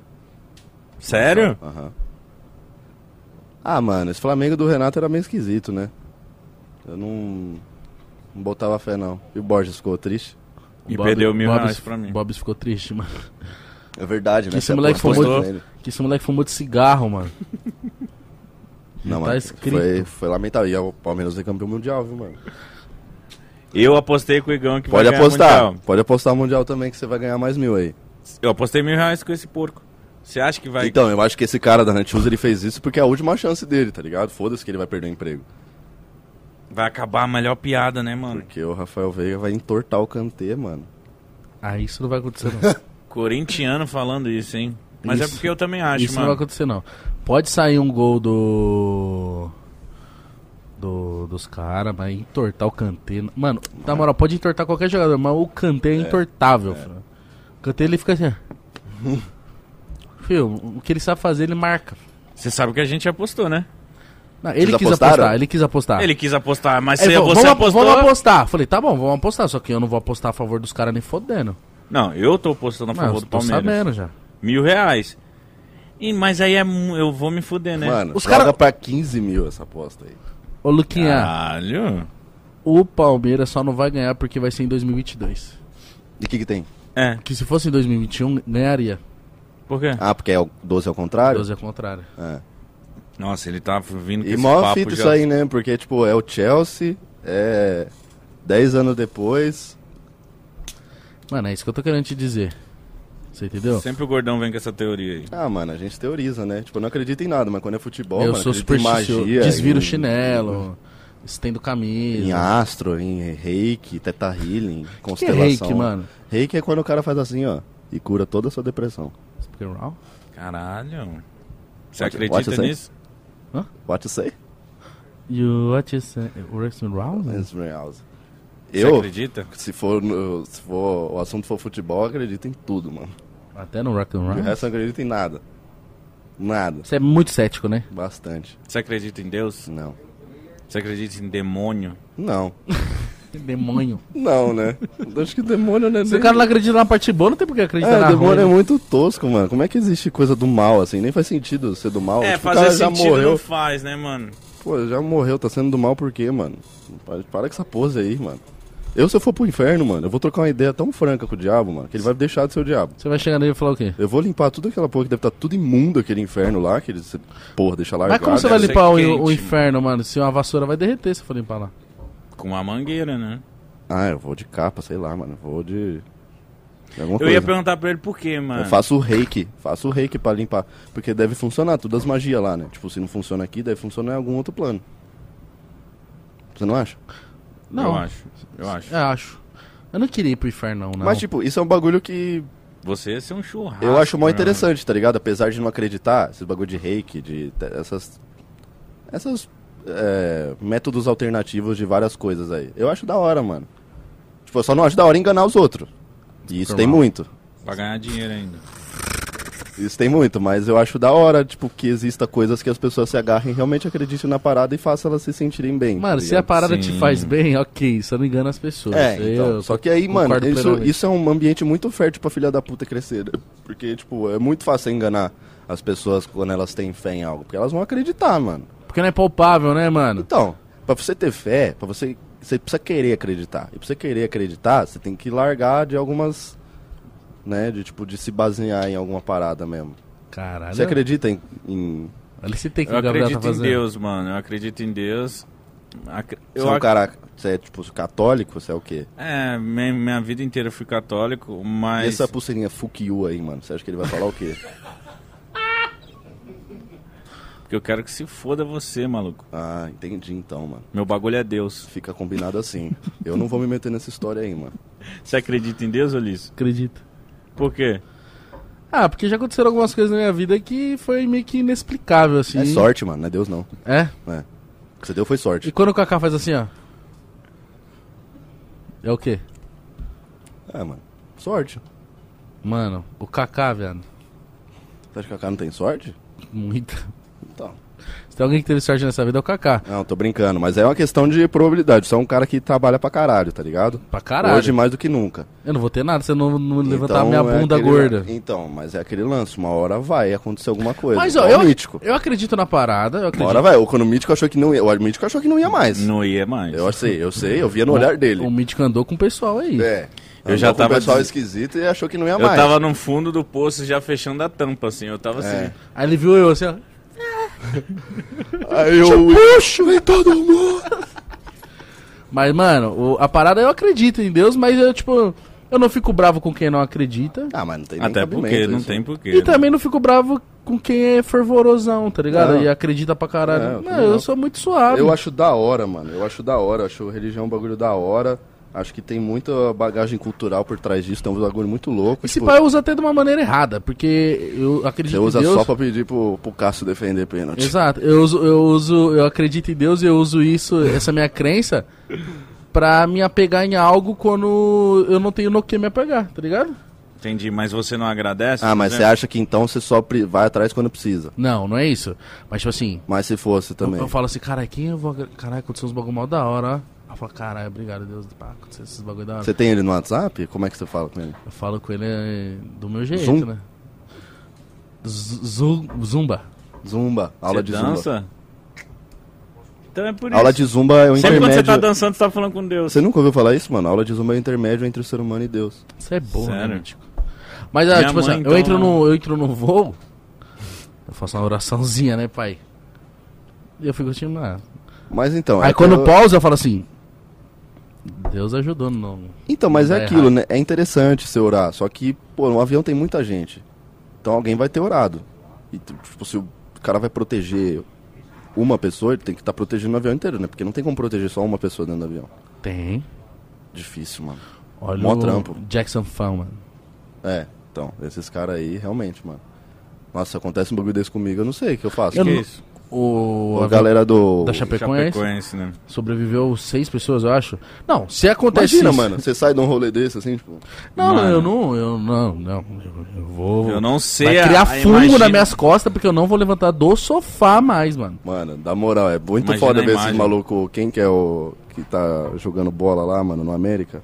Speaker 2: Sério?
Speaker 4: Aham. Ah, mano, esse Flamengo do Renato era meio esquisito, né? Eu não. Não botava fé, não. E o Borges ficou triste?
Speaker 2: E
Speaker 1: Bob-
Speaker 2: perdeu mil
Speaker 1: Bob's-
Speaker 2: reais pra mim.
Speaker 1: Bob's ficou triste, mano. (laughs)
Speaker 4: É verdade,
Speaker 1: Que
Speaker 4: né?
Speaker 1: esse,
Speaker 4: Você
Speaker 1: moleque
Speaker 4: apostou
Speaker 1: fumou de...
Speaker 4: nele.
Speaker 1: que esse moleque fumou de cigarro, mano.
Speaker 4: Não,
Speaker 1: Tá
Speaker 4: mano.
Speaker 1: escrito.
Speaker 4: Foi, foi lamentável. E o Palmeiras é campeão mundial, viu, mano?
Speaker 2: Eu apostei com o Igão que
Speaker 4: Pode
Speaker 2: vai ganhar
Speaker 4: apostar.
Speaker 2: Mundial.
Speaker 4: Pode apostar o mundial também, que você vai ganhar mais mil aí.
Speaker 2: Eu apostei mil reais com esse porco. Você acha que vai...
Speaker 4: Então, eu acho que esse cara da Netshoes, ele fez isso porque é a última chance dele, tá ligado? Foda-se que ele vai perder o emprego.
Speaker 2: Vai acabar a melhor piada, né, mano?
Speaker 4: Porque o Rafael Veiga vai entortar o Kantê, mano.
Speaker 1: Ah, isso não vai acontecer, não.
Speaker 2: Corintiano falando isso, hein? Mas é
Speaker 1: Isso.
Speaker 2: porque eu também acho,
Speaker 1: Isso não vai
Speaker 2: mano.
Speaker 1: acontecer, não. Pode sair um gol do. do- dos caras, mas entortar o Kantê. Mano, na moral, pode entortar qualquer jogador, mas o Kantê é entortável, filho. O Kantê ele fica assim. ó. Filho, o que ele sabe fazer, ele marca.
Speaker 2: Você sabe que a gente apostou, né?
Speaker 1: Não, ele
Speaker 4: Vocês
Speaker 1: quis
Speaker 4: apostaram?
Speaker 1: apostar, ele quis
Speaker 4: Ah.
Speaker 1: apostar.
Speaker 2: Ele quis apostar, mas
Speaker 4: É,
Speaker 1: Aí ele
Speaker 2: se
Speaker 1: falou,
Speaker 2: você
Speaker 1: vamos, ap-
Speaker 2: apostou...
Speaker 1: vamos apostar. Falei, tá bom, vamos apostar. Só que eu não vou apostar a favor dos caras nem fodendo.
Speaker 2: Não, eu tô apostando a
Speaker 1: Não,
Speaker 2: favor
Speaker 1: eu
Speaker 2: do
Speaker 1: tô
Speaker 2: Palmeiras.
Speaker 1: sabendo já.
Speaker 2: Mil reais. Ih, mas aí é, mu- eu vou me fuder, né?
Speaker 4: Mano,
Speaker 1: Os
Speaker 4: joga
Speaker 1: cara-
Speaker 4: pra 15 mil essa aposta aí.
Speaker 1: Ô,
Speaker 2: Ah.
Speaker 1: Luquinha,
Speaker 2: Caralho.
Speaker 1: o Palmeiras só não vai ganhar porque vai ser em 2022.
Speaker 4: E o que que tem?
Speaker 2: É,
Speaker 1: Que se fosse em 2021, ganharia.
Speaker 2: por quê?
Speaker 4: Ah, porque é o 12 ao contrário?
Speaker 1: 12 é contrário.
Speaker 4: É.
Speaker 2: Nossa, ele tá
Speaker 1: é
Speaker 2: vindo com
Speaker 4: E
Speaker 2: esse
Speaker 4: mó
Speaker 2: papo
Speaker 4: fita
Speaker 2: já.
Speaker 4: isso aí, né? Porque, tipo, é o Chelsea, é... 10 anos depois...
Speaker 1: Mano, é isso que eu tô querendo te dizer. Você entendeu?
Speaker 2: Sempre o gordão vem com essa teoria aí.
Speaker 4: Ah, mano, a gente teoriza, né? Tipo, eu não acredito em nada, mas quando é futebol,
Speaker 1: eu
Speaker 4: mano,
Speaker 1: sou
Speaker 4: acredito em
Speaker 1: supersticioso.
Speaker 4: magia,
Speaker 1: Desviro
Speaker 4: em-
Speaker 1: o chinelo, estendo camisa.
Speaker 4: Em astro, em reiki, teta healing,
Speaker 1: que é
Speaker 4: constelação.
Speaker 1: reiki, mano?
Speaker 4: Reiki é quando o cara faz assim, ó, e cura toda a sua depressão.
Speaker 1: Speak around?
Speaker 2: Caralho. Você
Speaker 4: What- what
Speaker 2: acredita
Speaker 4: you say?
Speaker 2: nisso?
Speaker 4: What you say?
Speaker 1: You what you say? Works around?
Speaker 4: Lance Milhouse.
Speaker 2: Você
Speaker 4: Eu,
Speaker 2: acredita?
Speaker 4: se for, no- se for o assunto for futebol, eu acredito em tudo, mano.
Speaker 1: Até no rock
Speaker 4: O
Speaker 1: around?
Speaker 4: resto eu não acredito em nada. Nada.
Speaker 1: Você é muito cético, né?
Speaker 4: Bastante.
Speaker 2: Você acredita em Deus?
Speaker 4: Não.
Speaker 2: Você acredita em demônio?
Speaker 4: Não.
Speaker 1: Demônio.
Speaker 4: Não, né? Acho que demônio não é
Speaker 1: (laughs) Se
Speaker 4: nem-
Speaker 1: o cara não acredita na parte boa, não tem por que acreditar
Speaker 4: É,
Speaker 1: na ruim.
Speaker 4: demônio é
Speaker 1: né?
Speaker 4: muito tosco, mano. Como é que existe coisa do mal, assim? Nem faz sentido ser do mal.
Speaker 2: é,
Speaker 4: Tipo, o
Speaker 2: fazer
Speaker 4: cara já
Speaker 2: sentido
Speaker 4: morreu.
Speaker 2: não faz, né, mano?
Speaker 4: Pô, já morreu, tá sendo do mal por quê, mano? Para, para com essa pose aí, mano. Eu, se eu for pro inferno, mano, eu vou trocar uma ideia tão franca com o diabo, mano, que ele vai deixar de ser o diabo.
Speaker 1: Você vai chegar nele e falar o quê?
Speaker 4: Eu vou limpar tudo aquela porra que deve estar tudo imundo, aquele inferno lá, aquele. se- Porra, deixa lá.
Speaker 1: Mas como você vai
Speaker 2: deve ser
Speaker 1: limpar o,
Speaker 2: quente,
Speaker 1: o inferno, mano? Se uma vassoura vai derreter se for limpar lá.
Speaker 2: Com uma mangueira, né?
Speaker 4: Ah, eu vou de capa, sei lá, mano. eu Vou de. de alguma
Speaker 2: Eu ia
Speaker 4: coisa.
Speaker 2: perguntar pra ele por quê, mano.
Speaker 4: Eu faço o reiki, faço o reiki pra limpar. Porque deve funcionar, tudo as magias lá, né? Tipo, se não funciona aqui, deve funcionar em algum outro plano. Você não acha?
Speaker 1: Não.
Speaker 2: Eu acho. Eu acho.
Speaker 4: É.
Speaker 1: Eu acho. Eu não queria ir pro inferno, não. não.
Speaker 4: Mas, tipo, isso é um bagulho que
Speaker 2: Você ia ser um churrasco.
Speaker 4: Eu acho mó
Speaker 2: né?
Speaker 4: interessante, tá ligado? Apesar de não acreditar, esses bagulho de reiki, de te- essas. Essas. é, métodos alternativos de várias coisas aí. Eu acho da hora, mano. Tipo, eu só não acho da hora enganar os outros. E isso tem
Speaker 1: Normal.
Speaker 4: muito.
Speaker 2: Pra ganhar dinheiro ainda.
Speaker 4: Isso tem muito, mas eu acho da hora, tipo, que exista coisas que as pessoas se agarrem, realmente acreditem na parada e façam elas se sentirem bem.
Speaker 1: Mano,
Speaker 4: tá
Speaker 1: se é a
Speaker 4: ligado?
Speaker 1: parada te
Speaker 2: Sim.
Speaker 1: faz bem, ok, isso não engana as pessoas.
Speaker 4: É, então,
Speaker 1: Eu
Speaker 4: só que aí,
Speaker 1: concordo
Speaker 4: mano, isso,
Speaker 1: plenamente.
Speaker 4: isso é um ambiente muito fértil pra filha da puta crescer. né? Porque, tipo, é muito fácil enganar as pessoas quando elas têm fé em algo. Porque elas vão acreditar, mano.
Speaker 1: Porque não é palpável, né, mano?
Speaker 4: Então, pra você ter fé, pra você Você precisa querer acreditar. E pra você querer acreditar, você tem que largar de algumas. Né, de tipo, de se basear em alguma parada mesmo.
Speaker 1: Caralho.
Speaker 4: Você acredita em- em
Speaker 1: Olha esse tem que
Speaker 2: Eu
Speaker 1: o Gabriel tá
Speaker 2: acredito em
Speaker 1: fazendo.
Speaker 2: Deus, mano. Eu acredito em Deus. Acre-
Speaker 4: Você é um
Speaker 2: ac-
Speaker 4: cara. Você é tipo católico? Você é o quê?
Speaker 2: É, minha, minha vida inteira eu fui católico,
Speaker 1: Ah,
Speaker 4: E
Speaker 2: mas.
Speaker 4: essa pulseirinha Fuck you aí, mano? Você acha que ele vai falar o quê? (laughs)
Speaker 2: Porque eu quero que se foda você, maluco.
Speaker 4: Ah, entendi então, mano.
Speaker 2: Meu bagulho é Deus.
Speaker 4: Fica combinado assim. Eu não vou me meter nessa história aí, mano.
Speaker 2: Você acredita em Deus, Ulisses?
Speaker 1: Acredito.
Speaker 2: Por quê?
Speaker 1: Ah, porque já aconteceram algumas coisas na minha vida que foi meio que inexplicável, assim.
Speaker 4: É sorte, mano. Não é Deus, não.
Speaker 1: É?
Speaker 4: O que você deu foi
Speaker 1: E
Speaker 4: sorte.
Speaker 1: quando o Kaká faz assim, ó. É o quê?
Speaker 4: É, mano. Sorte.
Speaker 1: Mano, o Kaká, velho.
Speaker 4: Você acha que o Kaká não tem sorte?
Speaker 1: Muita.
Speaker 4: Então.
Speaker 1: Se tem alguém que teve sorte nessa vida, é o Kaká.
Speaker 4: Não, tô brincando. Mas é uma questão de probabilidade. Você é um cara que trabalha pra caralho, tá ligado?
Speaker 1: Pra caralho.
Speaker 4: Hoje mais do que nunca.
Speaker 1: Eu não vou ter nada se eu não, não levantar a
Speaker 4: Então,
Speaker 1: minha
Speaker 4: é
Speaker 1: bunda
Speaker 4: aquele-
Speaker 1: gorda.
Speaker 4: Então, mas é aquele lance. Uma hora vai acontecer alguma coisa.
Speaker 1: Mas, ó,
Speaker 4: É o
Speaker 1: eu,
Speaker 4: mítico.
Speaker 1: eu acredito na parada. Eu
Speaker 4: Uma
Speaker 1: acredito.
Speaker 4: hora vai. O- Quando o mítico achou que não ia. O mítico achou que não ia mais.
Speaker 2: Não ia mais.
Speaker 4: Eu sei, eu sei, eu via no olhar dele.
Speaker 1: O Mítico andou com o pessoal aí.
Speaker 4: É.
Speaker 2: Eu já
Speaker 4: Andou com
Speaker 2: tava
Speaker 4: o pessoal
Speaker 2: des-
Speaker 4: esquisito e achou que não ia
Speaker 2: Eu
Speaker 4: mais.
Speaker 2: tava no fundo do poço já fechando a tampa, assim. Eu tava
Speaker 4: É,
Speaker 2: assim.
Speaker 1: Aí ele viu eu assim, ó.
Speaker 4: Aí eu puxo em todo mundo.
Speaker 1: Mas, mano, o- a parada eu acredito em Deus, mas eu, tipo, eu não fico bravo com quem não acredita.
Speaker 4: Ah, mas não tem nem
Speaker 2: Até
Speaker 4: cabimento
Speaker 2: porque, não
Speaker 4: isso.
Speaker 2: tem porquê. né?"
Speaker 1: E também não fico bravo com quem é fervorosão, tá ligado?
Speaker 4: Não.
Speaker 1: E acredita pra caralho.
Speaker 4: Não,
Speaker 1: Não, eu
Speaker 4: Ah. É, eu também não.
Speaker 1: sou muito suave.
Speaker 4: Eu acho da hora, mano. Eu acho da hora, eu acho religião um bagulho da hora. Acho que tem muita bagagem cultural por trás disso, tem um bagulho muito louco.
Speaker 1: E se
Speaker 4: tipo,
Speaker 1: pá, eu uso até de uma maneira errada, porque eu acredito
Speaker 4: você usa
Speaker 1: em Deus.
Speaker 4: só pra pedir pro, pro Cássio defender pênalti.
Speaker 1: Exato. Eu uso, eu uso, eu acredito em Deus e eu uso isso, essa minha crença, pra me apegar em algo quando eu não tenho no que me apegar, tá ligado?
Speaker 2: Entendi, mas você não agradece?
Speaker 4: Ah, mas
Speaker 2: por
Speaker 4: você
Speaker 2: exemplo?
Speaker 4: acha que então você só pri- vai atrás quando precisa.
Speaker 1: Não, não é isso. Mas tipo assim,
Speaker 4: Mas se fosse
Speaker 1: eu,
Speaker 4: também.
Speaker 1: eu falo assim, cara, quem eu vou. agra- Caralho, aconteceu uns bagulho mal da hora, ó. Eu falo, caralho, obrigado, Deus, pá, aconteceu esses bagulho da hora.
Speaker 4: Você tem ele no WhatsApp? Como é que você fala com ele?
Speaker 1: Eu falo com ele é, do meu jeito,
Speaker 4: Zum-
Speaker 1: né? Z- zu- Zumba.
Speaker 4: Zumba, aula
Speaker 2: Você
Speaker 4: de zumba.
Speaker 2: dança? Então é por
Speaker 4: Aula
Speaker 2: isso.
Speaker 4: de zumba é o
Speaker 2: Sempre quando você
Speaker 4: intermédio.
Speaker 2: tá dançando, você tá falando com Deus.
Speaker 4: Você nunca ouviu falar isso, mano? A aula de zumba é o intermédio entre o ser humano e Deus.
Speaker 1: Isso é bom, né,
Speaker 2: Sério?
Speaker 1: Mítico? Mas, ah,
Speaker 2: Minha
Speaker 1: tipo assim,
Speaker 2: mãe,
Speaker 1: eu,
Speaker 2: então,
Speaker 1: entro
Speaker 2: né?
Speaker 1: no, eu entro no voo, eu faço uma oraçãozinha, né, pai? E eu fico assim, mano.
Speaker 4: Mas então. é
Speaker 1: Aí quando
Speaker 4: aquela-
Speaker 1: pausa, eu falo assim: Deus ajudou no.
Speaker 4: Então, mas
Speaker 1: Tá
Speaker 4: é aquilo, né? É interessante você orar. Só que, pô, no avião tem muita gente. Então alguém vai ter orado. E, tipo, se o cara vai proteger uma pessoa, ele tem que estar protegendo o avião inteiro, né? Porque não tem como proteger só uma pessoa dentro do avião.
Speaker 1: Tem.
Speaker 4: Difícil, mano.
Speaker 1: Olha
Speaker 4: Mó
Speaker 1: o
Speaker 4: trampo.
Speaker 1: Jackson Fallman.
Speaker 4: É, então, esses caras aí, realmente, mano. Nossa, se acontece um bagulho desse comigo, eu não sei o que eu faço.
Speaker 1: Eu
Speaker 2: Que é
Speaker 1: não-
Speaker 2: isso?
Speaker 1: O,
Speaker 4: A
Speaker 1: avi-
Speaker 4: galera do.
Speaker 1: da Chapecoense,
Speaker 2: Chapecoense, né?
Speaker 1: sobreviveu seis pessoas, eu acho. Não, se acontece
Speaker 4: Imagina,
Speaker 1: isso-
Speaker 4: mano, você sai de um rolê desse assim, tipo.
Speaker 1: Não,
Speaker 2: Mano.
Speaker 1: eu não, eu não, não. Eu, eu vou.
Speaker 2: Eu não sei
Speaker 1: Vai
Speaker 2: a-
Speaker 1: criar
Speaker 2: a
Speaker 1: fungo
Speaker 2: imagina-
Speaker 1: nas minhas costas porque eu não vou levantar do sofá mais, mano.
Speaker 4: Mano, da moral, é muito
Speaker 2: Imagina
Speaker 4: foda
Speaker 2: a
Speaker 4: ver esses
Speaker 2: imagem.
Speaker 4: malucos. Quem que é o que tá jogando bola lá, mano, no América?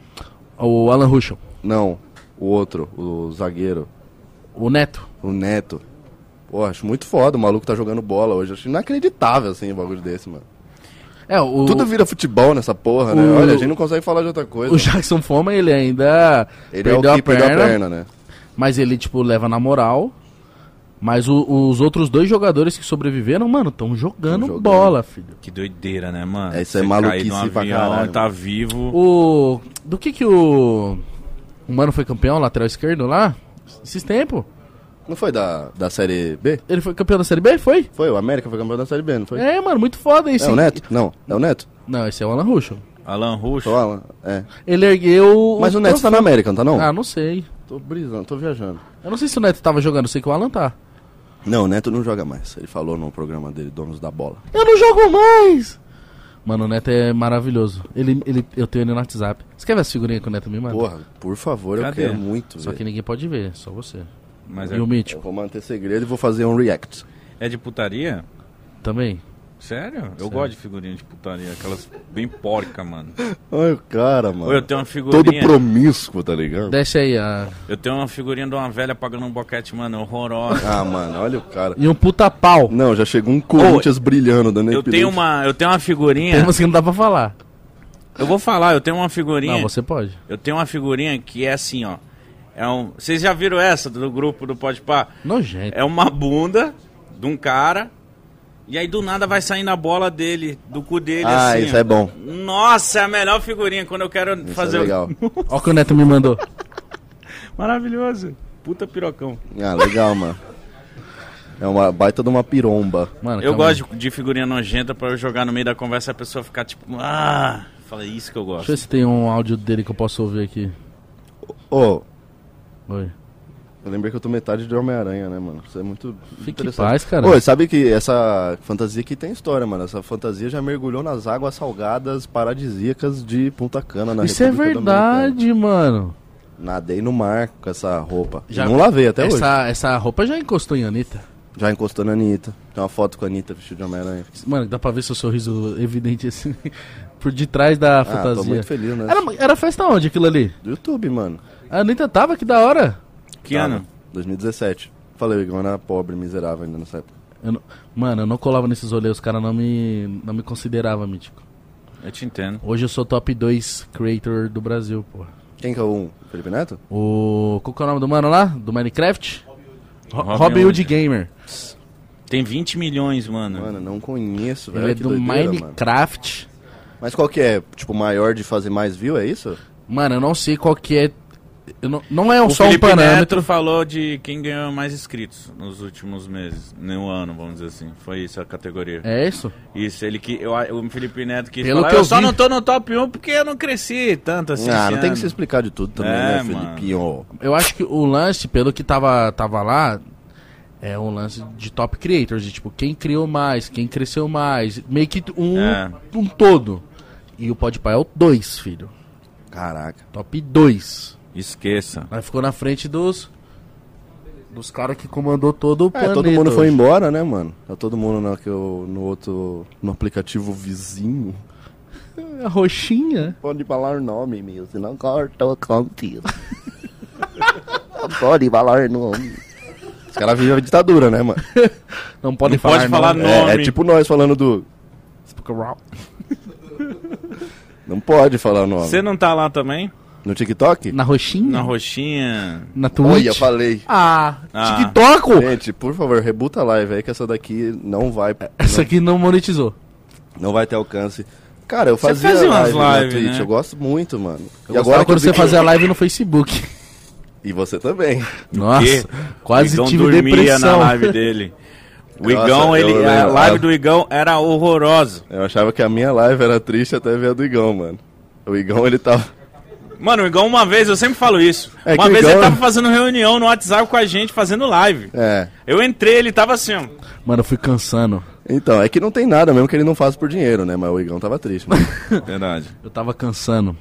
Speaker 1: O Alan Ruschel,
Speaker 4: Não, o outro, o zagueiro,
Speaker 1: o Neto.
Speaker 4: o Neto. Pô, acho muito foda o maluco tá jogando bola hoje. Acho inacreditável, assim, o bagulho desse, mano.
Speaker 1: É, o,
Speaker 4: Tudo vira futebol nessa porra, né?
Speaker 1: o-
Speaker 4: Olha, a gente não consegue falar de outra coisa.
Speaker 1: o Jackson Foma, ele ainda
Speaker 4: Ele é o que
Speaker 1: perdeu, a perna,
Speaker 4: perdeu a perna, né?
Speaker 1: mas ele, tipo, leva na moral. Mas o- os outros dois jogadores que sobreviveram, mano, estão jogando,
Speaker 4: Tão jogando.
Speaker 1: bola, filho.
Speaker 2: Que doideira, né, mano?
Speaker 4: É, isso é
Speaker 2: Você
Speaker 4: maluquice
Speaker 2: cair num
Speaker 4: pra caralho,
Speaker 2: Tá
Speaker 4: mano.
Speaker 2: vivo.
Speaker 1: O. Do que que o. O mano foi campeão, lateral esquerdo lá? Esses tempos.
Speaker 4: Não foi da, da Série B?
Speaker 1: Ele foi campeão da Série B? Foi?
Speaker 4: Foi, o América foi campeão da Série B, não foi?
Speaker 1: É, mano, muito foda
Speaker 4: É
Speaker 1: isso.
Speaker 4: o Neto? Não, é o Neto?
Speaker 1: Não, esse é o Alan Ruschel.
Speaker 2: Alan Russo.
Speaker 4: Só lá, é.
Speaker 1: Ele ergueu.
Speaker 4: Mas o Neto tá na América, não tá não?
Speaker 1: Ah, não sei.
Speaker 4: Tô brisando, tô viajando.
Speaker 1: Eu não sei se o Neto tava jogando, eu sei que o Alan tá.
Speaker 4: Não, o Neto não joga mais. Ele falou no programa dele, Donos da Bola.
Speaker 1: Eu não jogo mais! Mano, o Neto é maravilhoso. Ele, ele, eu tenho ele no WhatsApp. Você quer ver as figurinhas que o Neto me manda?
Speaker 4: Porra, por favor, eu
Speaker 2: Cadê?
Speaker 4: quero muito
Speaker 1: Só
Speaker 4: ver.
Speaker 1: que ninguém pode ver, só você.
Speaker 2: Mas é,
Speaker 1: e o
Speaker 4: Eu
Speaker 1: Mítico
Speaker 4: vou manter segredo e vou fazer um react.
Speaker 2: é de putaria?
Speaker 1: também.
Speaker 2: Sério? Eu gosto de figurinha de putaria. Aquelas bem porca, mano.
Speaker 4: Ai, o cara, mano.
Speaker 2: Ou eu tenho uma
Speaker 4: Todo
Speaker 2: figurinha.
Speaker 4: promíscuo, tá ligado?
Speaker 1: Desce aí, a...
Speaker 2: Eu tenho uma figurinha de uma velha pagando um boquete,
Speaker 3: (laughs)
Speaker 2: mano, horrorosa.
Speaker 4: Ah, mano, olha o cara.
Speaker 1: E um puta pau.
Speaker 4: Não, já chegou um Corinthians brilhando, dando
Speaker 2: Eu tenho uma, eu tenho uma figurinha.
Speaker 1: Tem umas que não dá pra falar.
Speaker 2: Eu vou falar, eu tenho uma figurinha.
Speaker 1: Não, você pode.
Speaker 2: Eu tenho uma figurinha que é assim, ó. É um, vocês já viram essa do grupo do Pode Pá?
Speaker 1: Nojento.
Speaker 2: É uma bunda de um cara. E aí do nada vai saindo a bola dele, do cu dele
Speaker 3: Ah,
Speaker 2: assim.
Speaker 3: isso
Speaker 2: ó.
Speaker 3: é bom.
Speaker 2: Nossa, é a melhor figurinha quando eu quero
Speaker 3: Isso
Speaker 2: fazer.
Speaker 3: é legal.
Speaker 1: Ó o que o Neto me mandou.
Speaker 2: Maravilhoso. Puta pirocão.
Speaker 3: Ah, legal, mano. É uma baita de uma piromba.
Speaker 1: Mano,
Speaker 2: Eu
Speaker 1: calma aí.
Speaker 2: gosto de, de figurinha nojenta pra eu jogar no meio da conversa e a pessoa ficar tipo, ah, fala "É isso que eu
Speaker 1: Deixa
Speaker 2: gosto.
Speaker 1: eu ver se tem um áudio dele que eu posso ouvir aqui.
Speaker 3: Ô,
Speaker 1: Oi.
Speaker 4: Eu lembrei que eu tô metade de Homem-Aranha, né, mano? Isso é muito
Speaker 1: Fique em
Speaker 4: interessante.
Speaker 1: paz, cara.
Speaker 3: Oi,
Speaker 4: Pô, sabe que essa fantasia aqui tem história, mano. Essa fantasia já mergulhou nas águas salgadas paradisíacas de Punta Cana na
Speaker 1: Isso é
Speaker 4: República Dominicana.
Speaker 1: verdade, mano.
Speaker 4: Nadei no mar com essa roupa.
Speaker 1: Já-
Speaker 4: Não lavei até hoje.
Speaker 1: Essa, essa roupa já encostou em Anitta.
Speaker 4: Já encostou na Anitta. Tem uma foto com a Anitta vestida de Homem-Aranha.
Speaker 1: Mano, dá pra ver seu sorriso evidente assim. (laughs) Por detrás da
Speaker 4: Ah, tô
Speaker 1: fantasia.
Speaker 4: muito feliz, né?
Speaker 1: Era, era festa onde aquilo ali?
Speaker 4: Do YouTube, mano. Tá.
Speaker 1: A Anitta tava, que da hora.
Speaker 2: Que
Speaker 4: Tava.
Speaker 2: ano?
Speaker 4: 2017. Falei que eu era pobre, miserável ainda nessa época.
Speaker 1: Eu não- Mano, eu não colava nesses rolês, os caras não me, não me consideravam, mítico.
Speaker 2: Eu te entendo.
Speaker 1: Hoje eu sou top 2 creator do Brasil, porra.
Speaker 4: Quem que é o um? Felipe Neto?
Speaker 1: O. Qual que é o nome do mano lá? Do Minecraft? Ro-
Speaker 2: Robin
Speaker 1: Robin Hood
Speaker 2: Hood.
Speaker 1: Gamer.
Speaker 2: Tem 20 milhões, mano.
Speaker 4: Mano, não conheço, velho.
Speaker 1: Ele é
Speaker 4: que
Speaker 1: do
Speaker 4: doideira, mano.
Speaker 1: Minecraft.
Speaker 4: Mas qual que é? Tipo, maior de fazer mais view, é isso?
Speaker 1: Mano, eu não sei qual que é. eu não, não é um
Speaker 2: O
Speaker 1: só
Speaker 2: Felipe
Speaker 1: um parâmetro.
Speaker 2: Neto falou de quem ganhou mais inscritos nos últimos meses, no ano, vamos dizer assim. Foi isso a categoria.
Speaker 1: É isso?
Speaker 2: Isso, ele que eu, o Felipe Neto quis
Speaker 1: Pelo
Speaker 2: falar,
Speaker 1: que
Speaker 2: eu,
Speaker 1: eu
Speaker 2: só
Speaker 1: vi-
Speaker 2: não tô no top 1 porque eu não cresci tanto assim.
Speaker 4: ah,
Speaker 2: esse
Speaker 4: não tem
Speaker 2: ano."
Speaker 4: que se explicar de tudo também,
Speaker 2: É,
Speaker 4: né,
Speaker 2: mano.
Speaker 4: Felipinho?
Speaker 1: Eu acho que o lance, pelo que tava, tava lá, é um lance de top creators. De, tipo, quem criou mais, quem cresceu mais. Meio que um,
Speaker 2: É.
Speaker 1: um todo. E o Podpah é o 2, filho.
Speaker 4: Caraca.
Speaker 1: Top 2.
Speaker 2: Esqueça.
Speaker 1: Mas ficou na frente dos... Dos caras que comandou todo o
Speaker 4: É,
Speaker 1: planeta.
Speaker 4: todo mundo foi
Speaker 1: hoje.
Speaker 4: embora, né, mano? Tá todo mundo na, que eu- no outro. no aplicativo vizinho.
Speaker 1: A É roxinha.
Speaker 4: Pode falar nome, meu, senão corta.
Speaker 5: Tô (laughs) contigo. Não pode falar nome.
Speaker 4: (laughs) Os caras vivem a ditadura, né, mano?
Speaker 1: Não pode
Speaker 2: Não
Speaker 1: falar.
Speaker 2: pode falar
Speaker 1: não.
Speaker 2: (laughs) nome.
Speaker 4: É, é tipo nós falando do. Não pode falar nome.
Speaker 2: Você não tá lá também?
Speaker 4: No TikTok?
Speaker 1: Na roxinha?
Speaker 2: Na roxinha?
Speaker 1: Na Twitch?
Speaker 4: Olha, falei. É.
Speaker 1: Ah,
Speaker 2: Ah.
Speaker 1: TikTok!
Speaker 4: Gente, por favor, rebuta a live aí que essa daqui não vai.
Speaker 2: É,
Speaker 1: Essa aqui não monetizou.
Speaker 4: Não vai ter alcance. Cara, eu
Speaker 2: Você
Speaker 4: fazia,
Speaker 2: fazia umas
Speaker 4: live na
Speaker 2: lives,
Speaker 4: Twitch,
Speaker 2: né?
Speaker 4: eu gosto muito, mano.
Speaker 1: Eu gostava quando você
Speaker 4: é.
Speaker 1: fazia live no Facebook.
Speaker 4: E você também.
Speaker 1: Nossa, quase
Speaker 4: Então
Speaker 2: Igão
Speaker 1: tive
Speaker 2: dormia
Speaker 1: depressão.
Speaker 2: na live dele. O
Speaker 4: Nossa,
Speaker 2: Igão,
Speaker 4: eu
Speaker 2: ele, a
Speaker 4: lembro.
Speaker 2: live do Igão era horrorosa.
Speaker 4: Eu achava que a minha live era triste até ver a do Igão, mano. O Igão, ele tava.
Speaker 2: Mano, o Igão, uma vez, eu sempre falo isso.
Speaker 4: É
Speaker 2: uma
Speaker 4: que o
Speaker 2: vez ele
Speaker 4: Igão-
Speaker 2: tava fazendo reunião no WhatsApp com a gente, fazendo live.
Speaker 4: É.
Speaker 2: Eu entrei, ele tava assim, ó.
Speaker 1: (laughs) Mano, eu fui cansando.
Speaker 4: Então, é que não tem nada mesmo que ele não faça por dinheiro, né? Mas o Igão tava triste,
Speaker 2: (laughs)
Speaker 4: mano.
Speaker 2: Verdade.
Speaker 1: Eu tava cansando.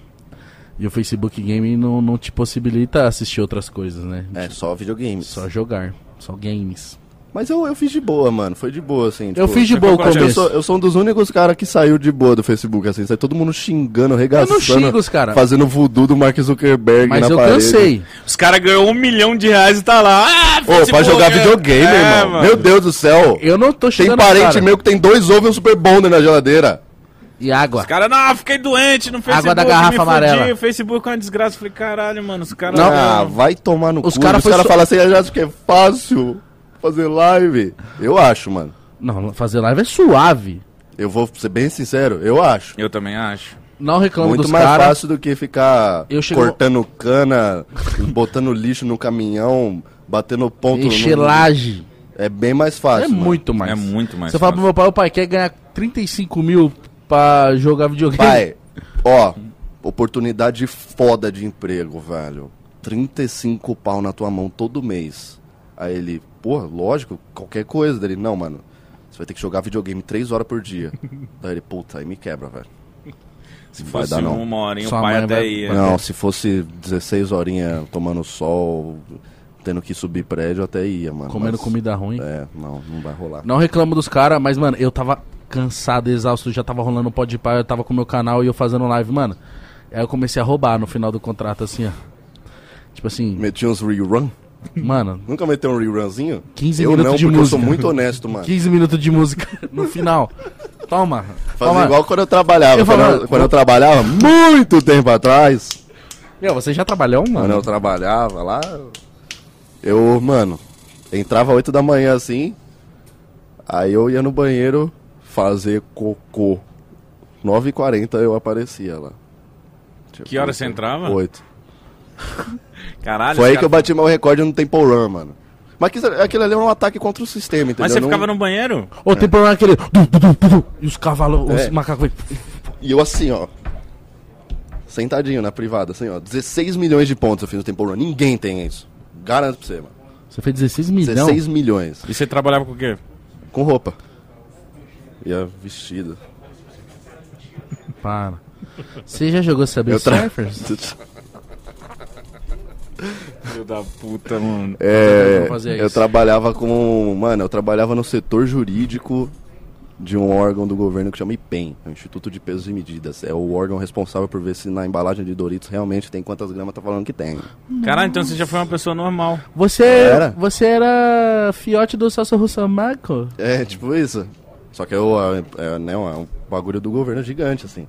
Speaker 1: E o Facebook Game não, não te possibilita assistir outras coisas, né?
Speaker 4: É, só videogame.
Speaker 1: Só jogar. Só games.
Speaker 4: Mas eu, eu fiz de boa, mano. Foi de boa, assim.
Speaker 1: eu
Speaker 4: tipo,
Speaker 1: fiz de
Speaker 2: você
Speaker 1: boa o
Speaker 2: concorda?
Speaker 1: começo.
Speaker 4: Eu
Speaker 1: Eu,
Speaker 4: sou, eu sou um dos únicos caras que saiu de boa do Facebook, assim. Sai todo mundo xingando, regaçando.
Speaker 1: não xingo os cara.
Speaker 4: Fazendo voodoo do Mark Zuckerberg na
Speaker 1: Mas eu
Speaker 4: parede.
Speaker 1: cansei.
Speaker 2: Os caras ganhou um milhão de reais e tá lá. Ah,
Speaker 4: Ô, pra
Speaker 2: Facebook,
Speaker 4: jogar
Speaker 2: é-
Speaker 4: videogame,
Speaker 2: é,
Speaker 4: irmão.
Speaker 2: mano.
Speaker 4: Meu Deus do céu.
Speaker 1: Eu não tô
Speaker 4: Tem
Speaker 1: chegando
Speaker 4: parente meu que tem dois ovos e um super bonder na geladeira.
Speaker 1: E água.
Speaker 2: Os caras, não, fiquei doente no Facebook.
Speaker 1: Água da
Speaker 2: me
Speaker 1: garrafa
Speaker 2: fudi,
Speaker 1: amarela.
Speaker 2: O Facebook é uma desgraça. Eu Falei, caralho, mano, os caras.
Speaker 4: Ah, vai tomar no
Speaker 1: Os
Speaker 4: cu.
Speaker 1: cara
Speaker 4: os
Speaker 1: foi
Speaker 4: caras
Speaker 1: só-
Speaker 4: falam assim, "Ah, acho que é fácil fazer live. Eu acho, mano.
Speaker 1: Não, fazer live é suave.
Speaker 4: Eu vou ser bem sincero, eu acho.
Speaker 2: Eu também acho.
Speaker 1: Não reclamo
Speaker 4: Muito
Speaker 1: dos
Speaker 4: mais
Speaker 1: caras.
Speaker 4: fácil do que ficar
Speaker 1: Eu chego-
Speaker 4: cortando cana, (laughs) botando lixo no caminhão, batendo ponto.
Speaker 1: Encher
Speaker 4: no-
Speaker 1: laje.
Speaker 4: É bem né? mais
Speaker 1: É
Speaker 4: fácil. né? mano.
Speaker 1: muito mais.
Speaker 2: É muito mais
Speaker 1: Você fala pro
Speaker 2: fácil.
Speaker 1: meu pai, o pai quer ganhar 35 mil pra jogar videogame.
Speaker 4: Pai, ó, oportunidade foda de emprego, velho. 35 pau na tua mão todo mês. Aí ele, porra, lógico, qualquer coisa dele. Não, mano, você vai ter que jogar videogame 3 horas por dia. Daí ele, puta, aí me quebra, velho.
Speaker 2: Se
Speaker 4: Vai
Speaker 2: fosse
Speaker 4: dar, não.
Speaker 2: uma horinha,
Speaker 1: Sua
Speaker 2: o pai
Speaker 1: mãe
Speaker 2: até
Speaker 1: vai-
Speaker 2: ia.
Speaker 4: Não, se fosse 16 horinhas tomando sol, tendo que subir prédio, até ia, mano.
Speaker 1: Comendo
Speaker 4: Mas-
Speaker 1: comida ruim.
Speaker 4: É, não, não vai rolar.
Speaker 1: Não reclamo dos caras, mas, mano, eu tava cansado, exausto, já tava rolando pode pá, eu tava com o meu canal e eu fazendo live, mano. Aí eu comecei a roubar no final do contrato, assim, ó. Tipo assim,
Speaker 4: Meti uns rerun?
Speaker 1: mano,
Speaker 4: Nunca meteu um rerunzinho?
Speaker 1: 15
Speaker 4: eu
Speaker 1: minutos
Speaker 4: não,
Speaker 1: de
Speaker 4: porque eu
Speaker 1: música. (laughs)
Speaker 4: sou muito honesto, mano.
Speaker 1: 15 minutos de música no final. Toma.
Speaker 4: Fazer
Speaker 1: toma.
Speaker 4: igual quando eu trabalhava.
Speaker 1: Eu
Speaker 4: quando,
Speaker 1: falava-
Speaker 4: eu, quando eu trabalhava, muito tempo atrás,
Speaker 1: Meu, você já trabalhou,
Speaker 4: quando eu
Speaker 1: mano?
Speaker 4: trabalhava lá, eu, mano, entrava 8 da manhã assim, aí eu ia no banheiro fazer cocô. 9h40 eu aparecia lá.
Speaker 2: Que hora você entrava?
Speaker 4: 8.
Speaker 2: Caralho,
Speaker 4: Foi aí
Speaker 2: esse
Speaker 4: que eu
Speaker 2: cara-
Speaker 4: bati meu recorde no Temple Run, mano. Mas aquilo- aquilo ali é um ataque contra o sistema, entendeu?
Speaker 2: Mas você
Speaker 4: Não-
Speaker 2: ficava no banheiro?
Speaker 1: Ou tem problema aquele. du, du, du, du, du, E os cavalos, os
Speaker 4: É.
Speaker 1: macacos.
Speaker 4: E eu assim, ó. Sentadinho na privada, assim, ó. 16 milhões de pontos eu fiz no Temple Run. Ninguém tem isso. Garanto pra você, mano.
Speaker 1: Você fez 16 milhões.
Speaker 4: 16 milhões.
Speaker 2: E você trabalhava com o quê?
Speaker 4: Com roupa. E é a vestida.
Speaker 1: Para. Você já jogou Saber
Speaker 4: Eu tra-
Speaker 1: Surfers?
Speaker 2: Filho da puta, mano.
Speaker 4: (laughs) É,
Speaker 1: Vamos fazer
Speaker 4: eu
Speaker 1: isso.
Speaker 4: trabalhava com. Mano, eu trabalhava no setor jurídico de um órgão do governo que chama IPEM, é o Instituto de Pesos e Medidas. É o órgão responsável por ver se na embalagem de Doritos realmente tem quantas gramas tá falando que tem.
Speaker 2: Caralho, então você já foi uma pessoa normal.
Speaker 1: Você era.
Speaker 4: Era.
Speaker 1: Você era fiote do Celso Russamaco?
Speaker 4: É, tipo isso. Só que eu, é, é, né, é um bagulho do governo gigante, assim.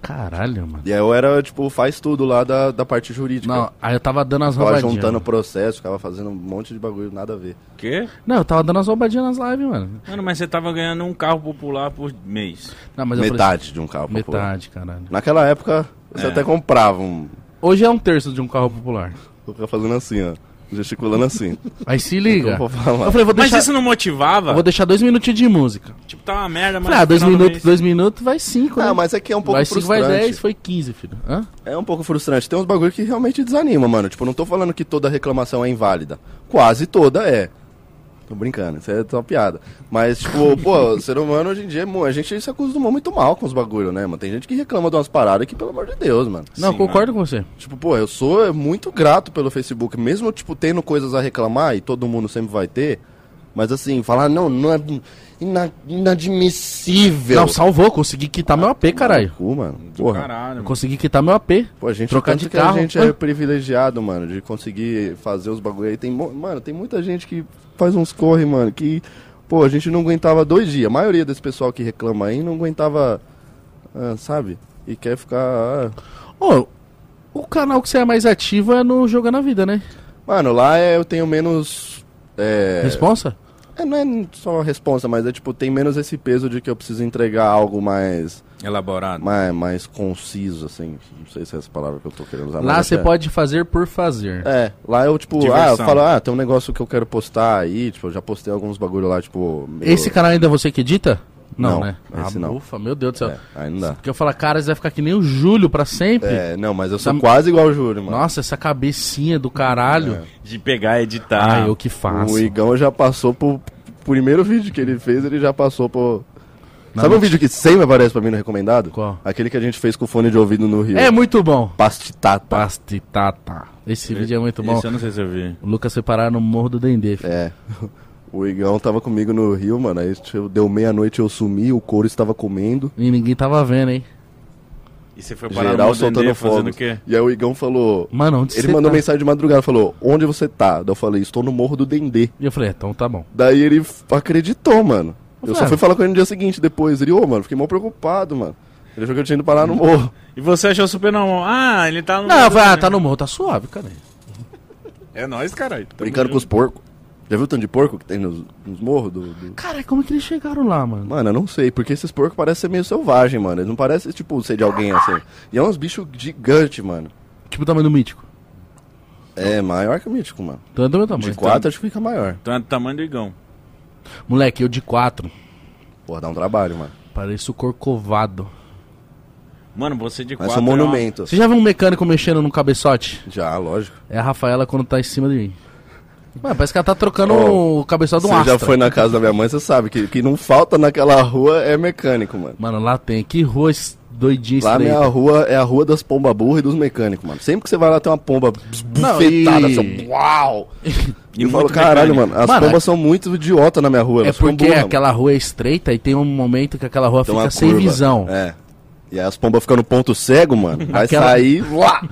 Speaker 1: Caralho, mano.
Speaker 4: E aí eu era, tipo, faz tudo lá da, da parte jurídica.
Speaker 1: Não, aí eu tava dando as
Speaker 4: Ficava
Speaker 1: roubadinhas.
Speaker 4: Tipo, juntando processo, ficava fazendo um monte de bagulho, nada a ver.
Speaker 2: O quê?
Speaker 1: Não, eu tava dando as roubadinhas nas lives, mano.
Speaker 2: Mano, mas você tava ganhando um carro popular por mês.
Speaker 1: Não, mas eu falei
Speaker 4: Metade de um carro
Speaker 1: assim,
Speaker 4: popular.
Speaker 1: Metade, É. caralho.
Speaker 4: Naquela época, você até comprava um.
Speaker 1: Hoje é um terço de um carro popular.
Speaker 4: Ficava fazendo assim, ó. Gesticulando assim.
Speaker 1: Aí se liga.
Speaker 4: Eu vou falar.
Speaker 1: Eu falei, vou
Speaker 2: Mas
Speaker 1: deixar,
Speaker 2: isso não motivava?
Speaker 1: vou deixar dois minutinhos de música.
Speaker 2: Tipo, tá uma merda, mas.
Speaker 1: Falei, ah,
Speaker 2: no
Speaker 1: dois
Speaker 2: final do
Speaker 1: minutos,
Speaker 2: mês-
Speaker 1: dois minutos, vai cinco, né?
Speaker 4: Ah, mas é que é um pouco
Speaker 1: vai cinco, vai
Speaker 4: frustrante.
Speaker 1: dez, foi quinze, filho. Hã?
Speaker 4: É um pouco frustrante. Tem uns bagulho que realmente desanima, mano. Tipo, não tô falando que toda reclamação é inválida. Quase toda é. Tô brincando, isso é só piada. Mas, tipo, (laughs) pô, o ser humano hoje em dia, mo- a gente se acostumou muito mal com os bagulhos, né, mano? Tem gente que reclama de umas paradas que, pelo amor de Deus, mano.
Speaker 1: Não,
Speaker 2: Sim,
Speaker 1: concordo com você.
Speaker 4: Tipo, pô, eu sou muito grato pelo Facebook, mesmo, tipo, tendo coisas a reclamar, e todo mundo sempre vai ter, mas assim, falar, não, não é ina- inadmissível.
Speaker 1: Não, salvou, consegui quitar meu
Speaker 2: Ah,
Speaker 1: AP,
Speaker 2: tá
Speaker 1: caralho.
Speaker 4: Cu, mano.
Speaker 2: Do
Speaker 4: Porra.
Speaker 2: Tipo, Caralho.
Speaker 1: Eu
Speaker 2: mano.
Speaker 1: consegui quitar meu AP.
Speaker 4: Pô, a gente,
Speaker 1: Trocar
Speaker 4: tanto
Speaker 1: de
Speaker 4: que
Speaker 1: carro.
Speaker 4: a gente é privilegiado, mano, de conseguir fazer os bagulho aí. Tem, mo- mano, tem muita gente que faz uns corre, mano, que, pô, a gente não aguentava dois dias. A maioria desse pessoal que reclama aí não aguentava, ah, sabe? E quer ficar... ah,
Speaker 1: Ô, o canal que você é mais ativo é no Jogando a Vida, né?
Speaker 4: Mano, lá é- eu tenho menos... É...
Speaker 1: Responsa?
Speaker 4: É, não é só a resposta, mas é tipo, tem menos esse peso de que eu preciso entregar algo mais,
Speaker 2: Elaborado.
Speaker 4: mais, mais conciso, assim. Não sei se é essa palavra que eu tô querendo usar.
Speaker 1: Lá
Speaker 4: mas
Speaker 1: você
Speaker 4: é.
Speaker 1: pode fazer por fazer.
Speaker 4: É, lá eu, tipo, ah, eu
Speaker 2: Diversão.
Speaker 4: falo, ah, tem um negócio que eu quero postar aí, tipo, eu já postei alguns bagulho lá, tipo. meio-
Speaker 1: Esse canal ainda é você que edita?
Speaker 4: Não,
Speaker 1: né?
Speaker 4: esse
Speaker 1: ah,
Speaker 4: não.
Speaker 1: Ufa, meu Deus do céu.
Speaker 4: É, aí não dá.
Speaker 1: Porque eu falo, cara, você vai ficar que nem o Júlio pra sempre.
Speaker 4: É, não, mas eu sou
Speaker 1: Tá-
Speaker 4: quase igual o Júlio, mano. É.
Speaker 1: Nossa, essa cabecinha do caralho.
Speaker 2: De pegar, editar.
Speaker 1: Ah, eu que faço.
Speaker 4: o Igão já passou pro pro primeiro vídeo que ele fez, ele já passou pro.
Speaker 1: Não,
Speaker 4: Sabe
Speaker 1: não-
Speaker 4: um vídeo que sempre aparece pra mim no recomendado?
Speaker 1: Qual?
Speaker 4: Aquele que a gente fez com fone de ouvido no Rio.
Speaker 1: É muito bom.
Speaker 4: pastitata.
Speaker 1: Pastitata. Esse vídeo é muito
Speaker 2: Isso
Speaker 1: bom.
Speaker 2: eu não sei se eu vi.
Speaker 1: O Lucas foi parar no Morro do Dendê. filho.
Speaker 4: É. O Igão tava comigo no Rio, mano. Aí tipo, deu meia-noite, eu sumi, o couro estava comendo.
Speaker 1: E ninguém tava vendo, hein?
Speaker 2: E você foi parar
Speaker 4: Geral
Speaker 2: no Modendê
Speaker 4: soltando
Speaker 2: fazendo
Speaker 4: fogo.
Speaker 2: o quê?
Speaker 4: E aí o Igão falou.
Speaker 1: Mano, onde
Speaker 4: Ele
Speaker 1: você
Speaker 4: mandou
Speaker 1: tá?
Speaker 4: mensagem de madrugada, falou: Onde você tá? Daí eu falei: Estou no Morro do Dendê.
Speaker 1: E eu falei, então tá bom.
Speaker 4: Daí ele f- acreditou, mano.
Speaker 1: Ô,
Speaker 4: Eu só
Speaker 1: Flávio.
Speaker 4: fui falar com ele no dia seguinte depois. Ele, ô, mano, fiquei mal preocupado, mano. Ele achou que eu tinha ido parar no morro.
Speaker 2: E você achou super normal? Ah, ele tá no.
Speaker 1: Não, eu falei, ah, tá no morro, tá suave, cara.
Speaker 2: É nóis, caralho. Tamo
Speaker 4: Brincando com os porcos. Já viu o tanto de porco que tem nos, nos morros do, do-
Speaker 1: Cara, como é que eles chegaram lá, mano?
Speaker 4: Mano, eu não sei, porque esses porcos parecem ser meio selvagem, mano. Eles não parecem, tipo, ser de alguém assim. E é uns bichos gigantes, mano.
Speaker 1: Tipo o tamanho do mítico.
Speaker 4: É, maior que o mítico, mano.
Speaker 1: Então é do meu
Speaker 4: De
Speaker 1: tamanho. Então,
Speaker 4: quatro acho que fica maior.
Speaker 2: Então é do tamanho do Igão.
Speaker 1: Moleque, eu de quatro.
Speaker 4: Pô, dá um trabalho, mano.
Speaker 1: Pareço corcovado.
Speaker 2: Mano, você de
Speaker 4: Mas um
Speaker 1: um
Speaker 2: quatro.
Speaker 4: são
Speaker 2: é uma-
Speaker 4: monumentos.
Speaker 1: Você já viu um mecânico mexendo num cabeçote?
Speaker 4: Já, lógico.
Speaker 1: É a Rafaela quando tá em cima de mim. Mano, parece que ela tá trocando
Speaker 4: Ó,
Speaker 1: o cabeçote de um
Speaker 4: Você
Speaker 1: Astra.
Speaker 4: já foi na casa da minha mãe, você sabe que que não falta naquela rua é mecânico, mano.
Speaker 1: Mano, lá tem. Que rua es- doidinha
Speaker 4: Lá
Speaker 1: estreita.
Speaker 4: minha rua é a rua das pomba burra e dos mecânicos, mano. Sempre que você vai lá tem uma pomba esbufetada,
Speaker 1: e-
Speaker 4: assim, uau!
Speaker 2: E
Speaker 4: E eu falo,
Speaker 2: muito
Speaker 4: caralho,
Speaker 2: mecânico."
Speaker 4: mano, as
Speaker 1: Mano, é-
Speaker 4: pombas são muito idiota na minha rua.
Speaker 1: É
Speaker 4: elas ficam
Speaker 1: porque
Speaker 4: burra, um mano.
Speaker 1: aquela rua é estreita e tem um momento que aquela rua
Speaker 4: Tem uma
Speaker 1: fica sem
Speaker 4: curva.
Speaker 1: visão.
Speaker 4: É. E aí as pombas ficam no ponto cego, mano. Vai
Speaker 1: Aquela-
Speaker 4: sair. Uá!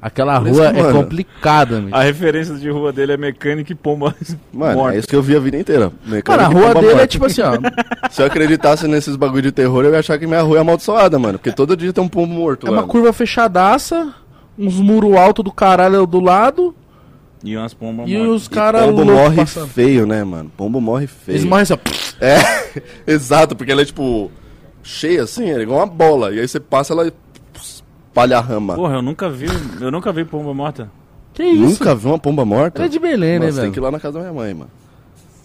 Speaker 1: Aquela
Speaker 4: Por isso
Speaker 1: rua
Speaker 4: que,
Speaker 1: é
Speaker 4: mano-
Speaker 1: complicada, amigo.
Speaker 2: A referência de rua dele é mecânica e pomba
Speaker 4: Mano,
Speaker 2: morta.
Speaker 4: é isso que eu vi a vida inteira. Mecânica
Speaker 1: Cara, a
Speaker 4: e
Speaker 1: rua
Speaker 4: pomba
Speaker 1: dele é
Speaker 4: morta.
Speaker 1: tipo assim,
Speaker 4: (laughs)
Speaker 1: ó.
Speaker 4: Se eu acreditasse nesses bagulho de terror, eu ia achar que minha rua é amaldiçoada, mano. Porque todo dia tem um pombo morto
Speaker 1: É
Speaker 4: lá.
Speaker 1: uma curva fechadaça, uns muros alto do caralho do lado
Speaker 2: E umas pombas
Speaker 1: e
Speaker 2: mortas.
Speaker 1: os caras
Speaker 4: pombo
Speaker 1: loucos
Speaker 4: morre
Speaker 1: passando.
Speaker 4: feio, né, mano? Pombo morre feio.
Speaker 1: Eles morrem assim, ó.
Speaker 4: É, (laughs) exato, porque ela é tipo cheia assim, é igual uma bola. E aí você passa, ela espalha a rama.
Speaker 2: Porra, eu nunca vi, eu nunca vi pomba morta.
Speaker 1: Que isso?
Speaker 4: Nunca vi uma pomba morta?
Speaker 1: Ela é de Belém,
Speaker 4: Nossa,
Speaker 1: né,
Speaker 4: tem
Speaker 1: velho?
Speaker 4: que ir lá na casa da minha mãe, mano.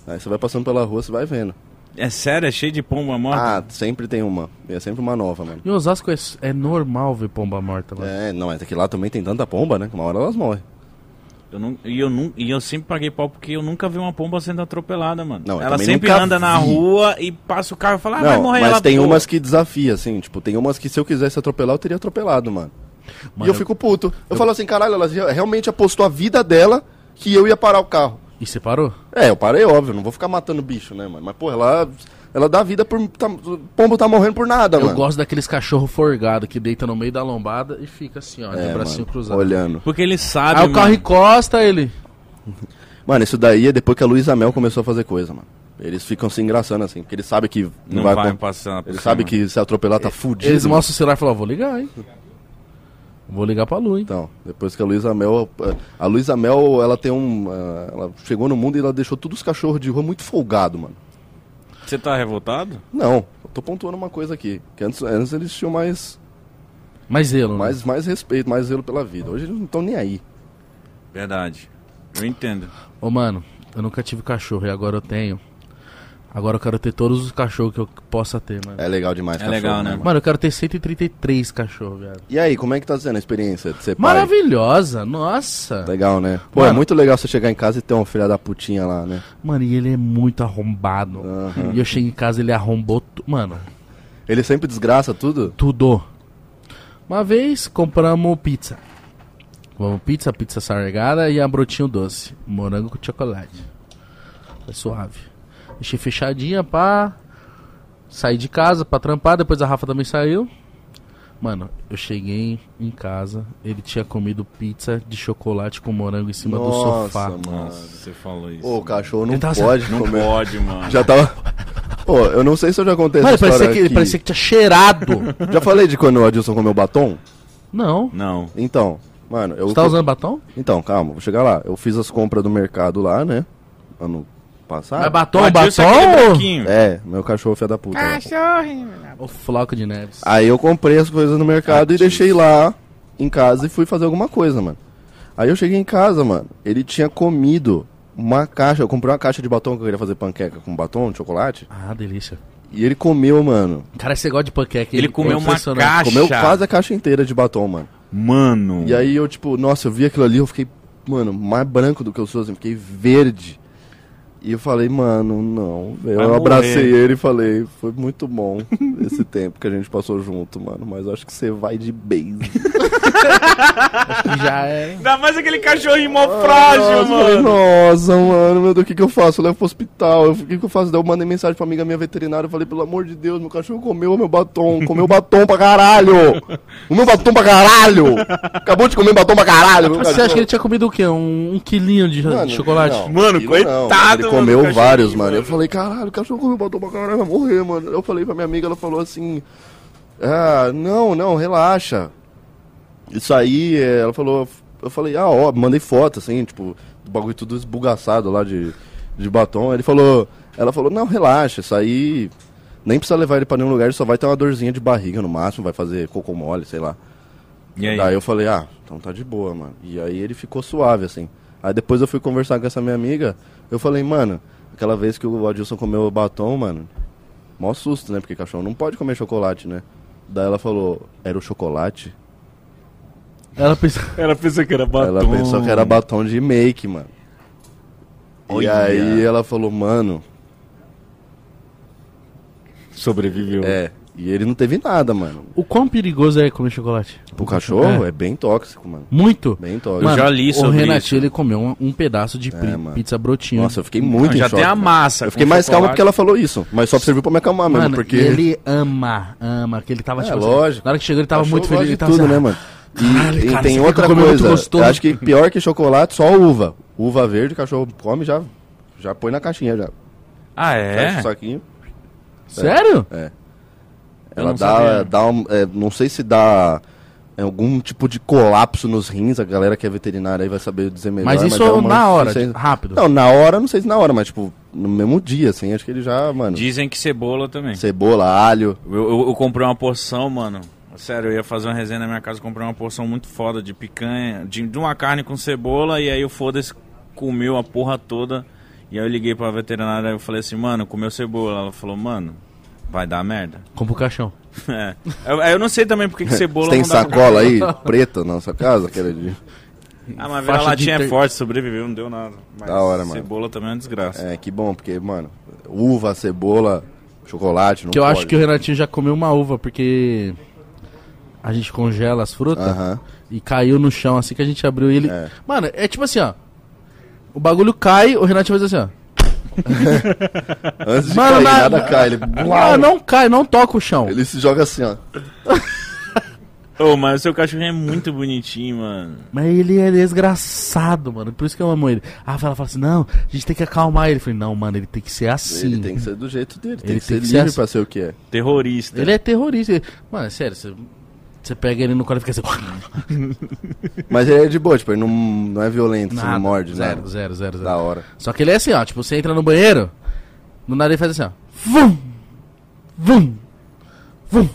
Speaker 4: Aí você vai passando pela rua, você vai vendo.
Speaker 2: É sério, é cheio de pomba morta.
Speaker 4: Ah, sempre tem uma. E é sempre uma nova, mano.
Speaker 1: Em Osasco é, é normal ver pomba morta lá.
Speaker 4: É, não, mas é que lá também tem tanta pomba, né? Que uma hora elas morrem.
Speaker 2: Eu nu- e, eu nu- e eu sempre paguei pau porque eu nunca vi uma pomba sendo atropelada, mano.
Speaker 4: Não, eu
Speaker 2: ela
Speaker 4: também
Speaker 2: sempre
Speaker 4: nunca
Speaker 2: anda na
Speaker 4: vi.
Speaker 2: rua e passa o carro e fala, ah, vai
Speaker 4: não,
Speaker 2: morrer
Speaker 4: mas
Speaker 2: ela.
Speaker 4: tem
Speaker 2: pô.
Speaker 4: umas que desafia, assim. Tipo, tem umas que se eu quisesse atropelar, eu teria atropelado, mano.
Speaker 1: Mano,
Speaker 4: e eu fico puto. Eu, falo assim, caralho, ela re- realmente apostou a vida dela que eu ia parar o carro.
Speaker 1: E você parou?
Speaker 4: É, eu parei, óbvio, não vou ficar matando bicho, né, mano? Mas, pô, ela, ela dá vida por. Tá, o pombo tá morrendo por nada,
Speaker 1: Eu
Speaker 4: mano.
Speaker 1: gosto daqueles cachorro forgado que deita no meio da lombada e fica assim, ó, de
Speaker 4: É,
Speaker 1: bracinho
Speaker 4: mano,
Speaker 1: cruzado.
Speaker 4: Olhando.
Speaker 2: Porque ele
Speaker 4: Ah,
Speaker 2: sabe,
Speaker 1: Aí o carro
Speaker 2: mano.
Speaker 1: encosta ele.
Speaker 4: Mano, isso daí é depois que a Luísa Mel começou a fazer coisa, mano. Eles ficam se engraçando, assim, porque eles sabem que não,
Speaker 2: não vai,
Speaker 4: vai. acon-
Speaker 2: passar. por
Speaker 4: Eles
Speaker 2: cima.
Speaker 4: sabem que se atropelar tá fudido.
Speaker 1: É, Eles mostram o celular e falam, ó, vou ligar, hein? Vou ligar pra Lu, hein?
Speaker 4: Então, depois que a Luísa Mel. A Luísa Mel, ela tem um. eh, Ela chegou no mundo e ela deixou todos os cachorros de rua muito folgado, mano.
Speaker 2: Você tá revoltado?
Speaker 4: Não, eu tô pontuando uma coisa aqui. Que antes, antes eles tinham mais,
Speaker 1: Mas ele, né?
Speaker 4: mais, mais respeito, mais zelo pela vida. Hoje eles não estão nem aí.
Speaker 2: Verdade. Eu entendo.
Speaker 1: Ô, mano, eu nunca tive cachorro e agora eu tenho. Agora eu quero ter todos os cachorros que eu possa ter, mano.
Speaker 4: É legal demais,
Speaker 2: É legal, né?
Speaker 1: Mano, eu quero ter 133 cachorros, viado.
Speaker 4: E aí, como é que tá sendo a experiência de ser pai?
Speaker 1: Maravilhosa, nossa.
Speaker 4: Legal, né? Pô, é
Speaker 1: Mano.
Speaker 4: muito legal você chegar em casa e ter uma filha da putinha lá, né?
Speaker 1: Mano, e ele é muito arrombado.
Speaker 4: Aham.
Speaker 1: E eu cheguei em casa ele arrombou, tu... mano,
Speaker 4: Ele sempre desgraça tudo?
Speaker 1: tudo. Uma vez compramos pizza. Compramos pizza, pizza sargada e abrotinho doce. Morango com chocolate. Foi suave. Deixei fechadinha pra sair de casa, pra trampar. Depois a Rafa também saiu. Mano, eu cheguei em casa, ele tinha comido pizza de chocolate com morango em cima do sofá.
Speaker 4: mano.
Speaker 2: Nossa, você falou isso.
Speaker 4: Ô, o cachorro não
Speaker 1: Ele tá tava-
Speaker 4: pode
Speaker 2: não
Speaker 4: comer.
Speaker 2: pode, mano.
Speaker 4: Já tava... Pô, eu não sei se eu já contei essa
Speaker 1: Mano, parecia
Speaker 4: história
Speaker 1: que,
Speaker 4: aqui.
Speaker 1: parecia que tinha cheirado. (laughs)
Speaker 4: Já falei de quando o Adilson comeu batom?
Speaker 1: Não.
Speaker 2: Não.
Speaker 4: Então, mano... Eu...
Speaker 1: Você tá usando batom?
Speaker 4: Então, calma, vou chegar lá. Eu fiz as compras do mercado lá, né? Ano
Speaker 1: Mas
Speaker 4: passado.
Speaker 1: Ah, batom,
Speaker 2: O Adilson é aquele
Speaker 1: batom?
Speaker 2: branquinho.
Speaker 4: É, meu cachorro filho da puta. lá.
Speaker 1: Ô, Floco de Neves.
Speaker 4: Aí eu comprei as coisas no mercado e deixei lá em casa e fui fazer alguma coisa, mano. Aí eu cheguei em casa, mano. Ele tinha comido uma caixa. Eu comprei uma caixa de batom que eu queria fazer panqueca com batom, de chocolate.
Speaker 1: Ah, delícia.
Speaker 4: E ele comeu, mano.
Speaker 1: Cara, você gosta de panqueca. hein?
Speaker 2: Ele comeu
Speaker 1: É
Speaker 2: uma
Speaker 1: impressionante.
Speaker 2: caixa.
Speaker 4: Comeu quase a caixa inteira de batom, mano.
Speaker 2: Mano.
Speaker 4: E aí eu, tipo, nossa, eu vi aquilo ali, eu fiquei, mano, mais branco do que eu sou, assim, fiquei verde. E eu falei, mano, não. Eu
Speaker 2: Vai morrer.
Speaker 4: abracei ele e falei, foi muito bom esse (laughs) tempo que a gente passou junto, mano. Mas eu acho que você vai de base.
Speaker 2: (laughs)
Speaker 1: (laughs) Já é.
Speaker 2: Ainda mais aquele cachorrinho mó frágil,
Speaker 4: Nossa, eu falei,
Speaker 2: mano.
Speaker 4: nossa, mano, meu Deus, o que, que eu faço? Eu levo pro hospital, eu- o que, que eu faço? Daí eu mandei mensagem pra amiga minha veterinária, eu falei, pelo amor de Deus, meu cachorro comeu meu batom, comeu batom
Speaker 2: (laughs)
Speaker 4: pra caralho! O meu batom pra caralho! Acabou de comer batom pra caralho! meu
Speaker 1: Você acha
Speaker 4: cachorro.
Speaker 1: que ele tinha comido o quê? Um, um quilinho de,
Speaker 4: Mano,
Speaker 1: de chocolate?
Speaker 4: não,
Speaker 2: Mano,
Speaker 4: aquilo
Speaker 2: coitado,
Speaker 4: não, Ele
Speaker 2: mano,
Speaker 4: comeu
Speaker 2: do
Speaker 4: vários,
Speaker 2: cachorrinho,
Speaker 4: mano. Eu
Speaker 2: mano.
Speaker 4: falei, caralho, o cachorro comeu batom pra caralho, vai morrer, mano. Eu falei pra minha amiga, ela falou assim, ah, não, não, relaxa. Isso aí, é, ela falou, eu falei, ah, ó, mandei foto, assim, tipo, do bagulho tudo esbugaçado lá de, de batom. Ele falou, ela falou, não, relaxa, isso aí, nem precisa levar ele pra nenhum lugar, ele só vai ter uma dorzinha de barriga no máximo, vai fazer cocô mole, sei lá.
Speaker 2: E aí?
Speaker 4: Daí eu falei, ah, então tá de boa, mano. E aí ele ficou suave, assim. Aí depois eu fui conversar com essa minha amiga, eu falei, mano, aquela vez que o Adilson comeu o batom, mano, mó susto, né? Porque cachorro não pode comer chocolate, né? Daí ela falou, era o chocolate?
Speaker 1: Ela pensou.
Speaker 2: Ela pensou que era batom.
Speaker 4: Ela pensou que era batom de make, mano. E
Speaker 2: Olha.
Speaker 4: aí ela falou, mano,
Speaker 2: Sobreviveu.
Speaker 4: é, E ele não teve nada, mano.
Speaker 1: O quão perigoso é comer chocolate?
Speaker 4: O cachorro é, bem tóxico, mano.
Speaker 1: Muito?
Speaker 4: Bem tóxico.
Speaker 1: Mano,
Speaker 2: já li
Speaker 1: o
Speaker 2: sobre isso.
Speaker 1: Renatinho, ele comeu um, um pedaço de pri-
Speaker 4: mano.
Speaker 1: pizza brotinho.
Speaker 4: Nossa, eu fiquei muito
Speaker 2: Não,
Speaker 4: em
Speaker 2: já
Speaker 4: choque,
Speaker 2: tem a
Speaker 4: mano.
Speaker 2: massa.
Speaker 4: Eu fiquei mais calmo porque ela falou isso, mas só serviu pra me acalmar mesmo,
Speaker 1: Mano,
Speaker 4: porque...
Speaker 1: e ele ama, ama, que ele tava,
Speaker 4: É,
Speaker 1: tipo,
Speaker 4: lógico.
Speaker 1: na hora que chegou ele tava
Speaker 4: Cachorro
Speaker 1: muito feliz,
Speaker 4: gosta de
Speaker 1: ele tava
Speaker 4: tudo,
Speaker 1: assim,
Speaker 4: né,
Speaker 1: ah,
Speaker 4: mano? E,
Speaker 1: caralho,
Speaker 4: e
Speaker 1: cara,
Speaker 4: tem
Speaker 1: isso aqui
Speaker 4: outra
Speaker 1: ficou muito
Speaker 4: coisa,
Speaker 1: gostoso.
Speaker 4: eu acho que pior que chocolate, só uva. Uva verde, o cachorro come e já, já põe na caixinha, já.
Speaker 2: Ah,
Speaker 4: Fecha
Speaker 2: é?
Speaker 4: o saquinho.
Speaker 1: Sério?
Speaker 2: Eu
Speaker 4: Ela
Speaker 2: não
Speaker 4: dá,
Speaker 2: sabia.
Speaker 4: dá um, é, não sei se dá algum tipo de colapso nos rins, a galera que é veterinária aí vai saber dizer melhor.
Speaker 1: Mas isso
Speaker 4: é uma
Speaker 1: na hora,
Speaker 4: insuficiência-
Speaker 1: tipo, rápido.
Speaker 4: Não, na hora, não sei se na hora, mas tipo, no mesmo dia, assim, acho que ele já, mano,
Speaker 2: Dizem que cebola também.
Speaker 4: cebola, alho,
Speaker 2: Eu, eu- eu comprei uma porção, mano. Sério, eu ia fazer uma resenha na minha casa, comprei uma porção muito foda de picanha, de, de uma carne com cebola, e aí o foda-se comeu a porra toda. E aí eu liguei pra veterinária e eu falei assim, mano, comeu cebola. Ela falou, mano, vai dar merda. (laughs)
Speaker 1: Compra o caixão.
Speaker 2: É. Eu, eu não sei também porque que cebola
Speaker 4: Você tem
Speaker 2: não dá pra-
Speaker 4: sacola aí, preta, na sua casa, aquela de...
Speaker 2: Ah, mas
Speaker 1: Faixa
Speaker 2: vira latinha
Speaker 1: de
Speaker 2: é
Speaker 1: inter-
Speaker 2: forte, sobreviveu, não deu nada. Mas
Speaker 4: Da hora, mano.
Speaker 2: Cebola também é uma desgraça.
Speaker 4: É, que bom, porque, mano, uva, cebola, chocolate, não
Speaker 1: Que eu
Speaker 4: pode.
Speaker 1: acho que o Renatinho já comeu uma uva, porque a gente congela as frutas
Speaker 4: Aham.
Speaker 1: e caiu no chão assim que a gente abriu e ele.
Speaker 4: É.
Speaker 1: Mano, é tipo assim, ó. O bagulho cai, o Renatinho faz assim, ó.
Speaker 4: Antes de
Speaker 1: Mano,
Speaker 4: cair,
Speaker 1: na-
Speaker 4: nada cai, ele...
Speaker 1: Ah, não cai, não toca o chão.
Speaker 4: Ele se joga assim, ó.
Speaker 2: Ô, mas o seu cachorrinho é muito bonitinho, mano.
Speaker 1: Mas ele é desgraçado, mano. Por isso que eu amo ele. Ah, ela fala assim, não, a gente tem que acalmar ele. Eu falei, não, mano, ele tem que ser assim.
Speaker 4: Ele tem que ser do jeito dele, tem
Speaker 1: Ele
Speaker 4: que
Speaker 1: tem
Speaker 4: ser
Speaker 1: que ser
Speaker 4: livre
Speaker 1: assim.
Speaker 4: pra ser o que é.
Speaker 2: Terrorista.
Speaker 1: Ele é terrorista. Ele- Mano, é sério, você, você pega ele no colo e fica assim. (laughs)
Speaker 4: Mas ele é de boa, tipo, ele não, não é violento, você não morde,
Speaker 1: zero,
Speaker 4: nada.
Speaker 1: zero, zero, zero.
Speaker 4: Da hora.
Speaker 1: Só que ele é assim, ó. Tipo, você entra no banheiro, no nariz faz assim, ó. Vum! Vum! Vum!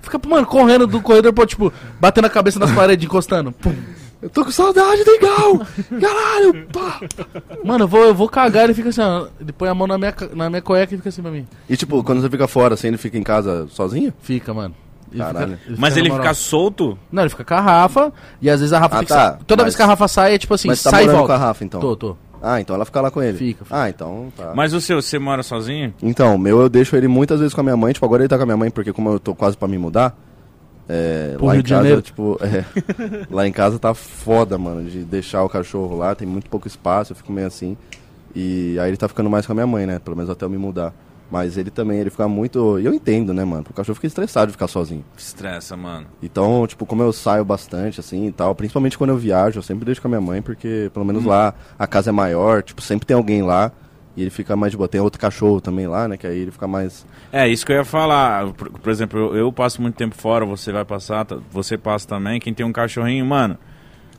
Speaker 1: Fica, mano, correndo do corredor, pô, tipo, batendo a cabeça nas paredes, encostando. Pum.
Speaker 4: Eu tô com saudade, legal! (laughs) Caralho, pá!
Speaker 1: Mano, eu vou, eu vou cagar, ele fica assim, ó. Ele põe a mão na minha, ca- na minha cueca e fica assim pra mim.
Speaker 4: E tipo, quando você fica fora, assim, ele fica em casa sozinho?
Speaker 1: Fica, mano. Ele
Speaker 4: Caralho.
Speaker 2: Mas
Speaker 1: na
Speaker 2: ele
Speaker 1: moral.
Speaker 2: fica solto?
Speaker 1: Não, ele fica com a Rafa, e às vezes a Rafa
Speaker 4: Ah,
Speaker 1: tem que sa-
Speaker 4: tá,
Speaker 1: Toda
Speaker 4: mas-
Speaker 1: vez que a Rafa sai, é tipo assim,
Speaker 4: Mas tá
Speaker 1: sai e
Speaker 4: morando
Speaker 1: volta.
Speaker 4: com a Rafa, então?
Speaker 1: Tô, tô.
Speaker 4: Ah, então ela fica lá com ele?
Speaker 1: Fica, fica.
Speaker 4: Ah, então tá.
Speaker 2: Mas o seu, você mora sozinho?
Speaker 4: Então, o meu eu deixo ele muitas vezes com a minha mãe. Tipo, agora ele tá com a minha mãe, porque como eu tô quase pra me mudar... É,
Speaker 1: Pro
Speaker 4: lá
Speaker 1: Rio
Speaker 4: em
Speaker 1: de
Speaker 4: casa,
Speaker 1: Janeiro.
Speaker 4: tipo, é, (laughs) lá em casa tá foda, mano, de deixar o cachorro lá, tem muito pouco espaço, eu fico meio assim. E aí ele tá ficando mais com a minha mãe, né? Pelo menos até eu me mudar. Mas ele também, ele fica muito. E eu entendo, né, mano? O cachorro fica estressado de ficar sozinho.
Speaker 2: Estressa, mano.
Speaker 4: Então, tipo, como eu saio bastante, assim, e tal, principalmente quando eu viajo, eu sempre deixo com a minha mãe, porque pelo
Speaker 2: Hum.
Speaker 4: menos lá a casa é maior, tipo, sempre tem alguém lá, e ele fica mais de boa. Tem outro cachorro também lá, né, que aí ele fica mais...
Speaker 2: É, isso que eu ia falar. Por, por exemplo, eu, eu passo muito tempo fora, você vai passar, tá- você passa também. Quem tem um cachorrinho, mano,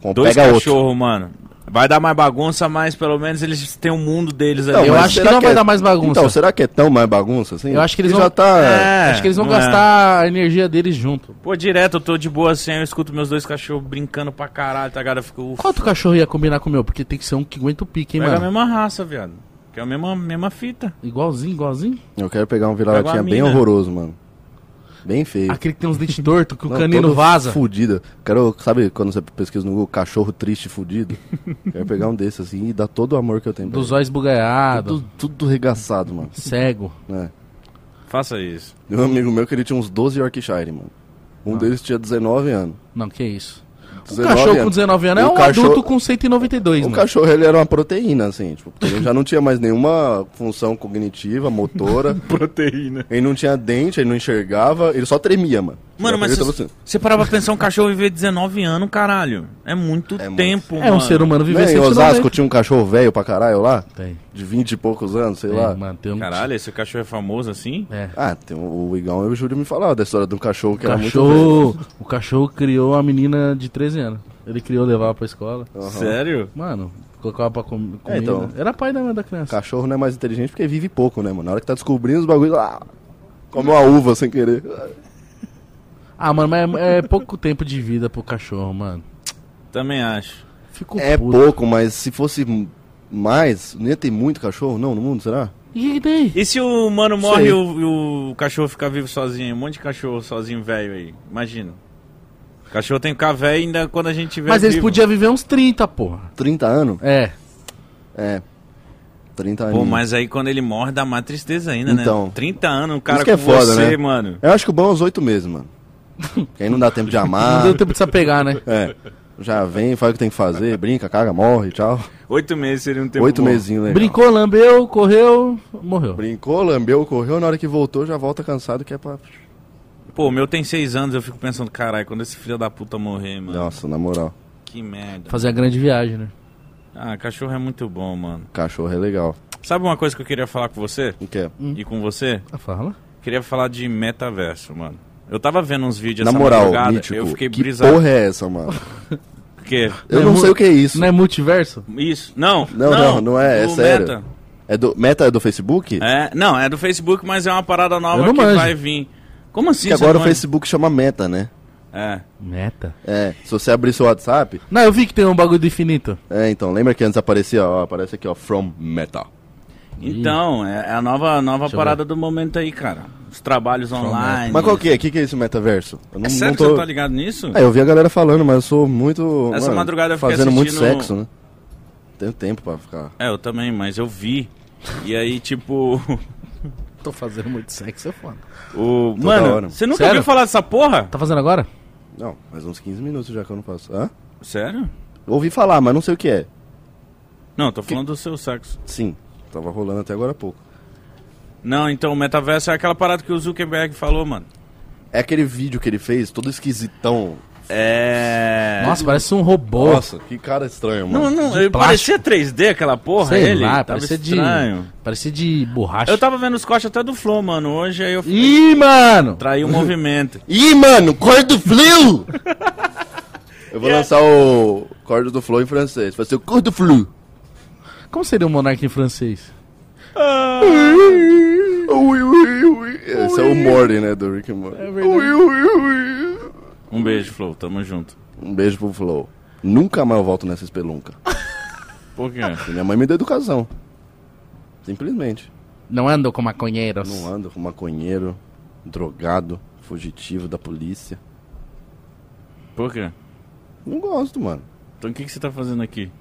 Speaker 4: com-
Speaker 2: dois
Speaker 4: pega outro.
Speaker 2: cachorros, mano. Vai dar mais bagunça, mas pelo menos eles têm um mundo deles ali.
Speaker 1: eu
Speaker 4: mas
Speaker 1: acho que
Speaker 4: será
Speaker 1: não vai dar mais bagunça.
Speaker 4: Então, será que é tão mais bagunça, assim?
Speaker 1: Eu acho que eles
Speaker 4: Porque
Speaker 1: vão.
Speaker 4: já tá...
Speaker 2: É,
Speaker 1: acho que eles vão
Speaker 2: não é.
Speaker 1: gastar a energia deles junto.
Speaker 2: Pô, direto, eu tô de boa assim, eu escuto meus dois cachorros brincando pra caralho, tá ligado? Eu fico, ufa,
Speaker 1: Qual outro cachorro ia combinar com o meu? Porque tem que ser um que aguenta o pique, hein,
Speaker 2: pega a
Speaker 1: mano?
Speaker 2: mesma raça, viado. Que é a mesma, mesma fita.
Speaker 1: Igualzinho, igualzinho.
Speaker 4: Eu quero pegar um vira-latinha
Speaker 2: Pega uma
Speaker 4: bem
Speaker 2: mina.
Speaker 4: horroroso, mano. Bem feio.
Speaker 1: Aquele que tem uns (laughs) dentes tortos, que o
Speaker 4: Não,
Speaker 1: canino
Speaker 4: todo
Speaker 1: vaza.
Speaker 4: Fudido. Quero, sabe quando você pesquisa no Google, cachorro
Speaker 1: (laughs)
Speaker 4: triste fudido? quero pegar um desses, assim, e dar todo o amor que eu tenho pra
Speaker 1: Dos
Speaker 4: ele.
Speaker 1: olhos bugalhados,
Speaker 4: Tudo, tudo regaçado, mano.
Speaker 1: cego.
Speaker 4: É.
Speaker 2: Faça isso.
Speaker 4: Meu amigo meu que ele tinha uns 12 Yorkshire, mano. Um deles tinha 19 anos.
Speaker 1: Não, que isso. Ah. Um
Speaker 4: 19
Speaker 1: cachorro com
Speaker 4: anos.
Speaker 1: 19 anos é
Speaker 4: O
Speaker 1: um
Speaker 4: cachorro-
Speaker 1: adulto com 192,
Speaker 4: O
Speaker 1: mano.
Speaker 4: cachorro ele era uma proteína, assim, tipo, porque ele já não tinha mais nenhuma função cognitiva,
Speaker 1: (laughs)
Speaker 4: motora.
Speaker 2: Proteína.
Speaker 4: ele não tinha dente, ele não enxergava, ele só tremia, mano.
Speaker 2: Mano,
Speaker 4: Ele assim,
Speaker 2: mas
Speaker 4: tava
Speaker 2: você você parava pra pensar um cachorro viver 19 anos, caralho. É muito
Speaker 4: É muito.
Speaker 2: tempo,
Speaker 1: É
Speaker 2: mano.
Speaker 1: um ser humano viver
Speaker 4: Né, em
Speaker 1: 192.
Speaker 4: Osasco tinha um cachorro velho pra caralho lá,
Speaker 1: Tem,
Speaker 4: de 20 e poucos anos, sei
Speaker 1: tem,
Speaker 4: lá.
Speaker 1: mano, tem um...
Speaker 2: Caralho, esse cachorro é famoso assim?
Speaker 1: É.
Speaker 4: Ah, tem o, o Igão e o Júlio me falaram da história de um cachorro que
Speaker 1: O
Speaker 4: era muito.
Speaker 1: cachorro, o cachorro criou a menina de 13 anos. Ele criou levar ela pra escola.
Speaker 2: Sério?
Speaker 1: Mano, colocava pra com- comida.
Speaker 4: então.
Speaker 1: Era pai da, da criança.
Speaker 4: Cachorro não é mais inteligente porque vive pouco, né, mano? Na hora que tá descobrindo os bagulhos, ah, come uma uva sem querer.
Speaker 1: Ah, mano, mas é, é pouco tempo de vida pro cachorro, mano.
Speaker 2: Também acho.
Speaker 1: Fico
Speaker 4: É
Speaker 1: puto.
Speaker 4: pouco, mas se fosse m- mais, não ia ter muito cachorro, não, no mundo, será?
Speaker 1: E aí, daí?
Speaker 2: E se o mano morre
Speaker 4: Sei.
Speaker 2: e o, e o cachorro fica vivo sozinho? Um monte de cachorro sozinho velho aí. Imagina. O cachorro tem que ficar velho ainda quando a gente tiver
Speaker 1: Mas eles É.
Speaker 2: vivo.
Speaker 1: podiam viver uns 30, porra.
Speaker 4: 30 anos?
Speaker 1: É.
Speaker 4: É. 30 anos.
Speaker 2: Pô, mas aí quando ele morre dá mais tristeza ainda,
Speaker 4: Então.
Speaker 2: né? 30 anos, um cara
Speaker 4: Isso que é
Speaker 2: com
Speaker 4: foda,
Speaker 2: você,
Speaker 4: né?
Speaker 2: mano.
Speaker 4: Eu acho que o bom é os oito meses, mano. Que aí não dá tempo
Speaker 1: (laughs)
Speaker 4: de
Speaker 1: Não
Speaker 4: amar.
Speaker 1: deu tempo de se apegar, né?
Speaker 4: É. Já vem, faz o que tem que fazer, brinca, caga, morre, tchau.
Speaker 2: Oito meses seria um tempo
Speaker 4: Oito
Speaker 2: bom.
Speaker 4: mesinhos, né?
Speaker 1: Brincou, lambeu, correu, morreu.
Speaker 4: Brincou, lambeu, correu, na hora que voltou já volta cansado que é pra.
Speaker 2: Pô, o meu tem seis anos, eu fico pensando, caralho, quando esse filho da puta morrer, mano.
Speaker 4: Nossa, na moral.
Speaker 2: Que merda.
Speaker 1: Fazer a grande viagem, né?
Speaker 2: Ah, cachorro é muito bom, mano.
Speaker 4: Cachorro é legal.
Speaker 2: Sabe uma coisa que eu queria falar com você?
Speaker 4: O que é?
Speaker 2: E com você?
Speaker 1: Ah, Fala.
Speaker 2: Queria falar de metaverso, mano. Eu tava vendo uns vídeos
Speaker 4: Na
Speaker 2: essa
Speaker 4: moral,
Speaker 2: madrugada,
Speaker 4: mítico.
Speaker 2: eu fiquei
Speaker 4: que
Speaker 2: brisado.
Speaker 4: porra é essa, mano?
Speaker 2: Porque
Speaker 4: Eu
Speaker 1: Não é
Speaker 4: não
Speaker 1: mu-
Speaker 4: sei o que é isso.
Speaker 1: Não é multiverso?
Speaker 2: isso. Não,
Speaker 4: Não, não, não é, é
Speaker 2: o
Speaker 4: sério.
Speaker 2: Meta.
Speaker 4: É do... Meta é do Facebook?
Speaker 2: É, não, é do Facebook, mas é uma parada
Speaker 1: Eu
Speaker 2: nova
Speaker 1: não
Speaker 2: que
Speaker 1: manjo.
Speaker 2: vai vir. Como assim,
Speaker 4: Que agora o
Speaker 2: você não-
Speaker 4: Facebook chama Meta, né?
Speaker 2: É.
Speaker 1: Meta.
Speaker 4: É. Se você abrir seu WhatsApp.
Speaker 1: Não, eu vi que tem um bagulho do infinito.
Speaker 4: É, então, lembra que antes aparecia, ó, aparece aqui, ó, From Meta.
Speaker 2: Então, é é a nova, nova
Speaker 1: eu
Speaker 2: parada do momento aí, cara. Os trabalhos online.
Speaker 4: Mas qual que é? O que, que é esse metaverso? Eu não,
Speaker 2: É sério
Speaker 4: não
Speaker 2: que você não tá ligado nisso?
Speaker 4: É, eu vi a galera falando, mas eu sou muito.
Speaker 2: Essa madrugada eu fiquei
Speaker 4: Fazendo muito
Speaker 2: assistindo-
Speaker 4: sexo, né? Tenho tempo pra ficar.
Speaker 2: É, eu também, mas eu vi. E aí, tipo. (laughs)
Speaker 1: Tô fazendo muito sexo, é foda.
Speaker 2: o...
Speaker 4: Toda hora.
Speaker 2: Mano, você nunca
Speaker 1: Sério?
Speaker 2: ouviu falar dessa porra?
Speaker 1: Tá fazendo agora?
Speaker 4: Não, mais uns 15 minutos já que eu não faço. Hã?
Speaker 2: Sério?
Speaker 4: Eu Ouvi falar, mas não sei o que é.
Speaker 2: Não, tô falando do seu sexo.
Speaker 4: Sim, tava rolando até agora há pouco.
Speaker 2: Não, então, o metaverso é aquela parada que o Zuckerberg falou, mano.
Speaker 4: É aquele vídeo que ele fez, todo esquisitão.
Speaker 2: É.
Speaker 1: Nossa, parece um robô.
Speaker 4: Nossa, que cara estranho, mano.
Speaker 2: Não, não,
Speaker 1: de
Speaker 2: ele
Speaker 1: plástico.
Speaker 2: parecia 3D aquela porra,
Speaker 1: Sei
Speaker 2: ele.
Speaker 1: lá,
Speaker 2: tava
Speaker 1: parecia de,
Speaker 2: estranho.
Speaker 1: parecia de borracha.
Speaker 2: Eu tava vendo os cortes até do Flow, mano. Hoje aí eu
Speaker 1: Ih, mano!
Speaker 2: traí o
Speaker 1: (laughs)
Speaker 2: movimento.
Speaker 4: Ih, mano, corda do flu! eu vou lançar o corda do flow em francês. Vai ser o corda do flu.
Speaker 1: Como seria um monarca em francês?
Speaker 4: Ah. Ui, ui, ui. Esse é o Morty, né, do Rick and Morty. Ui, ui, ui.
Speaker 2: Um beijo, Flow. Tamo junto.
Speaker 4: Um beijo pro Flow. Nunca mais eu volto nessa espelunca.
Speaker 2: Por quê?
Speaker 4: Porque Minha mãe me deu educação. Simplesmente.
Speaker 1: Não andam com maconheiros.
Speaker 4: Não ando com maconheiro, drogado, fugitivo da polícia.
Speaker 2: Por quê?
Speaker 4: Não gosto, mano.
Speaker 2: Então o que, que você tá fazendo aqui?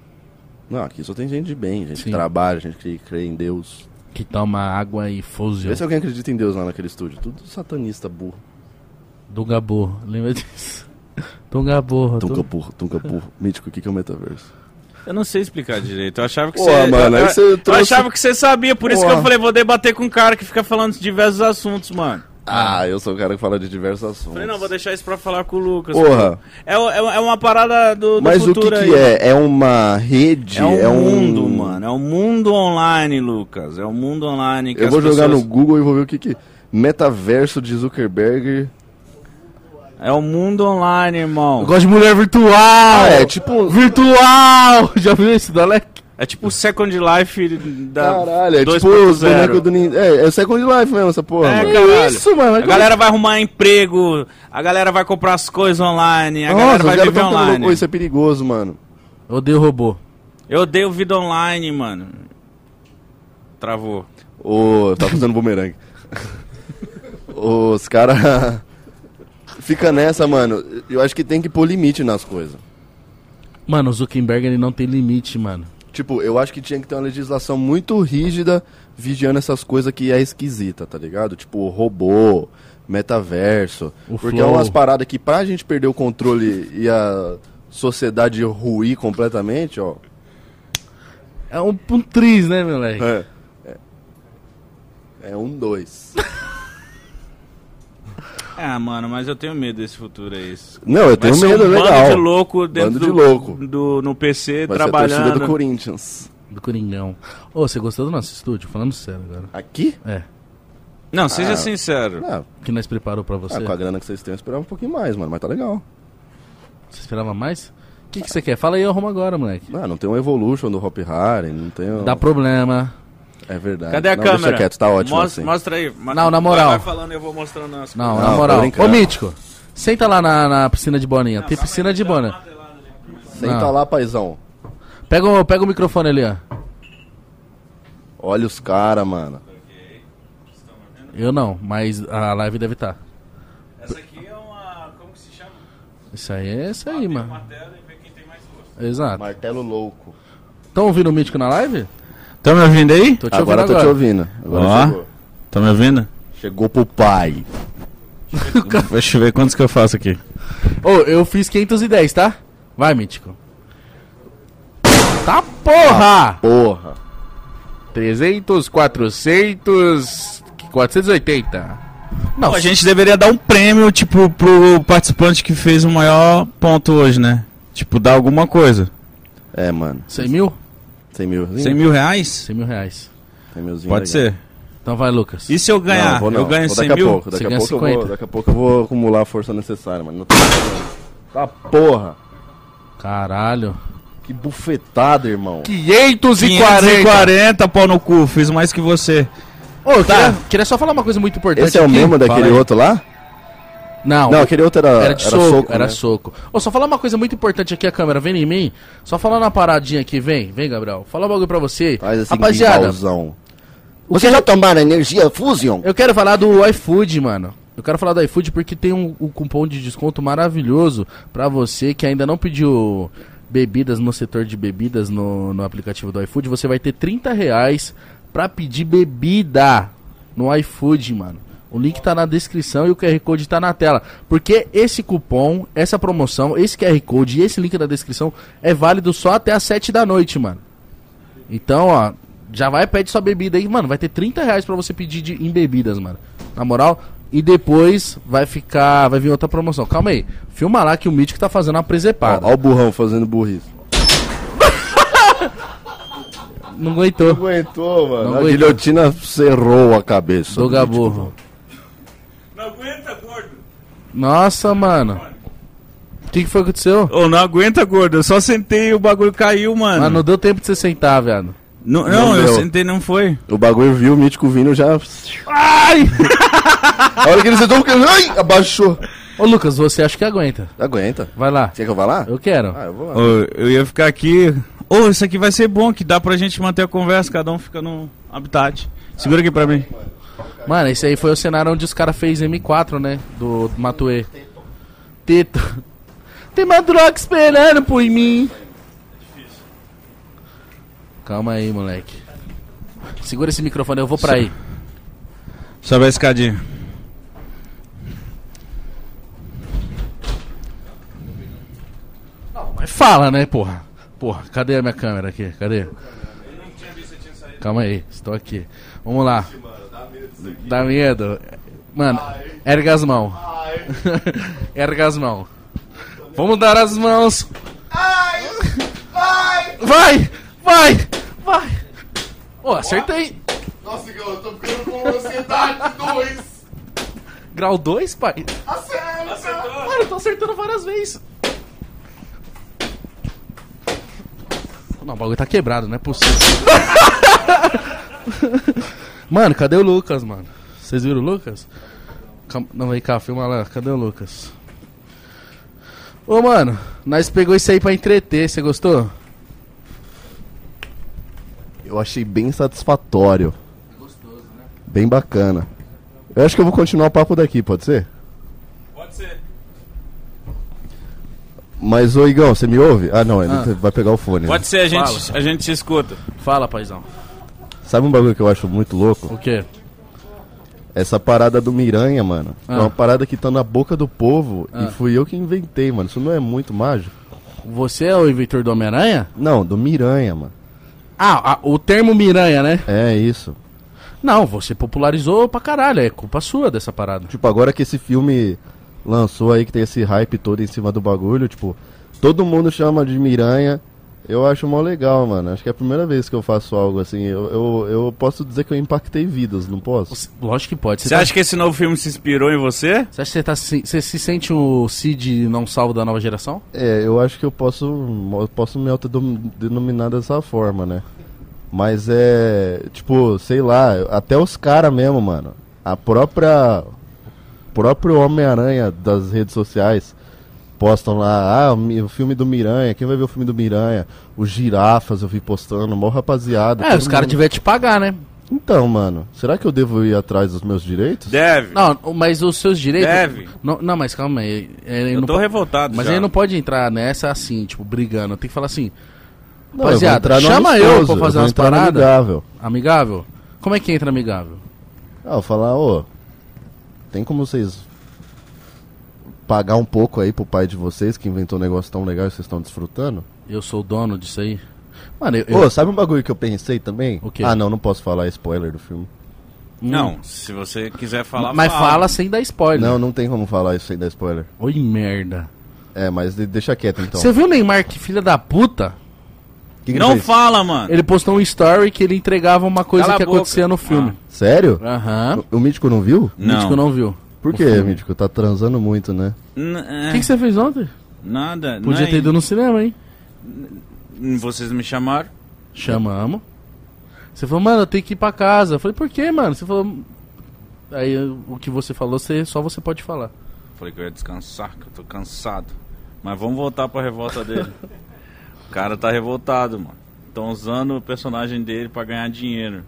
Speaker 4: Não, aqui só tem gente de bem, gente
Speaker 1: Sim.
Speaker 4: que trabalha, gente que crê em Deus.
Speaker 1: Que toma água e
Speaker 4: Vê
Speaker 1: fuzil.
Speaker 4: se alguém acredita em Deus lá naquele estúdio. Tudo satanista burro.
Speaker 1: Do Gabor, lembra disso? (laughs) Do Gabor.
Speaker 4: Tunca
Speaker 1: do-
Speaker 4: burro, tunca burro. Mítico, o que que é o metaverso?
Speaker 2: Eu não sei explicar direito. Eu achava que
Speaker 4: Pô,
Speaker 2: você.
Speaker 4: mano, aí
Speaker 2: eu,
Speaker 4: você
Speaker 2: eu
Speaker 4: trouxe-
Speaker 2: achava que você sabia, por isso
Speaker 4: Pô.
Speaker 2: que eu falei, vou debater com um cara que fica falando de diversos assuntos, mano.
Speaker 4: Ah, eu sou o cara que fala de diversos assuntos.
Speaker 2: Falei, não, vou deixar isso pra falar com o Lucas.
Speaker 4: Porra.
Speaker 2: É, o- é, o- é uma parada do, do
Speaker 4: Mas o que
Speaker 2: futuro
Speaker 4: que
Speaker 2: aí.
Speaker 4: é? É uma rede?
Speaker 2: É um mundo, mano. É um mundo online, Lucas. É um mundo online que
Speaker 4: Eu
Speaker 2: as
Speaker 4: vou jogar
Speaker 2: pessoas-
Speaker 4: no Google e vou ver o que que... Metaverso de Zuckerberg.
Speaker 2: É um mundo online, irmão.
Speaker 1: Eu gosto de mulher virtual!
Speaker 4: Ah, é tipo...
Speaker 1: Virtual! (laughs) Já viu isso da Alec?
Speaker 2: É tipo o Second Life da
Speaker 4: Caralho, é tipo os
Speaker 2: 2.0.
Speaker 4: bonecos do Nintendo. É, é o Second Life mesmo, essa porra.
Speaker 2: É,
Speaker 4: mano.
Speaker 2: caralho.
Speaker 1: Isso, mano.
Speaker 2: A galera vai arrumar emprego, a galera vai comprar as coisas online, a galera
Speaker 4: os
Speaker 2: vai
Speaker 4: caras
Speaker 2: viver
Speaker 4: tão
Speaker 2: online.
Speaker 4: louco, Isso é perigoso, mano.
Speaker 1: Eu Odeio robô.
Speaker 2: Eu odeio vida online, mano. Travou.
Speaker 4: Ô, tá usando bumerangue. Os cara (laughs) fica nessa, mano. Eu acho que tem que pôr limite nas coisas.
Speaker 1: Mano, o Zuckerberg ele não tem limite, mano.
Speaker 4: Tipo, eu acho que tinha que ter uma legislação muito rígida vigiando essas coisas que é esquisita, tá ligado? Tipo, robô, metaverso.
Speaker 1: O
Speaker 4: porque
Speaker 1: flow.
Speaker 4: é umas paradas que pra gente perder o controle e a sociedade ruir completamente, ó.
Speaker 1: É um, um triz, né, meu moleque?
Speaker 4: É. É, é um, dois.
Speaker 2: Ah, mano, mas eu tenho medo desse futuro aí. Isso.
Speaker 4: Não, eu
Speaker 2: Vai
Speaker 4: tenho
Speaker 2: ser
Speaker 4: medo,
Speaker 2: um
Speaker 4: legal.
Speaker 2: bando de louco dentro
Speaker 4: Bando de
Speaker 2: do,
Speaker 4: louco.
Speaker 2: do- no PC
Speaker 4: Vai ser a torcida
Speaker 2: trabalhando.
Speaker 4: do Corinthians.
Speaker 1: Do Coringão. Ô, você gostou do nosso estúdio? Falando sério agora.
Speaker 4: Aqui?
Speaker 1: É,
Speaker 2: Não, seja
Speaker 4: Ah.
Speaker 2: sincero.
Speaker 4: Ah,
Speaker 1: que nós preparou pra você.
Speaker 4: ah, com a grana que vocês têm, eu esperava um pouquinho mais, mano. Mas tá legal.
Speaker 1: Você esperava mais? O que, que você quer? Fala aí, eu arrumo agora, moleque.
Speaker 4: Ah, não tem um Evolution do Hop Harry, não tem um...
Speaker 1: Dá problema.
Speaker 4: É verdade.
Speaker 2: Cadê a
Speaker 4: não,
Speaker 2: câmera?
Speaker 4: Deixa quieto, tá ótimo
Speaker 2: mostra,
Speaker 4: assim.
Speaker 2: mostra aí. Ma-
Speaker 1: Não, na moral.
Speaker 2: Vai, vai falando, eu vou mostrando as
Speaker 1: Não,
Speaker 4: Não,
Speaker 1: na
Speaker 4: tô
Speaker 1: moral.
Speaker 4: brincando.
Speaker 1: Ô, Mítico, senta lá na, na piscina de boninha. Tem piscina de boninha.
Speaker 4: Senta
Speaker 1: Não.
Speaker 4: lá, paizão.
Speaker 1: Pega o, pega o microfone ali, ó.
Speaker 4: Olha os caras, mano.
Speaker 1: Eu não, mas a live deve tá. estar.
Speaker 2: Essa aqui é uma. Como que se chama?
Speaker 1: Isso aí é isso aí, mano.
Speaker 2: Martelo e ver quem tem mais gosto.
Speaker 1: Exato.
Speaker 4: Martelo É louco.
Speaker 1: Estão ouvindo o Mítico na live?
Speaker 2: Tá me ouvindo aí?
Speaker 1: Tô te
Speaker 4: Agora eu tô
Speaker 1: ouvindo
Speaker 4: te
Speaker 1: agora.
Speaker 4: ouvindo. Agora
Speaker 2: Ó, tá me ouvindo?
Speaker 4: Chegou pro pai.
Speaker 2: Deixa eu ver quantos que eu faço aqui.
Speaker 1: Ô, eu fiz 510, tá? Vai, Mítico. Tá porra!
Speaker 4: Porra.
Speaker 1: 300, 400, 480. Não,
Speaker 2: Pô, a gente deveria dar um prêmio, tipo, pro participante que fez o maior ponto hoje, né? Tipo, dar alguma coisa.
Speaker 4: É, mano.
Speaker 1: 100 mil?
Speaker 4: 100 mil.
Speaker 2: 100 mil reais?
Speaker 1: 100 mil reais.
Speaker 4: 100 milzinho
Speaker 2: Pode
Speaker 4: legal.
Speaker 2: ser.
Speaker 1: Então vai, Lucas.
Speaker 2: E se eu
Speaker 4: Não,
Speaker 2: ganhar?
Speaker 4: vou não.
Speaker 2: Eu ganho
Speaker 4: Vou
Speaker 2: 100
Speaker 4: daqui
Speaker 2: mil?
Speaker 4: A pouco, daqui,
Speaker 1: Você
Speaker 4: a
Speaker 1: ganha
Speaker 4: pouco eu
Speaker 1: 50.
Speaker 4: vou, daqui a pouco eu vou acumular a força necessária, mano. Não tô conseguindo. Tá porra.
Speaker 1: Caralho.
Speaker 4: Que bufetada, irmão.
Speaker 1: 540!
Speaker 2: 540, pau no cu, fiz mais que você.
Speaker 1: Ô, eu queria, queria só falar uma coisa muito importante.
Speaker 4: Tá. Esse é o
Speaker 1: aqui.
Speaker 4: mesmo
Speaker 1: Fala
Speaker 4: daquele
Speaker 1: aí.
Speaker 4: outro lá?
Speaker 1: Não,
Speaker 4: Não, aquele outro era,
Speaker 1: Era de soco, era
Speaker 4: né?
Speaker 1: soco. Ô, só falar uma coisa muito importante aqui, a câmera, vem em mim. Só falar na paradinha aqui, vem, vem, Gabriel. Fala um bagulho pra você.
Speaker 4: Faz assim,
Speaker 1: Rapaziada,
Speaker 4: pingalzão.
Speaker 5: Vocês já tomaram energia Fusion?
Speaker 1: eu quero falar do iFood, mano. Eu quero falar do iFood porque tem um, um cupom de desconto maravilhoso pra você que ainda não pediu bebidas no setor de bebidas no, no aplicativo do iFood. Você vai ter 30 reais pra pedir bebida no iFood, mano. O link tá na descrição e o QR Code tá na tela. Porque esse cupom, essa promoção, esse QR Code e esse link na descrição é válido só até as 7 da noite, mano. Então, ó, já vai pede sua bebida aí, mano. Vai ter 30 reais pra você pedir de- em bebidas, mano. Na moral. E depois vai ficar. Vai vir outra promoção. Calma aí. Filma lá que o Mítico tá fazendo uma presepada.
Speaker 4: Ó, ó o burrão fazendo burrice.
Speaker 1: Não aguentou.
Speaker 4: aguentou, mano.
Speaker 1: Não
Speaker 4: a
Speaker 1: aguentou.
Speaker 4: guilhotina cerrou a cabeça.
Speaker 1: Do Gaburro.
Speaker 2: Não aguenta, gordo.
Speaker 1: Nossa, mano. O que, que foi que aconteceu?
Speaker 2: Ô, não aguenta, gordo. Eu só sentei e o bagulho caiu, mano.
Speaker 1: Mas não deu tempo de você sentar, velho.
Speaker 2: Não, não,
Speaker 4: não
Speaker 2: eu
Speaker 4: deu.
Speaker 2: sentei não foi.
Speaker 4: O bagulho viu o mítico vindo já.
Speaker 1: Ai!
Speaker 4: A hora que ele sentou, porque- ai, abaixou.
Speaker 1: Ô, Lucas, você acho que aguenta.
Speaker 4: Aguenta.
Speaker 1: Vai lá.
Speaker 4: Quer que eu vá lá?
Speaker 1: Eu quero.
Speaker 4: Ah, eu vou lá.
Speaker 2: Ô, eu ia ficar aqui. Ô, isso aqui vai ser bom, que dá pra gente manter a conversa, cada um fica no habitat. Segura aqui pra mim.
Speaker 1: Mano, esse aí foi o cenário onde os caras fez M4, né? Do Matue. Teto. (laughs) Tem uma droga esperando por mim. Calma aí, moleque. Segura esse microfone, eu vou pra aí.
Speaker 2: Sobe a escadinha.
Speaker 1: Mas fala, né, porra? Porra, cadê a minha câmera aqui? Cadê? Calma aí, estou aqui. Vamos lá. Dá medo. Mano,
Speaker 7: Ah,
Speaker 1: erga as mãos. (laughs) Erga as mãos. Vamos dar as mãos. Vai! Vai! Vai! Ô, acertei!
Speaker 7: Nossa, Igão, eu tô ficando com ansiedade 2.
Speaker 1: Grau 2, pai?
Speaker 7: Acerta!
Speaker 1: Mano, eu tô acertando várias vezes. Não, o bagulho tá quebrado, não é possível. (laughs) mano, cadê o Lucas, mano? Vocês viram o Lucas? Calma- Não, vem cá, filma lá. Cadê o Lucas? Ô, mano, nós pegou isso aí pra entreter. Você gostou?
Speaker 4: Eu achei bem satisfatório. Gostoso, né? Bem bacana. Eu acho que eu vou continuar o papo daqui, pode ser?
Speaker 2: Pode ser.
Speaker 4: Mas, ô Igão, você me ouve? Ah, não, ele vai pegar o fone. né?
Speaker 2: Pode ser, a gente, a gente se escuta.
Speaker 1: Fala, paizão.
Speaker 4: Sabe um bagulho que eu acho muito louco?
Speaker 1: O quê?
Speaker 4: Essa parada do Miranha, mano.
Speaker 1: Ah.
Speaker 4: É uma parada que tá na boca do povo
Speaker 1: Ah.
Speaker 4: e fui eu que inventei, mano. Isso não é muito mágico?
Speaker 1: Você é o inventor do Homem-Aranha?
Speaker 4: Não, do Miranha, mano.
Speaker 1: Ah, ah, o termo Miranha, né?
Speaker 4: É isso.
Speaker 1: Não, você popularizou pra caralho. É culpa sua dessa parada.
Speaker 4: Tipo, agora que esse filme lançou aí, que tem esse hype todo em cima do bagulho, tipo, todo mundo chama de Miranha. Eu acho mó legal, mano. Acho que é a primeira vez que eu faço algo assim. Eu, eu, eu posso dizer que eu impactei vidas, não posso?
Speaker 1: Você- Lógico que pode.
Speaker 2: Você
Speaker 1: tá-
Speaker 2: acha que esse novo filme se inspirou em você?
Speaker 1: Você acha que você, tá se, você se sente o Cid não salvo da nova geração?
Speaker 4: É, eu acho que eu posso, eu posso me autodenominar dessa forma, né? Mas é, tipo, sei lá, até os caras mesmo, mano. A própria. O próprio Homem-Aranha das redes sociais postam lá, ah, o mi- o filme do Miranha, quem vai ver o filme do Miranha? Os girafas eu vi postando, mó rapaziada.
Speaker 1: É,
Speaker 4: todo
Speaker 1: os caras
Speaker 4: mundo-
Speaker 1: tiver te pagar, né?
Speaker 4: Então, mano, será que eu devo ir atrás dos meus direitos?
Speaker 2: Deve.
Speaker 1: Não, mas os seus direitos.
Speaker 2: Deve.
Speaker 1: Não, não, mas calma aí. Ele
Speaker 2: eu
Speaker 1: não
Speaker 2: tô
Speaker 1: po-
Speaker 2: revoltado
Speaker 1: Mas
Speaker 2: já.
Speaker 1: ele não pode entrar nessa assim, tipo, brigando. Tem que falar assim. Rapaziada,
Speaker 4: entrar no
Speaker 1: chama eu pra
Speaker 4: amistoso,
Speaker 1: fazer
Speaker 4: vou
Speaker 1: umas
Speaker 4: entrar no
Speaker 1: paradas.
Speaker 4: amigável.
Speaker 1: Amigável? Como é que entra amigável?
Speaker 4: Ah, eu falar, ô, tem como vocês pagar um pouco aí pro pai de vocês que inventou um negócio tão legal e vocês estão desfrutando?
Speaker 1: Eu sou o dono disso aí. Mano, eu.
Speaker 4: Ô,
Speaker 1: eu-
Speaker 4: sabe um bagulho que eu pensei também?
Speaker 1: O quê?
Speaker 4: Ah, não, não posso falar é spoiler do filme.
Speaker 2: Não, se você quiser falar,
Speaker 1: mas fala sem dar spoiler.
Speaker 4: Não, não tem como falar isso sem dar spoiler.
Speaker 1: Oi, merda.
Speaker 4: É, mas de- deixa quieto então.
Speaker 1: Você viu o Neymar, que filha da puta?
Speaker 4: Que que ele
Speaker 2: Não
Speaker 4: fez?
Speaker 2: fala, mano.
Speaker 1: Ele postou um story que ele entregava uma coisa
Speaker 2: Cala a
Speaker 1: que
Speaker 2: boca.
Speaker 1: acontecia no filme.
Speaker 4: Sério?
Speaker 1: Aham.
Speaker 4: O, o Mítico não viu?
Speaker 1: O Mítico É.
Speaker 2: Não.
Speaker 1: não viu.
Speaker 4: Por quê, Mítico? Tá transando muito, né?
Speaker 2: N- é,
Speaker 1: O que que você fez ontem?
Speaker 2: Nada.
Speaker 1: Podia
Speaker 2: não, é
Speaker 1: ter ido no cinema, hein?
Speaker 2: e- Vocês me chamaram?
Speaker 1: Chamamos. Você falou, mano, eu tenho que ir pra casa. Eu falei, por quê, mano? Você falou. Aí eu- o que você falou, você, só você pode falar.
Speaker 2: Falei que eu ia descansar, que eu tô cansado. Mas vamos voltar pra revolta dele. o cara tá revoltado, mano. Estão usando o personagem dele pra ganhar dinheiro.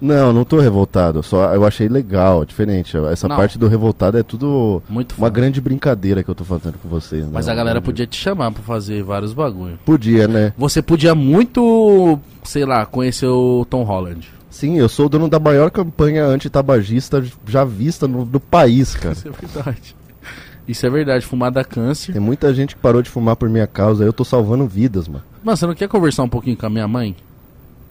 Speaker 4: Não, não tô revoltado. Só eu achei legal, diferente. Essa
Speaker 1: Não.
Speaker 4: parte do revoltado é tudo
Speaker 1: Muito
Speaker 4: uma
Speaker 1: foda.
Speaker 4: grande brincadeira que eu tô fazendo com vocês. né?
Speaker 1: Mas a galera
Speaker 4: Grande-
Speaker 1: podia te chamar pra fazer vários bagulho.
Speaker 4: Podia, né?
Speaker 1: Você podia muito, sei lá, conhecer o Tom Holland.
Speaker 4: Sim, eu sou o dono da maior campanha antitabagista já vista no, do país, cara.
Speaker 1: Isso é verdade. Isso é verdade, fumar dá câncer.
Speaker 4: Tem muita gente que parou de fumar por minha causa, eu tô salvando vidas, mano.
Speaker 1: Mano, você não quer conversar um pouquinho com a minha mãe?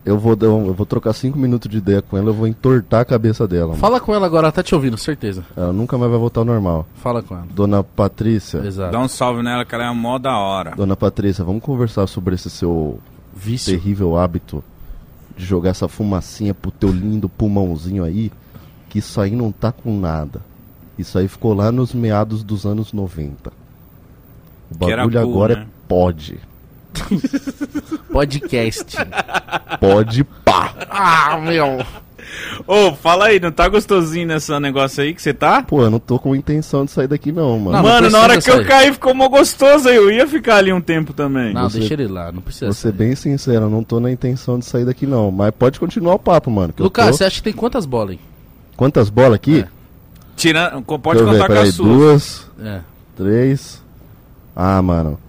Speaker 4: Eu vou, dar um- eu vou trocar cinco minutos de ideia com ela, eu vou entortar a cabeça dela. Mano.
Speaker 1: Fala com ela agora, ela tá te ouvindo, certeza.
Speaker 4: Ela nunca mais vai voltar ao normal.
Speaker 1: Fala com ela.
Speaker 4: Dona Patrícia,
Speaker 1: Exato.
Speaker 2: Dá um salve nela que ela é mó da hora.
Speaker 4: dona Patrícia, vamos conversar sobre esse seu
Speaker 1: Vício.
Speaker 4: terrível hábito de jogar essa fumacinha pro teu lindo pulmãozinho aí, que isso aí não tá com nada. Isso aí ficou lá nos meados dos anos 90. O
Speaker 2: Que era
Speaker 4: bagulho
Speaker 2: cool,
Speaker 4: agora
Speaker 2: né?
Speaker 4: é pode.
Speaker 1: Podcast.
Speaker 4: Pode pá.
Speaker 1: ah, meu.
Speaker 2: Ô, fala aí, não tá gostosinho nesse negócio aí que você tá?
Speaker 4: Pô, eu não tô com intenção de sair daqui não, mano.
Speaker 1: Não,
Speaker 2: Mano, na hora
Speaker 1: precisa
Speaker 2: que eu
Speaker 1: sair.
Speaker 2: caí ficou mó gostoso aí. Eu ia ficar ali um tempo também.
Speaker 1: Não,
Speaker 4: Você-
Speaker 1: deixa ele lá, não precisa.
Speaker 4: Vou ser bem sincero, eu não tô na intenção de sair daqui não. Mas pode continuar o papo, mano. que eu
Speaker 1: Lucas,
Speaker 4: tô-
Speaker 1: você acha que tem quantas bolas, hein?
Speaker 4: Quantas bolas aqui?
Speaker 2: Tirando, co- É. pode
Speaker 4: Deixa eu ver,
Speaker 2: contar com
Speaker 4: peraí,
Speaker 2: a sua.
Speaker 4: duas,
Speaker 1: É.
Speaker 4: três... Ah, mano.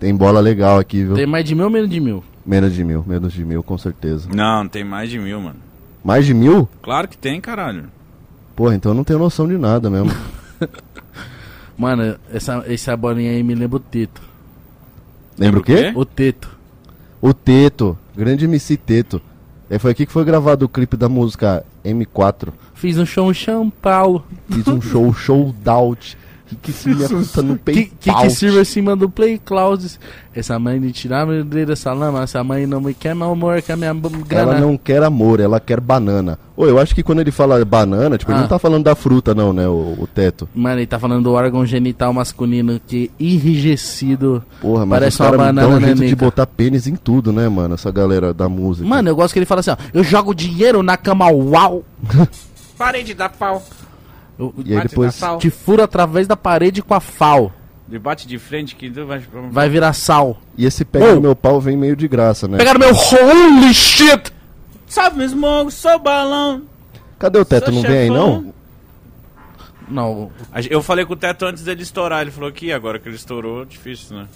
Speaker 4: Tem bola legal aqui, viu?
Speaker 1: Tem mais de mil ou menos de mil?
Speaker 4: Menos de mil, menos de mil, com certeza.
Speaker 2: Não, tem mais de mil, mano.
Speaker 4: Mais de mil?
Speaker 2: Claro que tem, caralho.
Speaker 4: Porra, então eu não tenho noção de
Speaker 1: (laughs)
Speaker 4: nada mesmo.
Speaker 1: Mano, essa, essa bolinha aí me lembra o teto.
Speaker 4: Lembra o quê?
Speaker 1: O teto.
Speaker 4: O Teto, grande MC Teto. É, foi aqui que foi gravado o clipe da música M4.
Speaker 1: Fiz um show em São Paulo.
Speaker 4: Fiz um
Speaker 1: (laughs)
Speaker 4: show, show out. Que que se me puta no
Speaker 1: Que,
Speaker 4: peito.
Speaker 1: que, que sirva acima do Play Clouds. Essa mãe de tirar meu dedo dessa lama. Essa mãe não me quer, meu amor, quer minha b- grana.
Speaker 4: Ela não quer amor, ela quer banana. Ô, eu acho que quando ele fala banana, tipo, ele
Speaker 1: Ah.
Speaker 4: não tá falando da fruta, não, né, o, o teto.
Speaker 1: Mano, ele tá falando do órgão genital masculino que irrijecido.
Speaker 4: Porra, mas
Speaker 1: Parece
Speaker 4: os caras
Speaker 1: uma
Speaker 4: não dão um
Speaker 1: banana né,
Speaker 4: jeito de
Speaker 1: nanica.
Speaker 4: botar pênis em tudo, né, mano, essa galera da música.
Speaker 1: Mano, eu gosto que ele fala assim, ó. Eu jogo dinheiro na cama, uau.
Speaker 2: Parei de dar pau.
Speaker 1: Eu,
Speaker 4: e aí depois...
Speaker 2: Natal.
Speaker 1: Te furo através da parede com a fal.
Speaker 2: Debate de frente que tu vai... vai...
Speaker 1: Vai virar sal.
Speaker 4: E esse pega
Speaker 1: Ô.
Speaker 4: no meu pau vem meio de graça, né?
Speaker 1: Pegaram meu holy shit!
Speaker 2: Salve, meus mongos, sou balão.
Speaker 4: Cadê o teto?
Speaker 2: sou
Speaker 4: Não vem aí,
Speaker 2: chefão. né?
Speaker 4: não?
Speaker 1: Não,
Speaker 2: A gen- Eu falei com o Teto antes dele estourar. Ele falou que agora que ele estourou, difícil, né?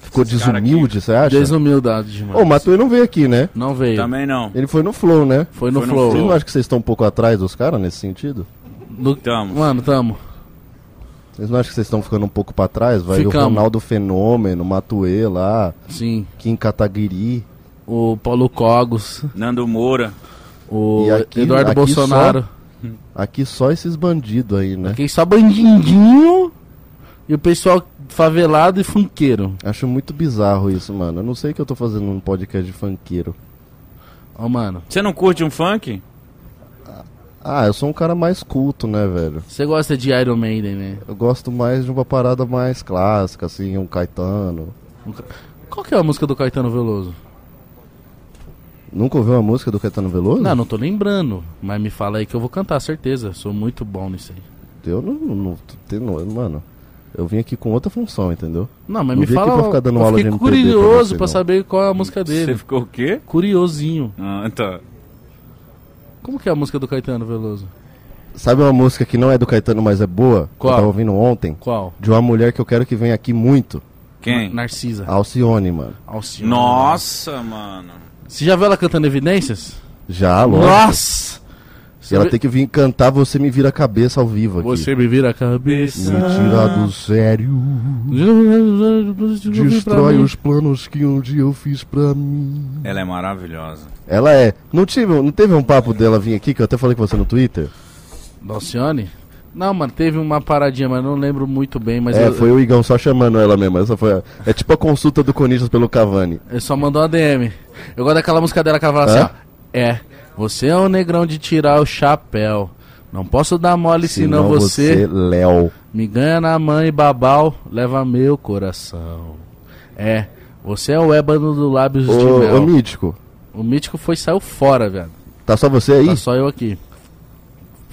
Speaker 4: Ficou
Speaker 2: Esses cara aqui.
Speaker 4: desumilde, você acha?
Speaker 1: desumildade demais.
Speaker 4: Ô, o Matui não veio aqui, né?
Speaker 1: Não veio.
Speaker 2: Também não.
Speaker 4: Ele foi no Flow, né?
Speaker 1: Foi no
Speaker 2: Foi no
Speaker 1: flow.
Speaker 4: Vocês
Speaker 2: Flow.
Speaker 4: não acham que vocês estão um pouco atrás dos caras nesse sentido?
Speaker 1: Do-
Speaker 2: Tamo.
Speaker 1: Mano, tamo.
Speaker 4: Vocês não acham que vocês estão ficando um pouco pra trás? Vai
Speaker 1: Ficamos.
Speaker 4: o Ronaldo Fenômeno, o Matuê lá,
Speaker 1: Sim.
Speaker 4: Kim Kataguiri.
Speaker 1: O Paulo Cogos,
Speaker 2: Nando Moura.
Speaker 1: o
Speaker 4: E aqui-
Speaker 1: Eduardo
Speaker 4: aqui
Speaker 1: Bolsonaro.
Speaker 4: Aqui só esses bandidos aí, né?
Speaker 1: Fiquei só bandindinho e o pessoal favelado e funkeiro.
Speaker 4: Acho muito bizarro isso, mano. Eu não sei o que eu tô fazendo num podcast de funkeiro.
Speaker 1: Ó, mano,
Speaker 2: Você não curte um funk?
Speaker 4: Ah, eu sou um cara mais culto, né, velho?
Speaker 1: você gosta de Iron Maiden, né?
Speaker 4: Eu gosto mais de uma parada mais clássica, assim, um Caetano.
Speaker 1: Qual que é a música do Caetano Veloso?
Speaker 4: Nunca ouviu uma música do Caetano Veloso?
Speaker 1: Não, não tô lembrando, mas me fala aí que eu vou cantar, certeza. Sou muito bom nisso aí.
Speaker 4: Eu não, não, não tenho- mano. Eu vim aqui com outra função, entendeu?
Speaker 1: Não, mas
Speaker 4: Não
Speaker 1: me
Speaker 4: vim aqui
Speaker 1: fala.
Speaker 4: pra ficar dando
Speaker 1: eu
Speaker 4: aula
Speaker 1: fiquei
Speaker 4: de MPB pra
Speaker 1: curioso
Speaker 4: você,
Speaker 1: pra
Speaker 4: não.
Speaker 1: saber qual é a música
Speaker 2: Você
Speaker 1: dele.
Speaker 2: ficou o quê?
Speaker 1: Curiosinho.
Speaker 2: Ah, tá.
Speaker 1: Como que é a música do Caetano Veloso?
Speaker 4: Sabe uma música que não é do Caetano, mas é boa? Que
Speaker 1: Qual?
Speaker 4: eu tava ouvindo ontem.
Speaker 1: Qual?
Speaker 4: De uma mulher que eu quero que venha aqui muito.
Speaker 2: Quem?
Speaker 1: Narcisa.
Speaker 4: Alcione, mano.
Speaker 1: Alcione.
Speaker 2: Nossa, mano.
Speaker 1: Você já viu ela cantando Evidências?
Speaker 4: Já, lógico.
Speaker 1: Nossa!
Speaker 4: E ela tem que vir cantar Você Me Vira a Cabeça ao vivo aqui.
Speaker 1: Você me vira a cabeça.
Speaker 4: Me tira do sério. Uhum. Destrói os planos que um dia eu fiz pra mim.
Speaker 2: Ela é maravilhosa.
Speaker 4: Ela é. Não, tive, não teve um papo dela vir aqui, que eu até falei com você no Twitter?
Speaker 1: Dalcione? Não, mano, teve uma paradinha, mas não lembro muito bem, mas
Speaker 4: é,
Speaker 1: eu-
Speaker 4: foi o Igão só chamando ela mesmo. Essa foi a- É tipo a consulta do Corinthians pelo Cavani.
Speaker 1: ele só mandou uma DM. Eu gosto daquela música dela que ela fala
Speaker 4: Hã?
Speaker 1: assim, ó. É, você é um negrão de tirar o chapéu. Não posso dar mole, senão,
Speaker 4: Senão
Speaker 1: você...
Speaker 4: Léo.
Speaker 1: Me ganha na mãe, babau, leva meu coração. É, você é o ébano do lábios de
Speaker 4: Ô, ô,
Speaker 1: mel.
Speaker 4: Mítico,
Speaker 1: O mítico foi saiu fora, velho.
Speaker 4: tá só você aí?
Speaker 1: Tá só eu aqui.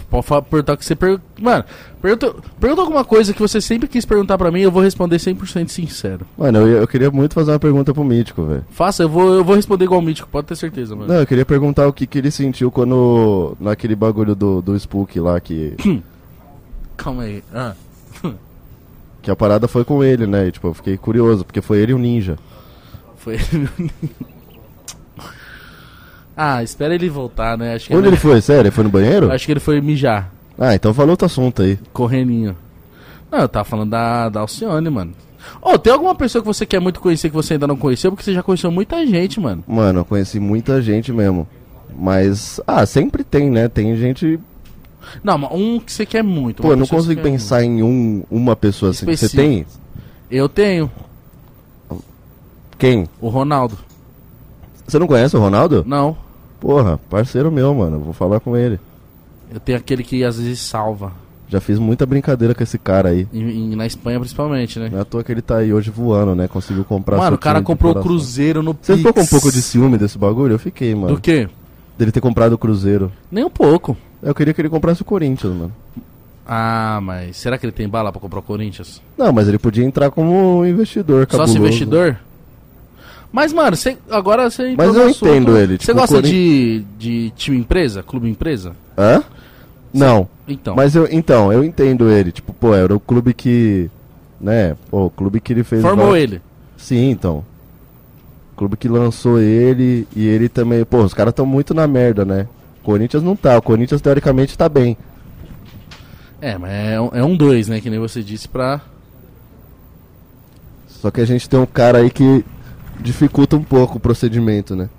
Speaker 1: Pode fa- perguntar o que você pergunta. Mano, pergunta, pergunta alguma coisa que você sempre quis perguntar pra mim, eu vou responder 100% sincero.
Speaker 4: Mano, eu, eu queria muito fazer uma pergunta pro Mítico, velho.
Speaker 1: Faça, eu vou, eu vou responder igual o mítico, pode ter certeza, mano.
Speaker 4: Não, eu queria perguntar o que, que ele sentiu quando. naquele bagulho do, do Spook
Speaker 1: (clears throat)
Speaker 4: lá que.
Speaker 1: Calma aí. Ah.
Speaker 4: que a parada foi com ele, né? E, tipo, eu fiquei curioso, porque foi ele e o Ninja.
Speaker 1: Foi. (laughs) ah, espera ele voltar, né? Acho que,
Speaker 4: Onde
Speaker 1: ele...
Speaker 4: ele foi? Sério? Ele foi no banheiro?
Speaker 1: Acho que ele foi mijar,
Speaker 4: Ah, então fala outro assunto aí.
Speaker 1: correninho. Não, eu tava falando da, da Alcione, mano. Ô, tem alguma pessoa que você quer muito conhecer que você ainda não conheceu? Porque você já conheceu muita gente, mano.
Speaker 4: Mano, eu conheci muita gente mesmo. Mas, ah, sempre tem, né? Tem gente.
Speaker 1: Não, mas um que você quer muito.
Speaker 4: Pô,
Speaker 1: uma
Speaker 4: eu não
Speaker 1: pessoa que né? você
Speaker 4: consigo
Speaker 1: quer
Speaker 4: pensar em um, uma pessoa assim. Você
Speaker 1: Específica.
Speaker 4: tem?
Speaker 1: muito. Eu tenho.
Speaker 4: Quem?
Speaker 1: O Ronaldo.
Speaker 4: Você não conhece o Ronaldo?
Speaker 1: Não.
Speaker 4: Porra, parceiro meu, mano. eu Vou falar com ele.
Speaker 1: Eu tenho aquele que às vezes salva.
Speaker 4: Já fiz muita brincadeira com esse cara aí.
Speaker 1: Em- em- na Espanha, principalmente, né?
Speaker 4: Não é à toa que ele tá aí hoje voando, né? Conseguiu comprar
Speaker 1: mano,
Speaker 4: seu
Speaker 1: o cara
Speaker 4: time de
Speaker 1: comprou o
Speaker 4: coração.
Speaker 1: Cruzeiro no
Speaker 4: Você ficou com um
Speaker 1: Pix.
Speaker 4: pouco de ciúme desse bagulho? Eu fiquei, mano.
Speaker 1: Do quê?
Speaker 4: Dele ter comprado o Cruzeiro.
Speaker 1: Nem um pouco.
Speaker 4: Eu queria que ele comprasse o Corinthians, mano.
Speaker 1: Ah, mas será que ele tem bala pra comprar o Corinthians?
Speaker 4: Não, mas ele podia entrar como um investidor, cabuloso.
Speaker 1: Sócio investidor? Mas, mano, cê- agora você. entrou
Speaker 4: Mas
Speaker 1: no
Speaker 4: eu
Speaker 1: assunto.
Speaker 4: entendo ele,
Speaker 1: Você
Speaker 4: tipo,
Speaker 1: gosta
Speaker 4: Corin-
Speaker 1: de, de time empresa? Clube empresa?
Speaker 4: Hã? Não.
Speaker 1: Então.
Speaker 4: Mas eu, então, eu entendo ele. Tipo, pô, era o clube que. Né? Pô, o clube que ele fez.
Speaker 1: formou
Speaker 4: vários-
Speaker 1: ele.
Speaker 4: Sim, então. O clube que lançou ele e ele também. Pô, os caras estão muito na merda, né? O Corinthians não tá. O Corinthians, teoricamente, tá bem.
Speaker 1: É, mas é, um- é um dois, né? Que nem você disse pra.
Speaker 4: Só que a gente tem um cara aí que dificulta um pouco o procedimento, né?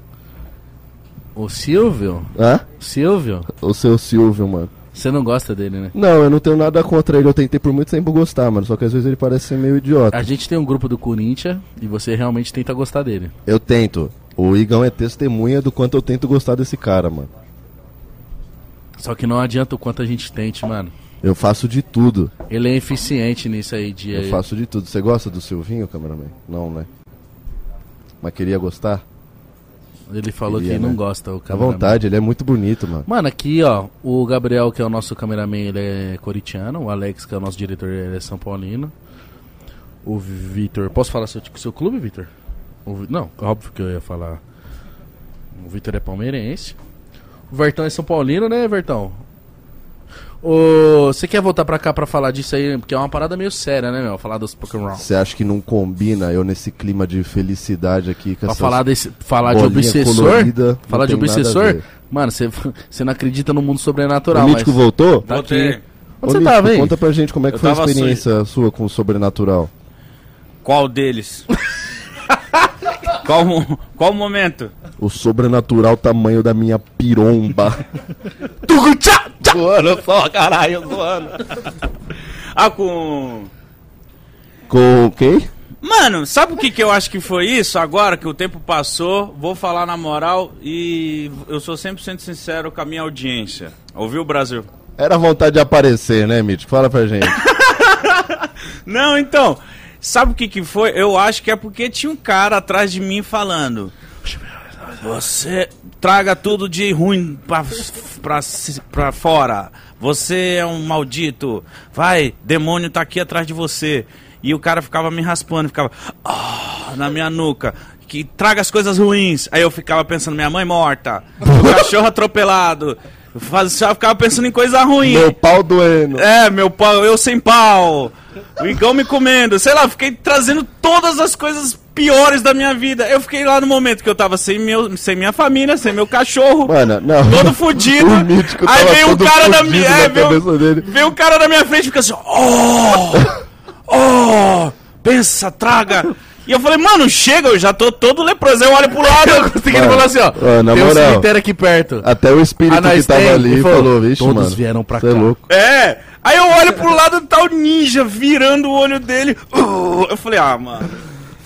Speaker 1: O Silvio?
Speaker 4: Hã?
Speaker 1: Silvio?
Speaker 4: O seu Silvio, mano.
Speaker 1: Você não gosta dele, né?
Speaker 4: Não, eu não tenho nada contra ele. Eu tentei por muito tempo gostar, mano. Só que às vezes ele parece ser meio idiota.
Speaker 1: A gente tem um grupo do Corinthians e você realmente tenta gostar dele.
Speaker 4: Eu tento. O Igão é testemunha do quanto eu tento gostar desse cara, mano.
Speaker 1: Só que não adianta o quanto a gente tente, mano.
Speaker 4: Eu faço de tudo.
Speaker 1: Ele é eficiente nisso aí de.
Speaker 4: Eu faço de tudo. Você gosta do Silvinho, cameraman? Não, né? Mas queria gostar?
Speaker 1: Ele falou
Speaker 4: Queria,
Speaker 1: que não
Speaker 4: né?
Speaker 1: gosta o
Speaker 4: Fica à
Speaker 1: cameraman.
Speaker 4: vontade, ele é muito bonito, mano.
Speaker 1: Mano, aqui, ó, o Gabriel, que é o nosso cameraman, ele é coritiano. O Alex, que é o nosso diretor, ele é São Paulino. O Vitor. Posso falar seu, tipo, seu clube, Vitor? O Vi- Não, óbvio que eu ia falar. O Vitor é palmeirense. O Vertão é São Paulino, né, Vertão? Ô, Você quer voltar pra cá pra falar disso aí? Porque é uma parada meio séria, né, meu? Falar dos Pokémon.
Speaker 4: Você acha que não combina eu nesse clima de felicidade aqui com
Speaker 1: Pra
Speaker 4: essas...
Speaker 1: falar, desse, falar de
Speaker 4: bolinha
Speaker 1: obsessor?
Speaker 4: colorida, não
Speaker 1: falar de
Speaker 4: tem nada a
Speaker 1: obsessor?
Speaker 4: ver.
Speaker 1: Mano, você (laughs) você não acredita no mundo sobrenatural,
Speaker 4: O Mítico
Speaker 1: mas...
Speaker 4: voltou?
Speaker 1: Tá
Speaker 2: Voltei.
Speaker 1: aqui. Onde
Speaker 4: Ô,
Speaker 1: você
Speaker 4: Mítico,
Speaker 1: tava, hein?
Speaker 4: Conta pra gente como é que
Speaker 2: Eu
Speaker 4: foi a
Speaker 2: tava
Speaker 4: experiência sua com o sobrenatural.
Speaker 2: Qual
Speaker 4: (laughs)
Speaker 2: deles? qual, mo- qual momento?
Speaker 4: O sobrenatural tamanho da minha
Speaker 1: (laughs)
Speaker 4: piromba.
Speaker 2: Zoando só, caralho, zoando. ah, com...
Speaker 4: com quem?
Speaker 2: Mano, sabe o que, que eu acho que foi isso? Agora que o tempo passou, vou falar na moral e eu sou 100% sincero com a minha audiência. Ouviu, Brasil?
Speaker 4: Era vontade de aparecer, né, Mítico? Fala pra
Speaker 1: (laughs)
Speaker 4: gente.
Speaker 2: Não, então, sabe o que que foi? Eu acho que é porque tinha um cara atrás de mim falando. Você traga tudo de ruim pra, pra, pra fora. Você é um maldito. Vai, demônio tá aqui atrás de você. E o cara ficava me raspando, ficava "Ah", na minha nuca. Que traga as coisas ruins. Aí eu ficava pensando, minha mãe morta, o cachorro atropelado. Faz- Eu ficava pensando em coisa ruim.
Speaker 4: Meu pau doendo.
Speaker 2: É, meu pau, eu sem pau. O Igão me comendo. Sei lá, fiquei trazendo todas as coisas piores da minha vida. Eu fiquei lá no momento que eu tava sem, meu, sem minha família, sem meu cachorro.
Speaker 4: Mano, não.
Speaker 2: Todo fudido.
Speaker 4: O mítico
Speaker 2: Aí
Speaker 4: tava
Speaker 2: veio um
Speaker 4: todo
Speaker 2: cara da
Speaker 4: fudido
Speaker 2: minha.
Speaker 4: na
Speaker 2: É, veio,
Speaker 4: cabeça dele.
Speaker 2: veio um cara da minha frente e fica assim, ó! Ó! pensa, traga! E eu falei, mano, chega, eu já tô todo leproso. Aí Eu olho pro lado, eu consegui
Speaker 1: Ele
Speaker 4: Mano,
Speaker 1: falou assim, ó,
Speaker 4: ó, na
Speaker 1: tem um
Speaker 4: moral.
Speaker 1: cemitério aqui perto.
Speaker 4: Até o espírito
Speaker 1: Ah, nós
Speaker 4: que tava
Speaker 1: tem,
Speaker 4: ali
Speaker 1: ele
Speaker 4: falou,
Speaker 1: falou,
Speaker 4: vixe,
Speaker 1: todos
Speaker 4: mano.
Speaker 1: vieram pra
Speaker 4: cê
Speaker 1: cá.
Speaker 4: é louco.
Speaker 2: É! Aí eu olho pro lado tá o ninja virando o olho dele. Uh, eu falei, ah, mano.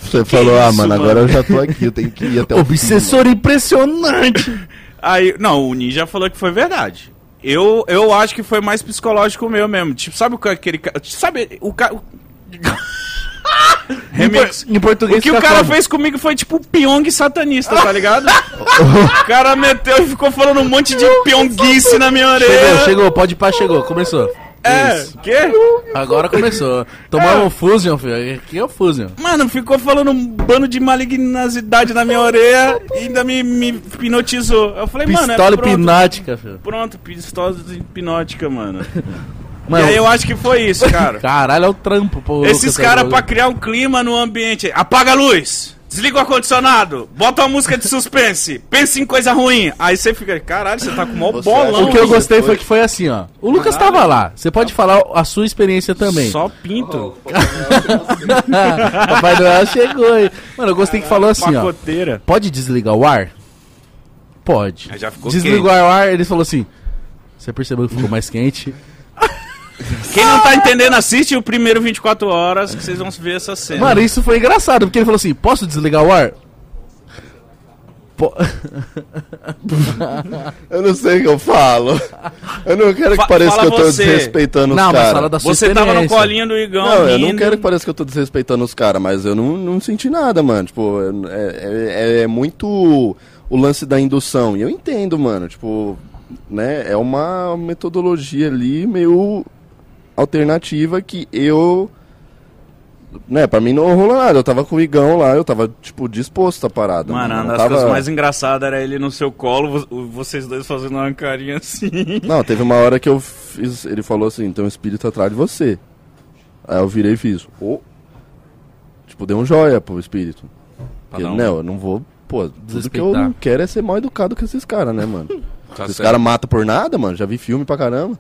Speaker 4: Você falou, ah,
Speaker 2: isso,
Speaker 4: mano,
Speaker 2: mano?
Speaker 4: agora eu já tô aqui, eu tenho que ir até
Speaker 1: (laughs)
Speaker 4: o
Speaker 1: Obsessor impressionante.
Speaker 2: Aí, não, o ninja falou que foi verdade. Eu, eu acho que foi mais psicológico meu mesmo. Tipo, sabe o que aquele cara. Sabe o
Speaker 1: (laughs)
Speaker 2: cara. Remix.
Speaker 1: Em português
Speaker 2: O que o
Speaker 1: fica
Speaker 2: cara
Speaker 1: é como?
Speaker 2: fez comigo foi tipo Pyong satanista,
Speaker 1: (laughs)
Speaker 2: tá ligado? o cara meteu e ficou falando um monte de pyonguice na minha orelha.
Speaker 1: Chegou, chegou, pode ir pra chegou, começou.
Speaker 2: É,
Speaker 1: Isso.
Speaker 2: quê?
Speaker 1: Agora começou. Tomaram um Fusion, filho. Aqui é o Fusion.
Speaker 2: Mano, ficou falando um bando de malignosidade na minha orelha e ainda me, me hipnotizou. Eu falei, mano, é
Speaker 1: Pistola
Speaker 2: pronto,
Speaker 1: hipnática, filho.
Speaker 2: Pronto, pistola hipnótica, mano.
Speaker 1: Mano,
Speaker 2: E aí eu acho que foi isso, cara.
Speaker 1: Caralho, é o trampo, pô.
Speaker 2: Esses
Speaker 1: Lucas,
Speaker 2: caras,
Speaker 1: é
Speaker 2: pra criar um clima no ambiente. Apaga a luz! Desliga o ar-condicionado! Bota uma música de suspense! Pensa em coisa ruim! Aí você fica, caralho, você tá com o maior
Speaker 5: Você
Speaker 2: bolão.
Speaker 5: acha
Speaker 1: O que eu
Speaker 2: hein?
Speaker 1: gostei foi que foi assim, ó. O Lucas tava lá. Você pode falar a sua experiência também.
Speaker 2: Ah, tá. Só pinto.
Speaker 1: (laughs) Papai Noel chegou aí. Mano, eu gostei que falou assim, ó.
Speaker 2: Pacoteira.
Speaker 1: Pode desligar o ar? Pode.
Speaker 2: Aí É, já ficou
Speaker 1: Desligou o ar, ele falou assim. Você percebeu que ficou mais
Speaker 2: (laughs)
Speaker 1: quente?
Speaker 2: Quem não tá entendendo, assiste o primeiro 24 horas que vocês vão ver essa cena.
Speaker 1: Mano, isso foi engraçado, porque ele falou assim: posso desligar o ar? Po-
Speaker 4: Eu não sei o que eu falo. Eu não quero que
Speaker 2: Fa-
Speaker 4: pareça
Speaker 2: fala
Speaker 4: que eu tô
Speaker 2: você.
Speaker 4: desrespeitando os
Speaker 1: Não,
Speaker 4: caras.
Speaker 1: mas fala da sua
Speaker 2: Você tava no
Speaker 1: experiência.
Speaker 2: colinho do Igão.
Speaker 4: Não, eu não
Speaker 2: rindo.
Speaker 4: quero que pareça que eu tô desrespeitando os caras, mas eu não, não senti nada, mano. Tipo, é, é- é muito o lance da indução. E eu entendo, mano. Tipo, né? É uma metodologia ali meio alternativa que eu. Né, pra mim não rolou nada. Eu tava com o Igão lá, eu tava, tipo, disposto à parada.
Speaker 2: Mano,
Speaker 4: eu
Speaker 2: uma
Speaker 4: não
Speaker 2: das
Speaker 4: tava-
Speaker 2: coisas mais engraçadas era ele no seu colo, vo- vocês dois fazendo uma carinha assim.
Speaker 4: Não, teve uma hora que eu fiz. Ele falou assim: tem um espírito atrás de você. Aí eu virei e fiz. "Ô". Tipo, dei um joia pro espírito. Porque,
Speaker 2: dar um-
Speaker 4: Não, eu não vou. Pô, tudo que eu
Speaker 1: Desrespeitar.
Speaker 4: não quero é ser mal educado com esses caras,
Speaker 2: (laughs)
Speaker 4: né, mano?
Speaker 2: Tá
Speaker 4: esses caras matam por nada, mano. Já vi filme pra caramba.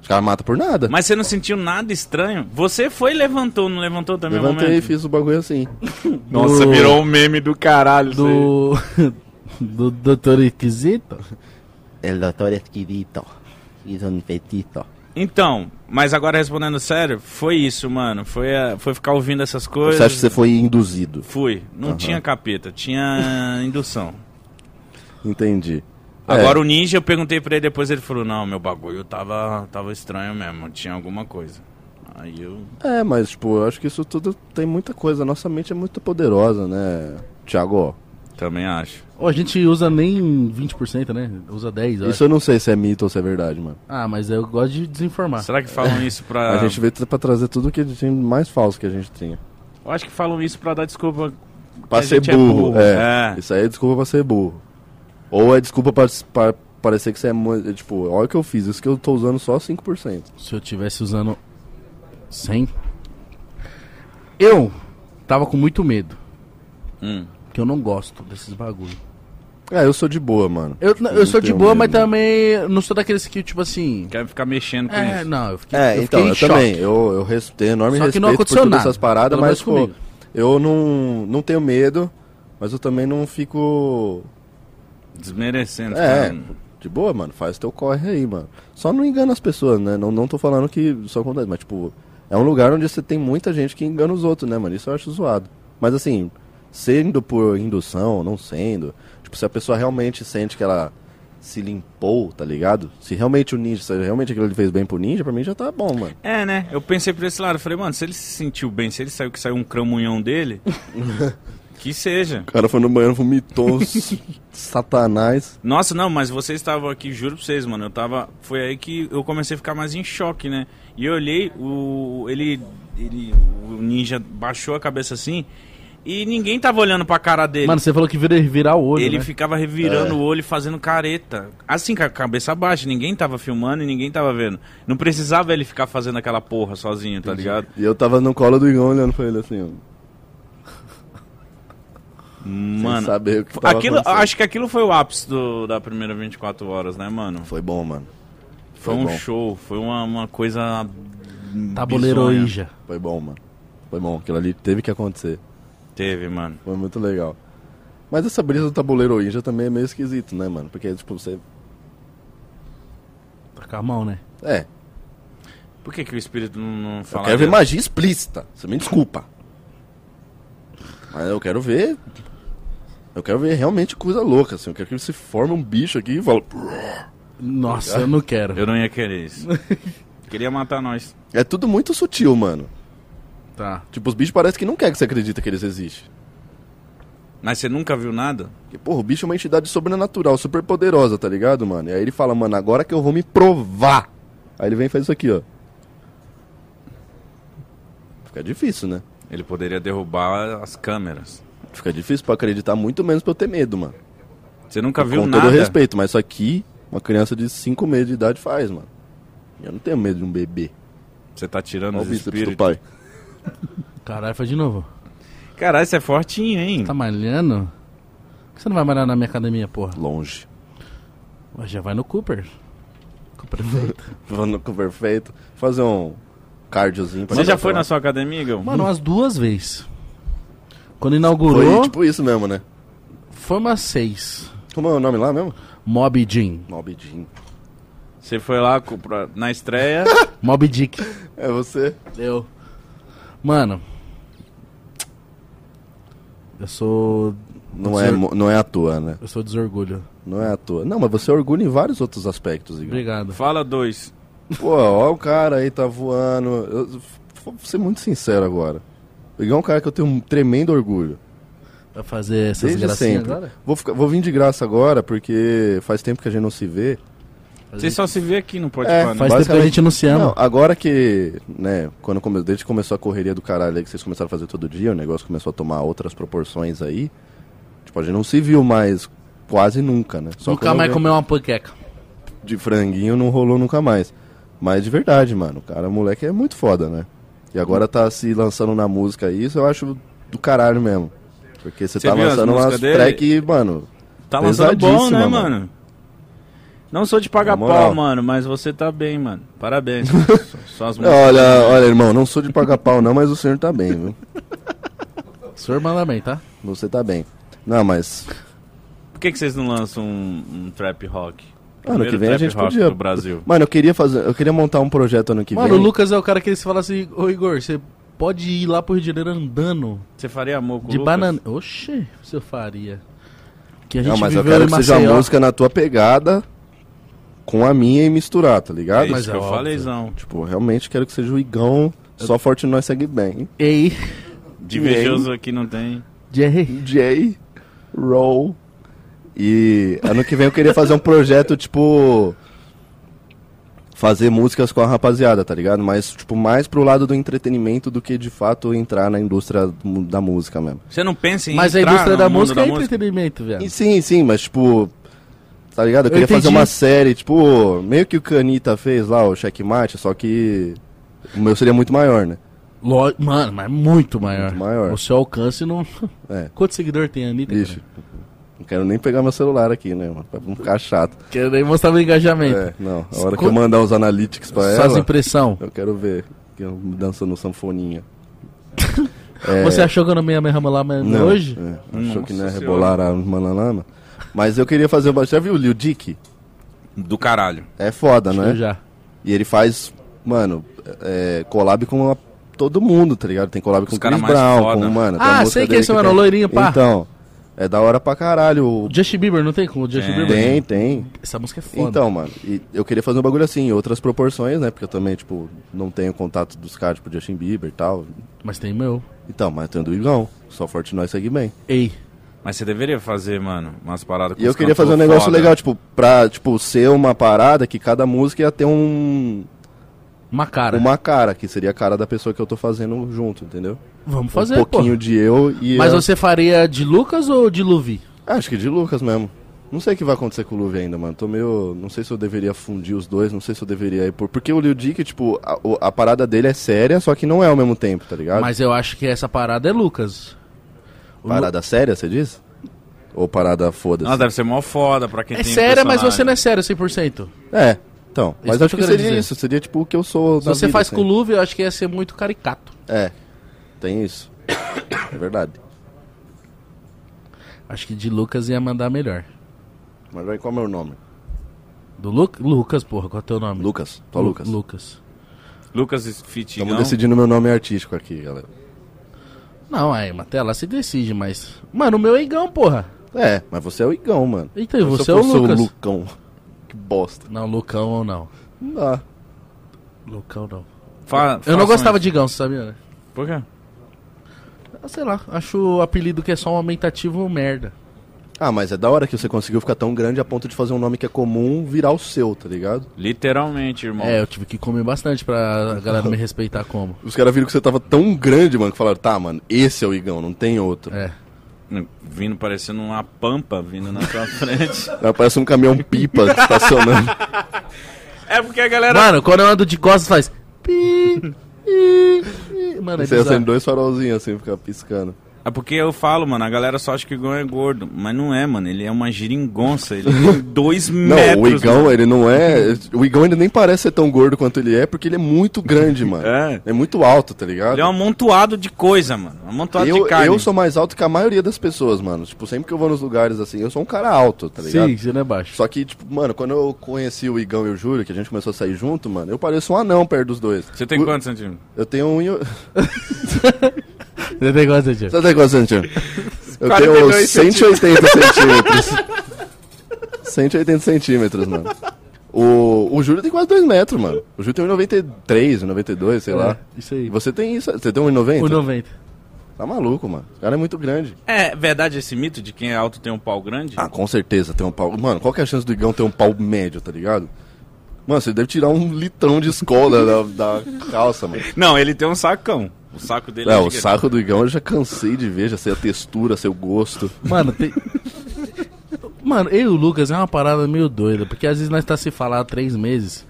Speaker 4: Os caras matam por nada.
Speaker 2: Mas você não sentiu nada estranho? Você foi e levantou, não levantou também o
Speaker 4: Levantei e
Speaker 2: momento?
Speaker 4: fiz o bagulho assim.
Speaker 2: Nossa,
Speaker 1: Do-
Speaker 2: virou um meme do caralho. isso
Speaker 1: Do. (laughs) Do Doutor Inquisito?
Speaker 5: El doctor esquisito. Hizo un um petito.
Speaker 2: aí. Então, mas agora respondendo sério, foi isso, mano. Foi, a- foi ficar ouvindo essas coisas.
Speaker 4: Você acha que você foi induzido?
Speaker 2: Fui. Não tinha capeta,
Speaker 4: (laughs)
Speaker 2: tinha indução.
Speaker 4: Entendi. É.
Speaker 2: Agora o ninja, eu perguntei pra ele depois, ele falou, não, meu bagulho tava, tava estranho mesmo, tinha alguma coisa. Aí eu...
Speaker 4: É, mas, tipo, eu acho que isso tudo tem muita coisa. Nossa mente é muito poderosa, né, Thiago?
Speaker 2: Também acho.
Speaker 1: Ô, a gente usa nem 20%, né? Usa 10%. eu
Speaker 4: Isso
Speaker 1: acho.
Speaker 4: eu não sei se é mito ou se é verdade, mano.
Speaker 1: Ah, mas eu gosto de desinformar.
Speaker 2: Será que falam isso pra...
Speaker 4: A
Speaker 1: Ah.
Speaker 4: gente veio pra trazer tudo que tinha mais falso que a gente tinha.
Speaker 2: Eu acho que falam isso pra dar desculpa.
Speaker 4: Pra
Speaker 2: a
Speaker 4: ser
Speaker 2: gente é
Speaker 4: burro,
Speaker 2: burro,
Speaker 4: é.
Speaker 2: é.
Speaker 4: Isso aí é desculpa pra ser burro. Ou é desculpa pra, pra parecer que você é muito. Tipo, olha o que eu fiz, isso que eu tô usando só 5%.
Speaker 1: Se eu tivesse usando 100? Eu tava com muito medo.
Speaker 2: Hum.
Speaker 1: Que eu não gosto desses bagulho.
Speaker 4: Ah, eu sou de boa, mano.
Speaker 1: Eu,
Speaker 4: Tipo,
Speaker 1: eu sou
Speaker 4: não
Speaker 1: de
Speaker 4: tenho
Speaker 1: boa,
Speaker 4: medo.
Speaker 1: mas também não sou daqueles que, tipo assim.
Speaker 2: Quer ficar mexendo com
Speaker 1: É,
Speaker 2: isso.
Speaker 1: não, eu fiquei,
Speaker 4: É,
Speaker 1: eu
Speaker 4: então,
Speaker 1: fiquei em
Speaker 4: eu
Speaker 1: choque.
Speaker 4: também. Eu, eu res, tenho enorme
Speaker 1: Só que
Speaker 4: respeito
Speaker 1: não
Speaker 4: por
Speaker 1: aconteceu
Speaker 4: todas
Speaker 1: nada,
Speaker 4: essas paradas,
Speaker 1: pelo menos
Speaker 4: mas, pô,
Speaker 1: comigo.
Speaker 4: eu não, não tenho medo, mas eu também não fico.
Speaker 2: Desmerecendo.
Speaker 4: É,
Speaker 2: ficando-
Speaker 4: de boa, mano. Faz teu corre aí, mano. Só não engana as pessoas, né? Não, não tô falando que só acontece, mas tipo, é um lugar onde você tem muita gente que engana os outros, né, mano? Isso eu acho zoado. Mas assim, sendo por indução, não sendo, tipo, se a pessoa realmente sente que ela se limpou, tá ligado? Se realmente o ninja, se realmente aquilo ele fez bem pro ninja, pra mim já tá bom, mano.
Speaker 2: É, né? Eu pensei por esse lado. Eu falei, mano, se ele se sentiu bem, se ele saiu que saiu um
Speaker 1: (laughs)
Speaker 2: cramunhão dele, que seja.
Speaker 4: O cara foi no banheiro, vomitou uns (laughs) satanás.
Speaker 2: Nossa, não, mas vocês estavam aqui, juro pra vocês, mano. Eu tava. Foi aí que eu comecei a ficar mais em choque, né? E eu olhei, o. ele. ele o ninja baixou a cabeça assim. E ninguém tava olhando pra cara dele.
Speaker 1: Mano, você falou que vira, virar o olho,
Speaker 2: ele
Speaker 1: né?
Speaker 2: ficava revirando o olho, e fazendo careta. Assim, com a cabeça baixa. Ninguém tava filmando e ninguém tava vendo. Não precisava ele ficar fazendo aquela porra sozinho, tá ligado?
Speaker 4: E eu tava no colo do Igão olhando pra ele assim, ó.
Speaker 2: Mano,
Speaker 4: sem saber o que tava
Speaker 2: aquilo,
Speaker 4: acontecendo.
Speaker 2: acho que aquilo foi o ápice do- da primeira 24 horas, né, mano?
Speaker 4: Foi bom, mano.
Speaker 2: Foi,
Speaker 4: Foi
Speaker 2: um
Speaker 4: bom.
Speaker 2: show, foi uma, uma coisa.
Speaker 1: Tá Tabuleiro
Speaker 2: bizonha.
Speaker 1: Ija.
Speaker 4: Foi bom, mano. Foi bom. Aquilo ali teve que acontecer.
Speaker 2: Teve, mano.
Speaker 4: Foi muito legal. Mas essa brisa do tabuleiro Inja também é meio esquisito, né, mano? Porque, tipo, você.
Speaker 1: Tá com a mão, né?
Speaker 4: É,
Speaker 2: Por que, que o espírito não, não
Speaker 4: eu
Speaker 2: fala?
Speaker 4: quero ver
Speaker 2: dele?
Speaker 4: magia explícita. Você me desculpa. Mas eu quero ver. Eu quero ver realmente coisa louca, assim. Eu quero que se forme um bicho aqui e fala.
Speaker 1: Nossa, eu não quero.
Speaker 2: Eu não ia querer
Speaker 4: (laughs)
Speaker 2: isso. Queria matar nós.
Speaker 4: É tudo muito sutil, mano.
Speaker 1: Tá.
Speaker 4: Tipo, os bichos parecem que não quer que você acredita que eles existem.
Speaker 2: Mas você nunca viu nada?
Speaker 4: Porque, porra, o bicho é uma entidade sobrenatural, super poderosa, tá ligado, mano? E aí ele fala, mano, agora que eu vou me provar. Aí ele vem e faz isso aqui, ó. Fica difícil, né?
Speaker 2: Ele poderia derrubar as câmeras.
Speaker 4: Fica difícil pra acreditar, muito menos pra eu ter medo, mano.
Speaker 2: Você nunca viu
Speaker 4: Com
Speaker 2: nada?
Speaker 4: todo respeito, mas isso aqui, uma criança de 5 meses de idade faz, mano. Eu não tenho medo de um bebê.
Speaker 2: Você tá tirando
Speaker 4: Olha o
Speaker 2: os
Speaker 4: bíceps do
Speaker 2: espíritos.
Speaker 4: pai.
Speaker 1: Caralho, faz de novo.
Speaker 2: Caralho, você é fortinho, hein?
Speaker 1: Tá malhando? Por que você não vai malhar na minha academia, porra?
Speaker 4: Longe.
Speaker 1: Ué, Já vai no Cooper. Cooper feito.
Speaker 4: Vando com perfeito. Fazer um cardiozinho pra um
Speaker 2: Você já
Speaker 4: pra
Speaker 2: foi
Speaker 4: lá.
Speaker 2: na sua academia, Igão?
Speaker 1: Mano, umas duas vezes. Quando inaugurou,
Speaker 4: Foi
Speaker 1: foi,
Speaker 4: tipo isso mesmo, né?
Speaker 1: umas seis.
Speaker 4: Como é o nome lá mesmo?
Speaker 1: Mob Jim.
Speaker 4: Nobidinho.
Speaker 2: Você foi lá co- pra-
Speaker 1: (laughs)
Speaker 2: na estreia.
Speaker 1: Mob Dick.
Speaker 4: É você?
Speaker 1: Eu. Mano. Eu sou.
Speaker 4: Não é, mo- não é à toa, né?
Speaker 1: Eu sou desorgulho.
Speaker 4: Não é à toa. Não, mas você orgulha em vários outros aspectos, Igor.
Speaker 1: Obrigado.
Speaker 2: Fala dois.
Speaker 4: Pô, ó o cara aí, tá voando. Eu, vou ser muito sincero agora. O Igor é um cara que eu tenho um tremendo orgulho.
Speaker 1: Vai fazer essas
Speaker 4: Desde
Speaker 1: gracinhas
Speaker 4: sempre.
Speaker 1: agora?
Speaker 4: Vou, ficar- vou vir de graça agora, porque faz tempo que a gente não se vê.
Speaker 2: Você só se vê aqui no Pode
Speaker 4: É,
Speaker 2: Pá, né?
Speaker 1: Faz tempo que a
Speaker 4: Basicamente-
Speaker 1: gente não se ama.
Speaker 4: Não, agora que, né, quando come... desde que começou a correria do caralho aí, que vocês começaram a fazer todo dia, o negócio começou a tomar outras proporções aí. Tipo, a gente não se viu mais quase nunca, né? Só
Speaker 1: Nunca
Speaker 4: quando
Speaker 1: mais
Speaker 4: eu-
Speaker 1: comeu uma panqueca.
Speaker 4: De franguinho não rolou nunca mais. Mas de verdade, mano, o cara, o moleque é muito foda, né? E agora tá se lançando na música aí, isso eu acho do caralho mesmo. Porque você
Speaker 2: Você
Speaker 4: tá
Speaker 2: viu as
Speaker 4: lançando
Speaker 2: músicas
Speaker 4: umas
Speaker 2: dele?
Speaker 4: track, mano,
Speaker 2: Tá lançando bom, né,
Speaker 4: Pesadíssima,
Speaker 2: mano?
Speaker 4: mano.
Speaker 2: Não sou de
Speaker 4: Na
Speaker 2: pagar pau,
Speaker 4: moral.
Speaker 2: mano, mas você tá bem, mano.
Speaker 4: (laughs)
Speaker 2: Parabéns. Só as músicas.
Speaker 4: Olha, olha, irmão, não sou de pagar pau não, mas o senhor tá bem, viu?
Speaker 1: O senhor manda bem, tá?
Speaker 4: Você tá bem. Não, mas
Speaker 2: Por que, que vocês não lançam um, um trap rock?
Speaker 4: ano
Speaker 2: Primeiro
Speaker 4: que vem a
Speaker 2: trap
Speaker 4: gente
Speaker 2: rock
Speaker 4: podia.
Speaker 2: do Brasil.
Speaker 4: Mano, eu queria fazer, eu queria montar um projeto ano que
Speaker 1: Mano, o
Speaker 4: vem.
Speaker 1: Lucas é o cara que ele se fala assim, ô Igor, você pode ir lá pro Rio de Janeiro andando
Speaker 2: Você faria amor com o
Speaker 1: de
Speaker 2: Lucas?
Speaker 1: banana. Oxi, se eu faria. Que a gente
Speaker 4: Não, mas eu
Speaker 1: viveu
Speaker 4: quero
Speaker 1: em
Speaker 4: que seja
Speaker 1: Maceió.
Speaker 4: música na tua pegada com a minha e misturar, tá
Speaker 2: É
Speaker 4: ligado?
Speaker 2: isso
Speaker 1: Mas
Speaker 2: que
Speaker 1: é
Speaker 2: eu
Speaker 1: óbvio.
Speaker 2: falei, não.
Speaker 4: Tipo, realmente quero que seja o Igão,
Speaker 2: É
Speaker 4: só forte nós segue bem.
Speaker 1: Ei,
Speaker 2: De invejoso aqui não tem.
Speaker 1: Jerry.
Speaker 4: J Roll. E ano que vem eu queria fazer um projeto tipo fazer músicas com a rapaziada, tá ligado? Mas tipo mais pro lado do entretenimento do que de fato entrar na indústria mu- da música mesmo.
Speaker 2: Você não pensa em
Speaker 1: Mas a
Speaker 2: entrar
Speaker 1: indústria
Speaker 2: no
Speaker 1: da
Speaker 2: mundo
Speaker 1: música é entretenimento, velho.
Speaker 4: E sim, sim, mas tipo tá ligado? Eu
Speaker 1: Eu
Speaker 4: queria fazer
Speaker 1: entendi.
Speaker 4: uma série, tipo, meio que o Canita fez lá, o Checkmate, só que o meu seria muito maior, né?
Speaker 1: Lo- Mano, mas muito maior.
Speaker 4: Muito maior.
Speaker 1: O seu alcance não. (laughs)
Speaker 4: É.
Speaker 1: Quanto seguidor tem a Anitta?
Speaker 4: Bicho.
Speaker 1: cara?
Speaker 4: Não quero nem pegar meu celular aqui, né, mano? Pra não ficar chato.
Speaker 1: Quero nem mostrar meu engajamento.
Speaker 4: É, não. A hora que
Speaker 1: Escuta-
Speaker 4: eu mandar os analytics pra
Speaker 1: Só as
Speaker 4: ela.
Speaker 1: impressão.
Speaker 4: Eu quero ver que eu dançando
Speaker 1: (laughs)
Speaker 4: sanfoninha.
Speaker 1: Ah, Você achou que eu não me ia me ramolar mas
Speaker 4: É. Não,
Speaker 1: hoje?
Speaker 4: é, achou que não ia
Speaker 2: Nossa
Speaker 4: rebolar a mananana. Mas eu queria fazer uma. Já viu o Lil Dick?
Speaker 2: Do caralho.
Speaker 4: É foda,
Speaker 1: Eu
Speaker 4: né?
Speaker 1: já.
Speaker 4: E ele faz, mano, é, collab com a- todo mundo, tá ligado? Tem collab com o
Speaker 2: cara
Speaker 4: Chris
Speaker 2: mais
Speaker 4: Brown,
Speaker 2: foda.
Speaker 4: com, mano. tem
Speaker 1: Ah,
Speaker 4: a música
Speaker 1: sei quem
Speaker 4: dele
Speaker 1: é esse, mano,
Speaker 4: tem-
Speaker 1: o loirinho, pá.
Speaker 4: Então, é da hora pra caralho. o-
Speaker 1: O Justin Bieber, não tem como? O Justin
Speaker 2: Tem.
Speaker 1: Bieber.
Speaker 4: Tem, tem.
Speaker 1: Essa música é foda.
Speaker 4: Então, mano, e eu queria fazer um bagulho assim, em outras proporções, né? Porque eu também, tipo, não tenho contato dos caras, tipo, Justin Bieber e tal.
Speaker 1: Mas tem meu.
Speaker 4: Então, mas tem do Igão. Só forte nós segue bem.
Speaker 1: Ei.
Speaker 2: Mas você deveria fazer, mano, umas paradas com
Speaker 4: E eu
Speaker 2: os
Speaker 4: queria
Speaker 2: cantor
Speaker 4: fazer um negócio
Speaker 1: né?
Speaker 2: foda.
Speaker 4: legal, tipo, pra tipo, ser uma parada que cada música ia ter um.
Speaker 1: Uma cara.
Speaker 4: Uma cara, que seria a cara da pessoa que eu tô fazendo junto, entendeu?
Speaker 1: Vamos fazer,
Speaker 4: um
Speaker 1: pô.
Speaker 4: pouquinho de eu e.
Speaker 1: Mas
Speaker 4: a-
Speaker 1: você faria de Lucas ou de Luvi?
Speaker 4: Acho que de Lucas mesmo. Não sei o que vai acontecer com o Luvi ainda, mano. Tô meio. Não sei se eu deveria fundir os dois, não sei se eu deveria ir por. Porque o Liu Dick, tipo, a, o- a parada dele é séria, só que não é ao mesmo tempo, tá ligado?
Speaker 1: Mas eu acho que essa parada é Lucas. O Lu-
Speaker 4: Parada séria, você diz? Ou parada foda-se?
Speaker 2: Nossa, deve ser mó foda pra quem
Speaker 1: É
Speaker 2: tem um
Speaker 1: séria, mas
Speaker 2: personagem.
Speaker 1: você não é séria 100%.
Speaker 4: É, então.
Speaker 1: Isso
Speaker 4: Mas
Speaker 1: que eu
Speaker 4: acho que
Speaker 1: quero
Speaker 4: seria
Speaker 1: dizer.
Speaker 4: isso, seria tipo o que eu sou.
Speaker 1: Se
Speaker 4: na
Speaker 1: você
Speaker 4: vida,
Speaker 1: faz
Speaker 4: assim.
Speaker 1: com o Luvi, eu acho que ia ser muito caricato.
Speaker 4: É, tem isso. É verdade.
Speaker 1: Acho que de Lucas ia mandar melhor.
Speaker 4: Mas aí qual é o meu nome?
Speaker 1: Do Lu- Lucas, porra, qual é o teu nome?
Speaker 4: Lucas. Só
Speaker 1: Lu-
Speaker 4: Lucas.
Speaker 1: Lucas.
Speaker 2: Lucas Fitigão.
Speaker 4: Estamos decidindo meu nome artístico aqui, galera.
Speaker 1: Não, aí, até lá se decide, mas. Mano, o meu é Igão, porra.
Speaker 4: É, mas você é o Igão, mano.
Speaker 1: Então, e
Speaker 4: Se eu
Speaker 1: você é o
Speaker 4: fosse
Speaker 1: Lucas.
Speaker 4: Lucão. Que bosta.
Speaker 1: Não, Lucão ou não.
Speaker 4: Não dá.
Speaker 1: Lucão não.
Speaker 2: Fa-
Speaker 1: Eu
Speaker 2: façam
Speaker 1: não gostava
Speaker 2: isso.
Speaker 1: de Igão, você sabia, né?
Speaker 2: Por quê?
Speaker 1: Ah, Sei lá, acho o apelido que é só um aumentativo merda.
Speaker 4: Ah, mas é da hora que você conseguiu ficar tão grande a ponto de fazer um nome que é comum virar o seu, tá ligado?
Speaker 2: Literalmente, irmão.
Speaker 1: É, eu tive que comer bastante
Speaker 4: (laughs)
Speaker 1: pra galera me respeitar como.
Speaker 4: Os caras viram que você tava tão grande, mano, que falaram, tá, mano, esse é o Igão, não tem outro.
Speaker 1: É.
Speaker 2: Vindo parecendo uma pampa vindo na sua (laughs) frente.
Speaker 4: Aí Parece um caminhão pipa estacionando.
Speaker 2: É porque a galera.
Speaker 1: Mano, quando eu ando de costas faz. Pi, pi, pi. Mano, é
Speaker 4: você
Speaker 1: bizarro.
Speaker 4: acende dois farolzinhos assim, fica piscando.
Speaker 2: É porque eu falo, mano, a galera só acha que o Igão é gordo. Mas não é, mano. Ele é uma giringonça. Ele tem
Speaker 4: (laughs)
Speaker 2: dois
Speaker 4: Não,
Speaker 2: metros. né?
Speaker 4: o Igão,
Speaker 2: mano.
Speaker 4: ele não é. O Igão ainda nem parece ser tão gordo quanto ele é, porque ele é muito grande, mano.
Speaker 2: É.
Speaker 4: É muito alto, tá ligado?
Speaker 2: Ele é um amontoado de coisa, mano. Um amontoado
Speaker 4: eu,
Speaker 2: de carne.
Speaker 4: eu sou mais alto que a maioria das pessoas, mano. Tipo, sempre que eu vou nos lugares assim, eu sou um cara alto, tá ligado?
Speaker 1: Sim, você não é baixo.
Speaker 4: Só que, tipo, mano, quando eu conheci o Igão e o Júlio, que a gente começou a sair junto, mano, eu pareço um anão perto dos dois.
Speaker 2: Você tem
Speaker 4: O-
Speaker 2: quantos centímetros?
Speaker 4: Eu tenho um. e o-
Speaker 1: Você tem gosta de
Speaker 4: Você tem Tá quantos centímetros? Eu
Speaker 2: 42
Speaker 4: tenho 180 centímetros. 180 centímetros, mano. O, o Júlio tem quase 2 metros, mano. O Júlio tem 1,93, 1,92, sei lá.
Speaker 1: É, Isso aí.
Speaker 4: E você tem isso? Você tem 1,90?
Speaker 1: O 90.
Speaker 4: Tá maluco, mano. O cara é muito grande.
Speaker 2: É verdade esse mito de quem é alto tem um pau grande?
Speaker 4: Ah, com certeza tem um pau. Mano, qual que é a chance do Igão ter um pau médio, tá ligado? Mano, você deve tirar um litrão de escola da, da calça, mano.
Speaker 2: Não, ele tem um sacão. O saco dele
Speaker 4: É, o
Speaker 2: gigante.
Speaker 4: saco do Igão eu já cansei de ver, já sei a textura, sei o gosto.
Speaker 1: Mano, tem. (laughs) Mano, eu e o Lucas é uma parada meio doida, porque às vezes nós tá se falar há três meses,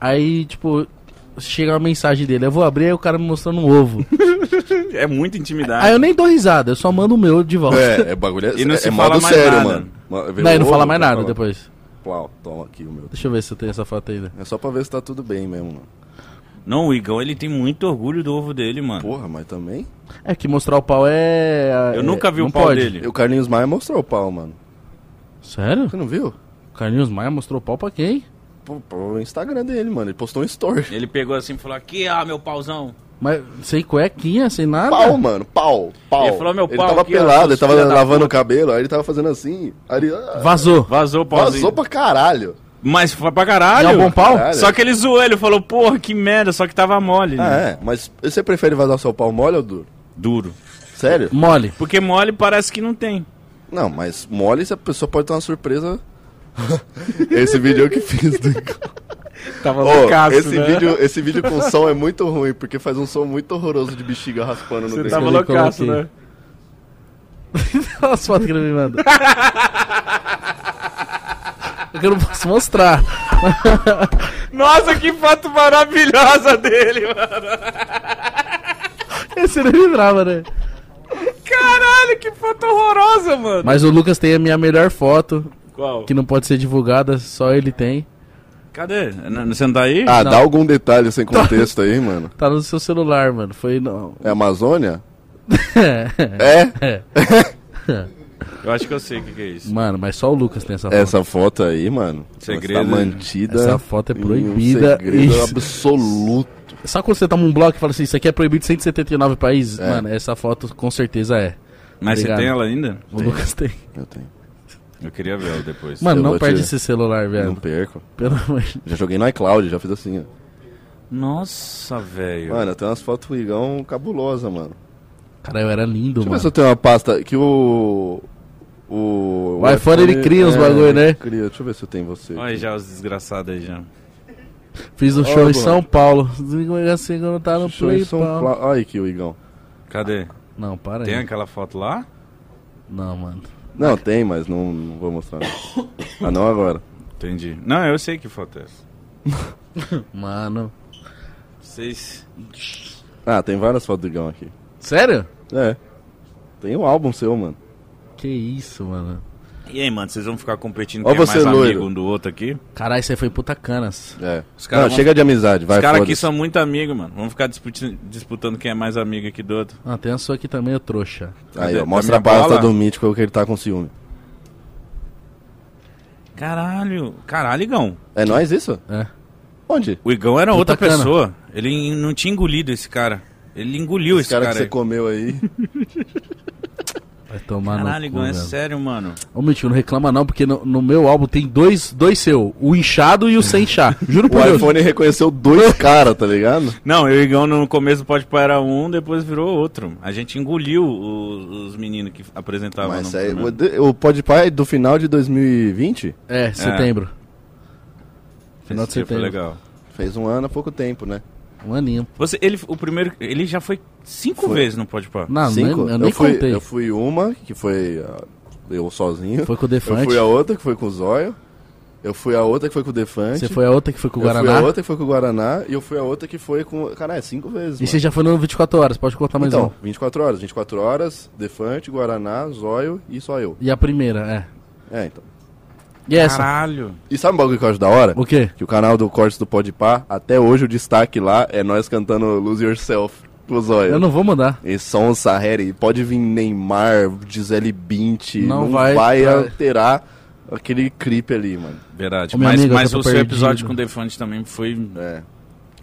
Speaker 1: aí, tipo, chega uma mensagem dele, eu vou abrir, aí o cara me mostrando um ovo.
Speaker 2: É muita intimidade.
Speaker 1: Aí eu nem dou risada, eu só mando o meu de volta.
Speaker 4: É, é bagulho. É,
Speaker 2: E não
Speaker 4: é,
Speaker 2: se
Speaker 4: é
Speaker 2: fala
Speaker 4: modo
Speaker 2: mais
Speaker 4: sério,
Speaker 2: nada.
Speaker 4: mano. Ma- vê
Speaker 1: Daí não
Speaker 4: ovo,
Speaker 2: tá
Speaker 1: fala mais
Speaker 4: vai
Speaker 1: nada
Speaker 4: falar,
Speaker 1: depois.
Speaker 4: Plau, toma aqui o meu.
Speaker 1: Deixa eu ver se eu tenho essa foto ainda.
Speaker 4: É só pra ver se tá tudo bem mesmo, mano.
Speaker 2: Não, o Igão, ele tem muito orgulho do ovo dele, mano.
Speaker 4: Porra, mas também.
Speaker 1: É que mostrar o pau é.
Speaker 2: Eu
Speaker 1: é-
Speaker 2: nunca vi
Speaker 1: não
Speaker 2: o pau
Speaker 1: pode.
Speaker 2: dele.
Speaker 4: E o Carlinhos Maia mostrou o pau, mano.
Speaker 1: Sério?
Speaker 4: Você não viu?
Speaker 1: O Carlinhos Maia mostrou o pau pra quem?
Speaker 4: Pô, pô, o Instagram dele, mano. Ele postou um story.
Speaker 2: Ele pegou assim e falou, aqui, ah, meu pauzão.
Speaker 1: Mas sem cuequinha, sem nada.
Speaker 4: Pau, mano, pau, pau.
Speaker 2: Ele falou, meu
Speaker 4: Ele
Speaker 2: pau
Speaker 4: tava
Speaker 2: aqui, ó,
Speaker 4: pelado,
Speaker 2: seus
Speaker 4: ele tava
Speaker 2: filha da
Speaker 4: lavando o cabelo, aí ele tava fazendo assim. Aí ele, ah,
Speaker 1: Vazou.
Speaker 2: Vazou o pauzinho.
Speaker 4: vazou pra caralho.
Speaker 2: Mas foi pra caralho.
Speaker 1: E é um bom pau?
Speaker 4: Caralho.
Speaker 2: Só que ele zoou, ele falou, porra, que merda, só que tava mole,
Speaker 4: Ah,
Speaker 2: né?
Speaker 4: é. Mas você prefere vazar o seu pau mole ou duro?
Speaker 2: Duro.
Speaker 4: Sério?
Speaker 1: Mole.
Speaker 2: Porque mole parece que não tem.
Speaker 4: Não, mas mole se a pessoa pode ter uma (laughs) surpresa. esse vídeo eu que fiz do
Speaker 2: Tava
Speaker 4: Ô,
Speaker 2: loucaço,
Speaker 4: esse,
Speaker 2: né?
Speaker 4: vídeo, esse vídeo
Speaker 1: (laughs)
Speaker 4: com som é muito ruim, porque faz um som muito horroroso de bexiga raspando no
Speaker 2: Você
Speaker 4: dente.
Speaker 2: tava
Speaker 1: eu
Speaker 2: loucaço,
Speaker 1: coloquei.
Speaker 2: né?
Speaker 1: (laughs) Olha as fotos que ele me manda. É que Eu não posso mostrar.
Speaker 2: Nossa, que foto maravilhosa dele, mano.
Speaker 1: Esse não lembrava, né?
Speaker 2: Caralho, que foto horrorosa, mano.
Speaker 1: Mas o Lucas tem a minha melhor foto,
Speaker 2: Qual?
Speaker 1: que não pode ser divulgada, só ele tem.
Speaker 2: Cadê? N- Você não tá aí?
Speaker 4: Ah,
Speaker 1: Não.
Speaker 4: dá algum detalhe sem contexto aí, mano.
Speaker 1: Tá no seu celular, mano. Foi não. (laughs)
Speaker 4: É Amazônia? É?
Speaker 2: Eu acho que eu sei o que, que é isso.
Speaker 1: mano, mas só o Lucas tem essa foto.
Speaker 4: É, Essa foto aí, mano.
Speaker 2: Segredo,
Speaker 4: Está
Speaker 2: né?
Speaker 4: mantida.
Speaker 1: Essa foto é
Speaker 4: em
Speaker 1: proibida.
Speaker 4: Um segredo
Speaker 1: Isso.
Speaker 4: absoluto.
Speaker 1: Sabe quando você toma um bloco e fala assim, isso aqui é proibido em 179 países?
Speaker 4: É.
Speaker 1: Mano, essa foto com certeza é.
Speaker 2: Mas
Speaker 1: Obrigado.
Speaker 2: você tem ela ainda?
Speaker 1: O Lucas tem.
Speaker 4: Eu tenho.
Speaker 2: Eu queria ver ela depois.
Speaker 1: Mano,
Speaker 4: Eu
Speaker 1: não
Speaker 4: vou
Speaker 1: perde
Speaker 4: te-
Speaker 1: esse celular,
Speaker 4: Não
Speaker 1: velho.
Speaker 4: perco.
Speaker 1: Pelo amor de
Speaker 4: Já joguei no iCloud, já fiz assim, ó.
Speaker 2: Nossa, velho.
Speaker 4: Mano, eu tenho umas fotos do Igão cabulosa, mano.
Speaker 1: Cara, eu era lindo,
Speaker 4: Deixa eu ver se
Speaker 1: mano.
Speaker 4: eu tenho uma pasta que o. O, é,
Speaker 1: O iPhone, ele cria uns bagulho,
Speaker 4: ele
Speaker 1: né?
Speaker 4: Cria. Deixa eu ver se eu tenho você.
Speaker 2: Olha aí já os desgraçados aí já.
Speaker 1: Fiz um
Speaker 4: Ó,
Speaker 1: show em
Speaker 4: mano.
Speaker 1: São Paulo. Domingo é assim que eu não tá no
Speaker 4: Show
Speaker 1: Play
Speaker 4: em São
Speaker 1: Paulo.
Speaker 4: Paulo. Olha aqui o Igão.
Speaker 2: Cadê?
Speaker 1: Não, para
Speaker 2: Tem
Speaker 1: Ah, aí.
Speaker 2: aquela foto lá?
Speaker 1: Não, mano.
Speaker 4: Não, tem, mas não, não vou mostrar. não. Ah, não agora.
Speaker 2: Entendi. Não, eu sei que foto é essa.
Speaker 1: Mano.
Speaker 2: Vocês.
Speaker 4: Ah, tem várias fotos do Igão aqui.
Speaker 1: Sério?
Speaker 4: É. Tem um álbum seu, mano.
Speaker 1: Que isso, mano.
Speaker 2: E aí, mano, vocês vão ficar competindo
Speaker 4: Ó
Speaker 2: quem é
Speaker 4: você,
Speaker 2: mais
Speaker 4: loiro.
Speaker 2: amigo um do outro aqui?
Speaker 1: Caralho, você foi puta canas.
Speaker 4: É.
Speaker 2: caras
Speaker 4: não,
Speaker 2: vão-
Speaker 4: chega de amizade, vai,
Speaker 2: Os caras aqui
Speaker 4: foda-se.
Speaker 2: são muito amigos, mano. Vamos ficar disputi- disputando quem é mais amigo aqui do outro.
Speaker 1: Ah, tem a sua aqui também, ô trouxa.
Speaker 4: Aí,
Speaker 2: Cadê?
Speaker 4: ó,
Speaker 2: Tá
Speaker 4: mostra a
Speaker 2: minha
Speaker 4: pasta
Speaker 2: bola?
Speaker 4: do Mítico que ele tá com ciúme.
Speaker 2: Caralho. Caralho, Igão.
Speaker 4: É nós isso?
Speaker 1: É.
Speaker 4: Onde?
Speaker 2: O Igão era
Speaker 1: Puta
Speaker 2: outra
Speaker 1: cana.
Speaker 2: pessoa. Ele en- não tinha engolido esse cara. Ele engoliu esse,
Speaker 4: Esse cara,
Speaker 2: cara.
Speaker 4: que você
Speaker 2: aí.
Speaker 4: comeu
Speaker 2: (laughs)
Speaker 4: aí.
Speaker 1: Vai tomar
Speaker 2: Caralho,
Speaker 1: no cu,
Speaker 2: Igão, é
Speaker 1: velho.
Speaker 2: sério, mano.
Speaker 1: Ô, Mitchell, não reclama não, porque no, no meu álbum tem dois, dois seu. O inchado e o sem
Speaker 4: (laughs)
Speaker 1: chá. Juro por
Speaker 4: o
Speaker 1: Deus.
Speaker 4: iPhone
Speaker 2: (laughs)
Speaker 4: reconheceu dois caras, tá ligado?
Speaker 2: Não, eu e o Igão no começo pode parar um, depois virou outro. A gente engoliu o- os meninos que apresentavam.
Speaker 4: Mas
Speaker 2: no
Speaker 4: aí,
Speaker 2: programa.
Speaker 4: o, de- o Podpah é do final de 2020?
Speaker 1: É, setembro. Final de
Speaker 2: Esse dia foi
Speaker 1: setembro.
Speaker 2: legal.
Speaker 4: Fez um ano há pouco tempo, né?
Speaker 1: Um aninho.
Speaker 2: Você, ele, o primeiro, ele já foi cinco
Speaker 4: Foi.
Speaker 2: vezes no Pode Pá.
Speaker 1: Não, nem, eu nem
Speaker 4: fui,
Speaker 1: contei.
Speaker 4: Ah, Eu fui uma, que foi ah, eu sozinho.
Speaker 1: Foi com o Defante.
Speaker 4: Eu fui a outra, que foi com o Zóio. Eu fui a outra, que foi com o Defante.
Speaker 1: Você foi a outra que foi com o
Speaker 4: Eu fui
Speaker 1: Guaraná.
Speaker 4: a outra, que foi com o Guaraná. E eu fui a outra, que foi com... Caralho, é cinco vezes,
Speaker 1: E
Speaker 4: mano.
Speaker 1: você já foi no 24 horas, pode contar mais
Speaker 4: Então,
Speaker 1: um.
Speaker 4: 24 horas. 24 horas, Defante, Guaraná, Zóio e só eu.
Speaker 1: E a primeira, é.
Speaker 4: É, então.
Speaker 1: E essa?
Speaker 2: Caralho.
Speaker 4: E sabe um bagulho que eu acho da hora?
Speaker 1: O quê?
Speaker 4: Que o canal do Cortes do Podpah, até hoje o destaque lá é nós cantando Lose Yourself com o Zóio.
Speaker 1: Eu não vou mudar.
Speaker 4: E Son Saheri, pode vir Neymar, Gisele Bint,
Speaker 1: Não
Speaker 4: não,
Speaker 1: vai
Speaker 4: vai,
Speaker 1: pra-
Speaker 4: alterar aquele clipe ali, mano.
Speaker 2: Verdade.
Speaker 1: Ô, meu
Speaker 2: mas
Speaker 1: amigo, eu
Speaker 2: mas
Speaker 1: tô
Speaker 2: o seu
Speaker 1: perdido.
Speaker 2: episódio com o Defante também foi.
Speaker 4: É.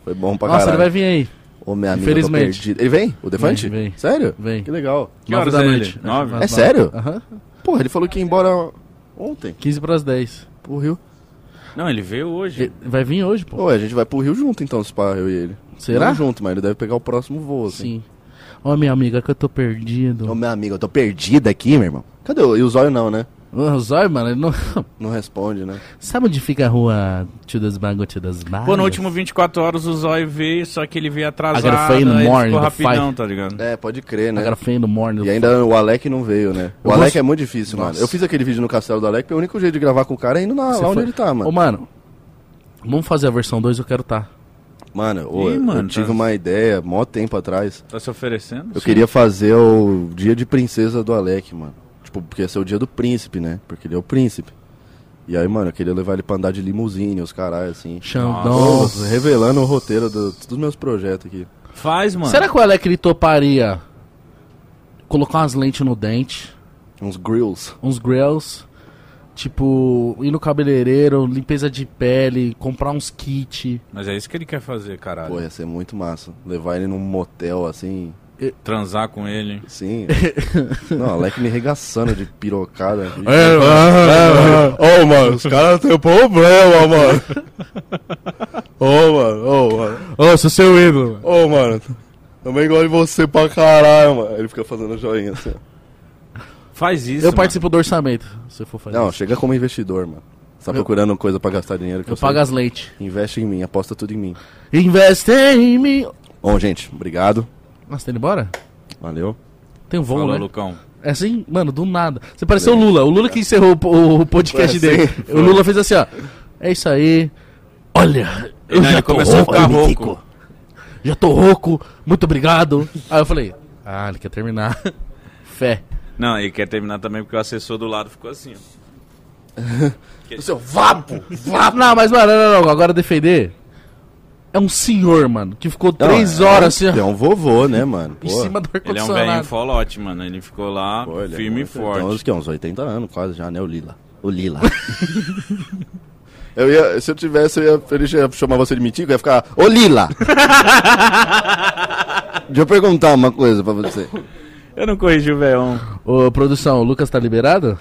Speaker 4: Foi bom pra
Speaker 1: Nossa, ele
Speaker 4: caralho.
Speaker 1: vai vir aí.
Speaker 4: Ô, minha amiga, eu tô
Speaker 1: Infelizmente.
Speaker 4: perdido. Ele vem? O Defante?
Speaker 1: Vem, vem.
Speaker 4: Sério?
Speaker 1: Vem.
Speaker 4: Que legal.
Speaker 2: Que
Speaker 1: Nove
Speaker 2: horas
Speaker 1: da
Speaker 2: é
Speaker 1: noite.
Speaker 2: ele? Nove?
Speaker 1: Às nove.
Speaker 4: É sério?
Speaker 1: Aham.
Speaker 4: Porra, ele falou que ia embora ontem
Speaker 1: 15 pras 10.
Speaker 4: pro Rio.
Speaker 2: Não, ele veio hoje.
Speaker 1: E- Vai vir hoje, pô.
Speaker 4: Pô, a gente vai pro Rio junto então, se pá, eu e ele.
Speaker 1: Será?
Speaker 4: Não junto, mas ele deve pegar o próximo voo, assim.
Speaker 1: Sim. Ó, minha amiga, que eu tô perdido.
Speaker 4: Ô, meu amigo, eu tô perdido aqui, meu irmão. Cadê o... E o Zóio não, né?
Speaker 1: O Zóio, mano, ele não... (laughs)
Speaker 4: Não responde, né?
Speaker 1: Sabe onde fica a rua Tio das Bagos, Tio das Bagos?
Speaker 2: Pô, no último 24 horas o Zóio veio, só que ele veio atrasado.
Speaker 1: Agora foi in the
Speaker 2: aí ele
Speaker 1: morning,
Speaker 2: ficou
Speaker 1: the
Speaker 2: rapidão,
Speaker 1: fight.
Speaker 2: tá ligado?
Speaker 4: É, pode crer, né?
Speaker 1: Agora feio no morning.
Speaker 4: E ainda o Alec não veio, né? O
Speaker 1: Eu
Speaker 4: Alec
Speaker 1: gosto-
Speaker 4: é muito difícil,
Speaker 1: Nossa.
Speaker 4: mano. Eu fiz aquele vídeo no castelo do Alec, porque o único jeito de gravar com o cara é indo na, lá
Speaker 1: Você
Speaker 4: onde
Speaker 1: foi-
Speaker 4: ele tá, mano.
Speaker 1: Ô, mano, vamos fazer a versão 2, eu quero tá.
Speaker 4: Mano, ô,
Speaker 2: Ih,
Speaker 4: eu
Speaker 2: mano,
Speaker 4: tive
Speaker 2: tá-
Speaker 4: uma ideia, mó tempo atrás.
Speaker 2: Tá se oferecendo?
Speaker 4: Eu queria fazer o dia de princesa do Alec, mano. Tipo, porque ia ser o dia do príncipe, né? Porque ele é o príncipe. E aí, mano, eu queria levar ele pra andar de limusine, os caralho, assim.
Speaker 1: Xandão.
Speaker 4: Nossa, revelando o roteiro do- dos meus projetos aqui.
Speaker 2: Faz, mano.
Speaker 1: Será que o Alec ele toparia colocar umas lentes no dente,
Speaker 4: Uns grills.
Speaker 1: uns grills, tipo, ir no cabeleireiro, limpeza de pele, comprar uns kits.
Speaker 2: Mas é isso que ele quer fazer, caralho.
Speaker 4: Pô, ia ser muito massa. Levar ele num motel, assim,
Speaker 2: Transar com ele.
Speaker 4: Sim. (laughs) Não, Alec me regaçando de pirocada. Ô, É, mano, os caras têm um problema, mano. Ô, mano, ô, mano.
Speaker 1: Ô, sou seu ídolo.
Speaker 4: Ô, mano. Também gosto de você pra caralho, mano. Ele fica fazendo joinha assim. ó.
Speaker 2: Faz isso.
Speaker 1: Eu
Speaker 2: mano.
Speaker 1: participo do orçamento, se eu for fazer.
Speaker 4: Não,
Speaker 1: isso.
Speaker 4: chega como investidor, mano. Você tá procurando coisa pra gastar dinheiro que eu,
Speaker 1: eu pago
Speaker 4: sei.
Speaker 1: as lentes.
Speaker 4: Investe em mim, aposta tudo em mim.
Speaker 1: Investe em mim.
Speaker 4: Bom, gente, obrigado.
Speaker 1: Nossa, tá indo embora?
Speaker 4: Valeu.
Speaker 1: Tem um voo,
Speaker 2: Falou,
Speaker 1: né?
Speaker 2: Lucão.
Speaker 1: É assim, mano, do nada. Você pareceu o Lula. O Lula que encerrou o po- o, podcast
Speaker 4: (laughs) Foi
Speaker 1: dele.
Speaker 4: assim.
Speaker 1: O Lula fez assim, ó. É isso aí. Olha, eu
Speaker 2: Ele
Speaker 1: já tô
Speaker 2: começou a
Speaker 1: rouco,
Speaker 2: ficar
Speaker 1: eu me
Speaker 2: rouco.
Speaker 1: fico. Já tô rouco. Muito obrigado. Aí eu falei, ah, ele quer terminar. (laughs) Fé.
Speaker 2: Não, ele quer terminar também porque o assessor do lado ficou assim, ó.
Speaker 4: Seu vapo!
Speaker 1: Ah, Não, mas, mano, não, não, não. Agora defender é um senhor, mano, que ficou três horas assim,
Speaker 4: É
Speaker 1: ó,
Speaker 4: um vovô, né, mano?
Speaker 1: em
Speaker 4: Pô.
Speaker 1: cima do
Speaker 2: Ele é um velhinho
Speaker 1: ar-condicionado.
Speaker 2: folote, mano. Ele ficou lá,
Speaker 4: Pô, ele é
Speaker 2: firme e
Speaker 4: muito-
Speaker 2: forte.
Speaker 4: Então, acho que é uns 80 anos quase já, né? O Lila. O Lila. (laughs) eu ia, se eu tivesse, eu ia, ele ia chamar você de mitico, eu ia ficar, ô
Speaker 1: (laughs)
Speaker 4: Lila! Deixa eu perguntar uma coisa pra você.
Speaker 2: Eu não corrigi o um. velhão.
Speaker 1: Ô, produção, o Lucas tá liberado?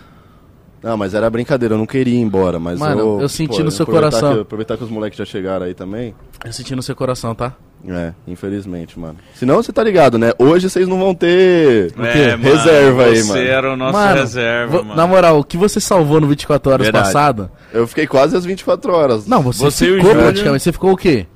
Speaker 4: Não, mas era brincadeira, eu não queria ir embora, mas
Speaker 1: Mano,
Speaker 4: eu...
Speaker 1: eu senti no
Speaker 4: eu
Speaker 1: seu
Speaker 4: aproveitar
Speaker 1: coração.
Speaker 4: que- aproveitar que os moleques já chegaram aí também.
Speaker 1: Eu senti no seu coração, tá?
Speaker 4: É, infelizmente, mano. Senão você tá ligado, né? Hoje vocês não vão ter
Speaker 2: É, mano,
Speaker 4: reserva aí,
Speaker 2: você
Speaker 4: mano.
Speaker 1: é-
Speaker 2: era o nosso
Speaker 1: Mano,
Speaker 2: reserva,
Speaker 1: vo-
Speaker 2: mano.
Speaker 1: Na moral, o que você salvou no 24 horas
Speaker 2: Verdade.
Speaker 1: passada?
Speaker 4: Eu fiquei quase às 24 horas.
Speaker 1: Não, você,
Speaker 2: Você e o
Speaker 1: ficou
Speaker 2: Júlio-
Speaker 1: praticamente. Você ficou o quê?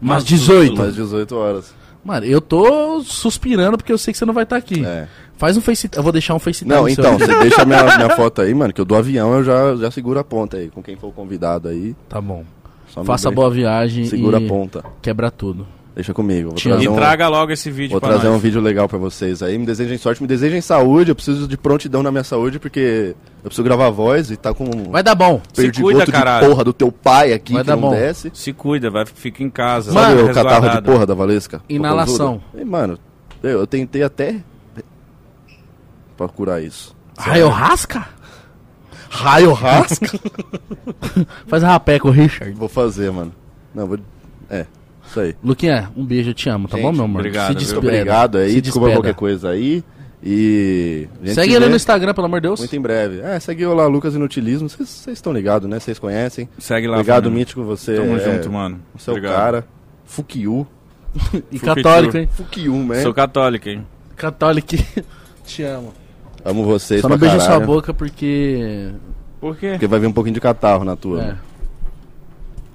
Speaker 1: Umas
Speaker 2: Umas
Speaker 1: 18.
Speaker 4: Às
Speaker 1: (laughs)
Speaker 4: 18 horas.
Speaker 1: Mano, eu tô suspirando porque eu sei que você não vai estar aqui.
Speaker 4: É.
Speaker 1: Faz um face. Eu vou deixar um face
Speaker 4: Não,
Speaker 1: time seu
Speaker 4: então,
Speaker 1: aí.
Speaker 4: você deixa a minha,
Speaker 1: (laughs)
Speaker 4: minha foto aí, mano, que eu do avião eu já, já seguro a ponta aí. Com quem for convidado aí,
Speaker 1: Tá bom.
Speaker 4: só me
Speaker 1: Faça
Speaker 4: deixa-
Speaker 1: boa viagem
Speaker 4: Segura
Speaker 1: e
Speaker 4: a ponta.
Speaker 1: quebra tudo.
Speaker 4: Deixa comigo. Vou
Speaker 1: Te
Speaker 4: trazer,
Speaker 2: E
Speaker 4: um,
Speaker 2: traga logo esse vídeo
Speaker 4: vou
Speaker 2: pra
Speaker 4: trazer um
Speaker 2: nós.
Speaker 4: vídeo legal pra vocês aí. Me desejem sorte, me desejem saúde. Eu preciso de prontidão na minha saúde, porque eu preciso gravar voz e tá com um
Speaker 1: Vai dar bom.
Speaker 2: Se
Speaker 4: perdigoto
Speaker 2: cuida, caralho.
Speaker 4: de porra do teu pai aqui
Speaker 1: Vai
Speaker 4: que
Speaker 1: dar
Speaker 4: não
Speaker 1: bom.
Speaker 4: desce.
Speaker 2: Se cuida, vai, fica em casa.
Speaker 4: Sabe
Speaker 2: vai
Speaker 4: o catarro de
Speaker 2: resguardada.
Speaker 4: porra da Valesca?
Speaker 1: Inalação.
Speaker 4: Popozuda? E, mano, eu, eu tentei até pra curar isso.
Speaker 1: Raio rasca?
Speaker 4: Raio rasca?
Speaker 1: (laughs) Faz rapé com o Richard.
Speaker 4: vou fazer, mano. Não, vou... É, isso aí.
Speaker 1: Luquinha, um beijo, eu te amo, tá
Speaker 4: Gente,
Speaker 1: bom, meu amor?
Speaker 2: obrigado,
Speaker 1: Se
Speaker 2: viu?
Speaker 1: despeda.
Speaker 4: Muito obrigado aí,
Speaker 1: Se
Speaker 4: desculpa
Speaker 1: despeda.
Speaker 4: qualquer coisa aí. E... a gente
Speaker 1: Segue
Speaker 4: se
Speaker 1: ele
Speaker 4: vê
Speaker 1: no Instagram, pelo amor de Deus.
Speaker 4: Muito em breve. É, segue o lá, Lucas Inutilismo. Vocês vocês estão ligados, né? Vocês conhecem.
Speaker 2: Segue lá,
Speaker 4: obrigado,
Speaker 2: Fernando.
Speaker 4: Mítico. Você
Speaker 2: Tamo
Speaker 4: é
Speaker 2: junto, mano.
Speaker 4: o seu
Speaker 2: Obrigado.
Speaker 4: cara. Fukiu.
Speaker 1: E
Speaker 2: Fupitu.
Speaker 1: católico, hein?
Speaker 4: Fukiu, man.
Speaker 2: Sou católico, hein?
Speaker 1: Católico. (laughs) te amo.
Speaker 4: Amo vocês
Speaker 1: Só
Speaker 4: pra
Speaker 1: não beija sua
Speaker 4: caralho.
Speaker 1: boca porque.
Speaker 2: Por quê?
Speaker 4: Porque vai vir um pouquinho de catarro na tua.
Speaker 1: É.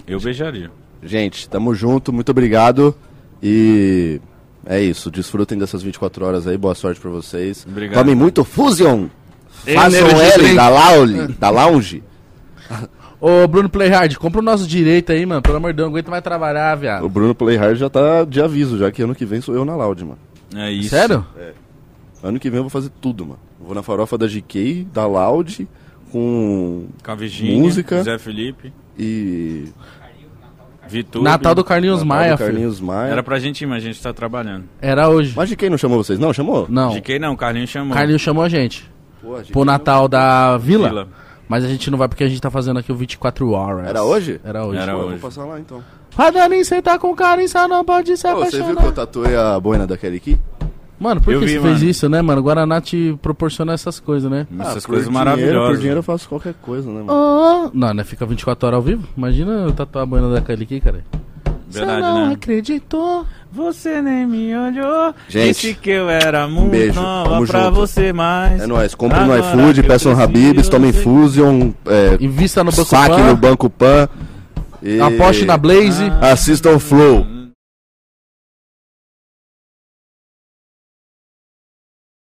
Speaker 2: Eu beijaria.
Speaker 4: Gente, tamo junto, muito obrigado. E é isso, desfrutem dessas 24 horas aí, boa sorte pra vocês.
Speaker 2: Obrigado.
Speaker 4: Tomem muito Fusion! Façam
Speaker 1: é,
Speaker 2: Energy
Speaker 4: L
Speaker 2: drink.
Speaker 4: da Lounge, da Lounge.
Speaker 1: Ô, Bruno Playhard, compra o nosso direito aí, mano. Pelo amor de Deus, não aguento mais trabalhar,
Speaker 4: O
Speaker 1: viado.
Speaker 4: Bruno Playhard já tá de aviso, já que ano que vem sou eu na Lounge, mano.
Speaker 2: É isso.
Speaker 1: Sério?
Speaker 4: Ano que vem eu vou fazer tudo, mano. Vou na farofa da GK, da Lounge, com.
Speaker 2: Com a Virgínia,
Speaker 4: Música.
Speaker 2: Zé Felipe,
Speaker 4: e.
Speaker 2: Vitor.
Speaker 1: Natal do Carlinhos
Speaker 4: Natal do
Speaker 1: Maia, filho.
Speaker 4: Carlinhos Maia.
Speaker 2: Era pra gente ir, mas a gente tá trabalhando.
Speaker 1: Era hoje.
Speaker 4: Mas GK não chamou vocês? Não, chamou?
Speaker 1: Não.
Speaker 2: De quem não? O Carlinhos chamou.
Speaker 1: Carlinhos chamou a gente.
Speaker 4: Pô, a GK
Speaker 1: Pro
Speaker 4: não-
Speaker 1: Natal da Vila.
Speaker 2: Vila.
Speaker 1: Mas a gente não vai porque a gente tá fazendo aqui o 24 horas.
Speaker 4: Era hoje?
Speaker 1: Era hoje.
Speaker 2: Era
Speaker 4: Pô, eu
Speaker 2: hoje.
Speaker 4: Vou passar lá então.
Speaker 1: Radanin, você tá com carência, não pode se
Speaker 4: Pô, você viu
Speaker 1: apaixonar.
Speaker 4: que eu tatuei a boina da Kelly Key?
Speaker 1: Mano, por
Speaker 2: Eu
Speaker 1: que
Speaker 2: vi,
Speaker 1: você
Speaker 2: mano.
Speaker 1: fez isso, né, mano? Guaraná te proporciona essas coisas, né?
Speaker 4: Ah,
Speaker 2: Essas
Speaker 4: por
Speaker 2: coisas
Speaker 4: dinheiro- Por
Speaker 2: maravilhosas.
Speaker 4: dinheiro eu faço qualquer coisa, né, mano?
Speaker 1: Ah, não, né? Fica 24 horas ao vivo. Imagina eu tatuar a boina da Kylie aqui, cara.
Speaker 2: Verdade,
Speaker 1: você é não
Speaker 2: né?
Speaker 1: acreditou.
Speaker 2: Você nem me olhou.
Speaker 4: Gente, um
Speaker 2: disse que eu era muito
Speaker 4: beijo,
Speaker 2: nova
Speaker 4: tamo
Speaker 2: pra
Speaker 4: junto.
Speaker 2: você, mas.
Speaker 4: É nóis,
Speaker 1: Ah,
Speaker 4: comprem no
Speaker 2: agora
Speaker 4: iFood,
Speaker 2: eu
Speaker 4: peçam
Speaker 2: preciso
Speaker 4: Habibs,
Speaker 2: de
Speaker 4: tomem
Speaker 2: você.
Speaker 4: Fusion, é,
Speaker 1: Invista no Banco
Speaker 4: saque
Speaker 1: Pan,
Speaker 4: no Banco Pan. E...
Speaker 1: aposte na Blaze.
Speaker 4: Assistam Flow.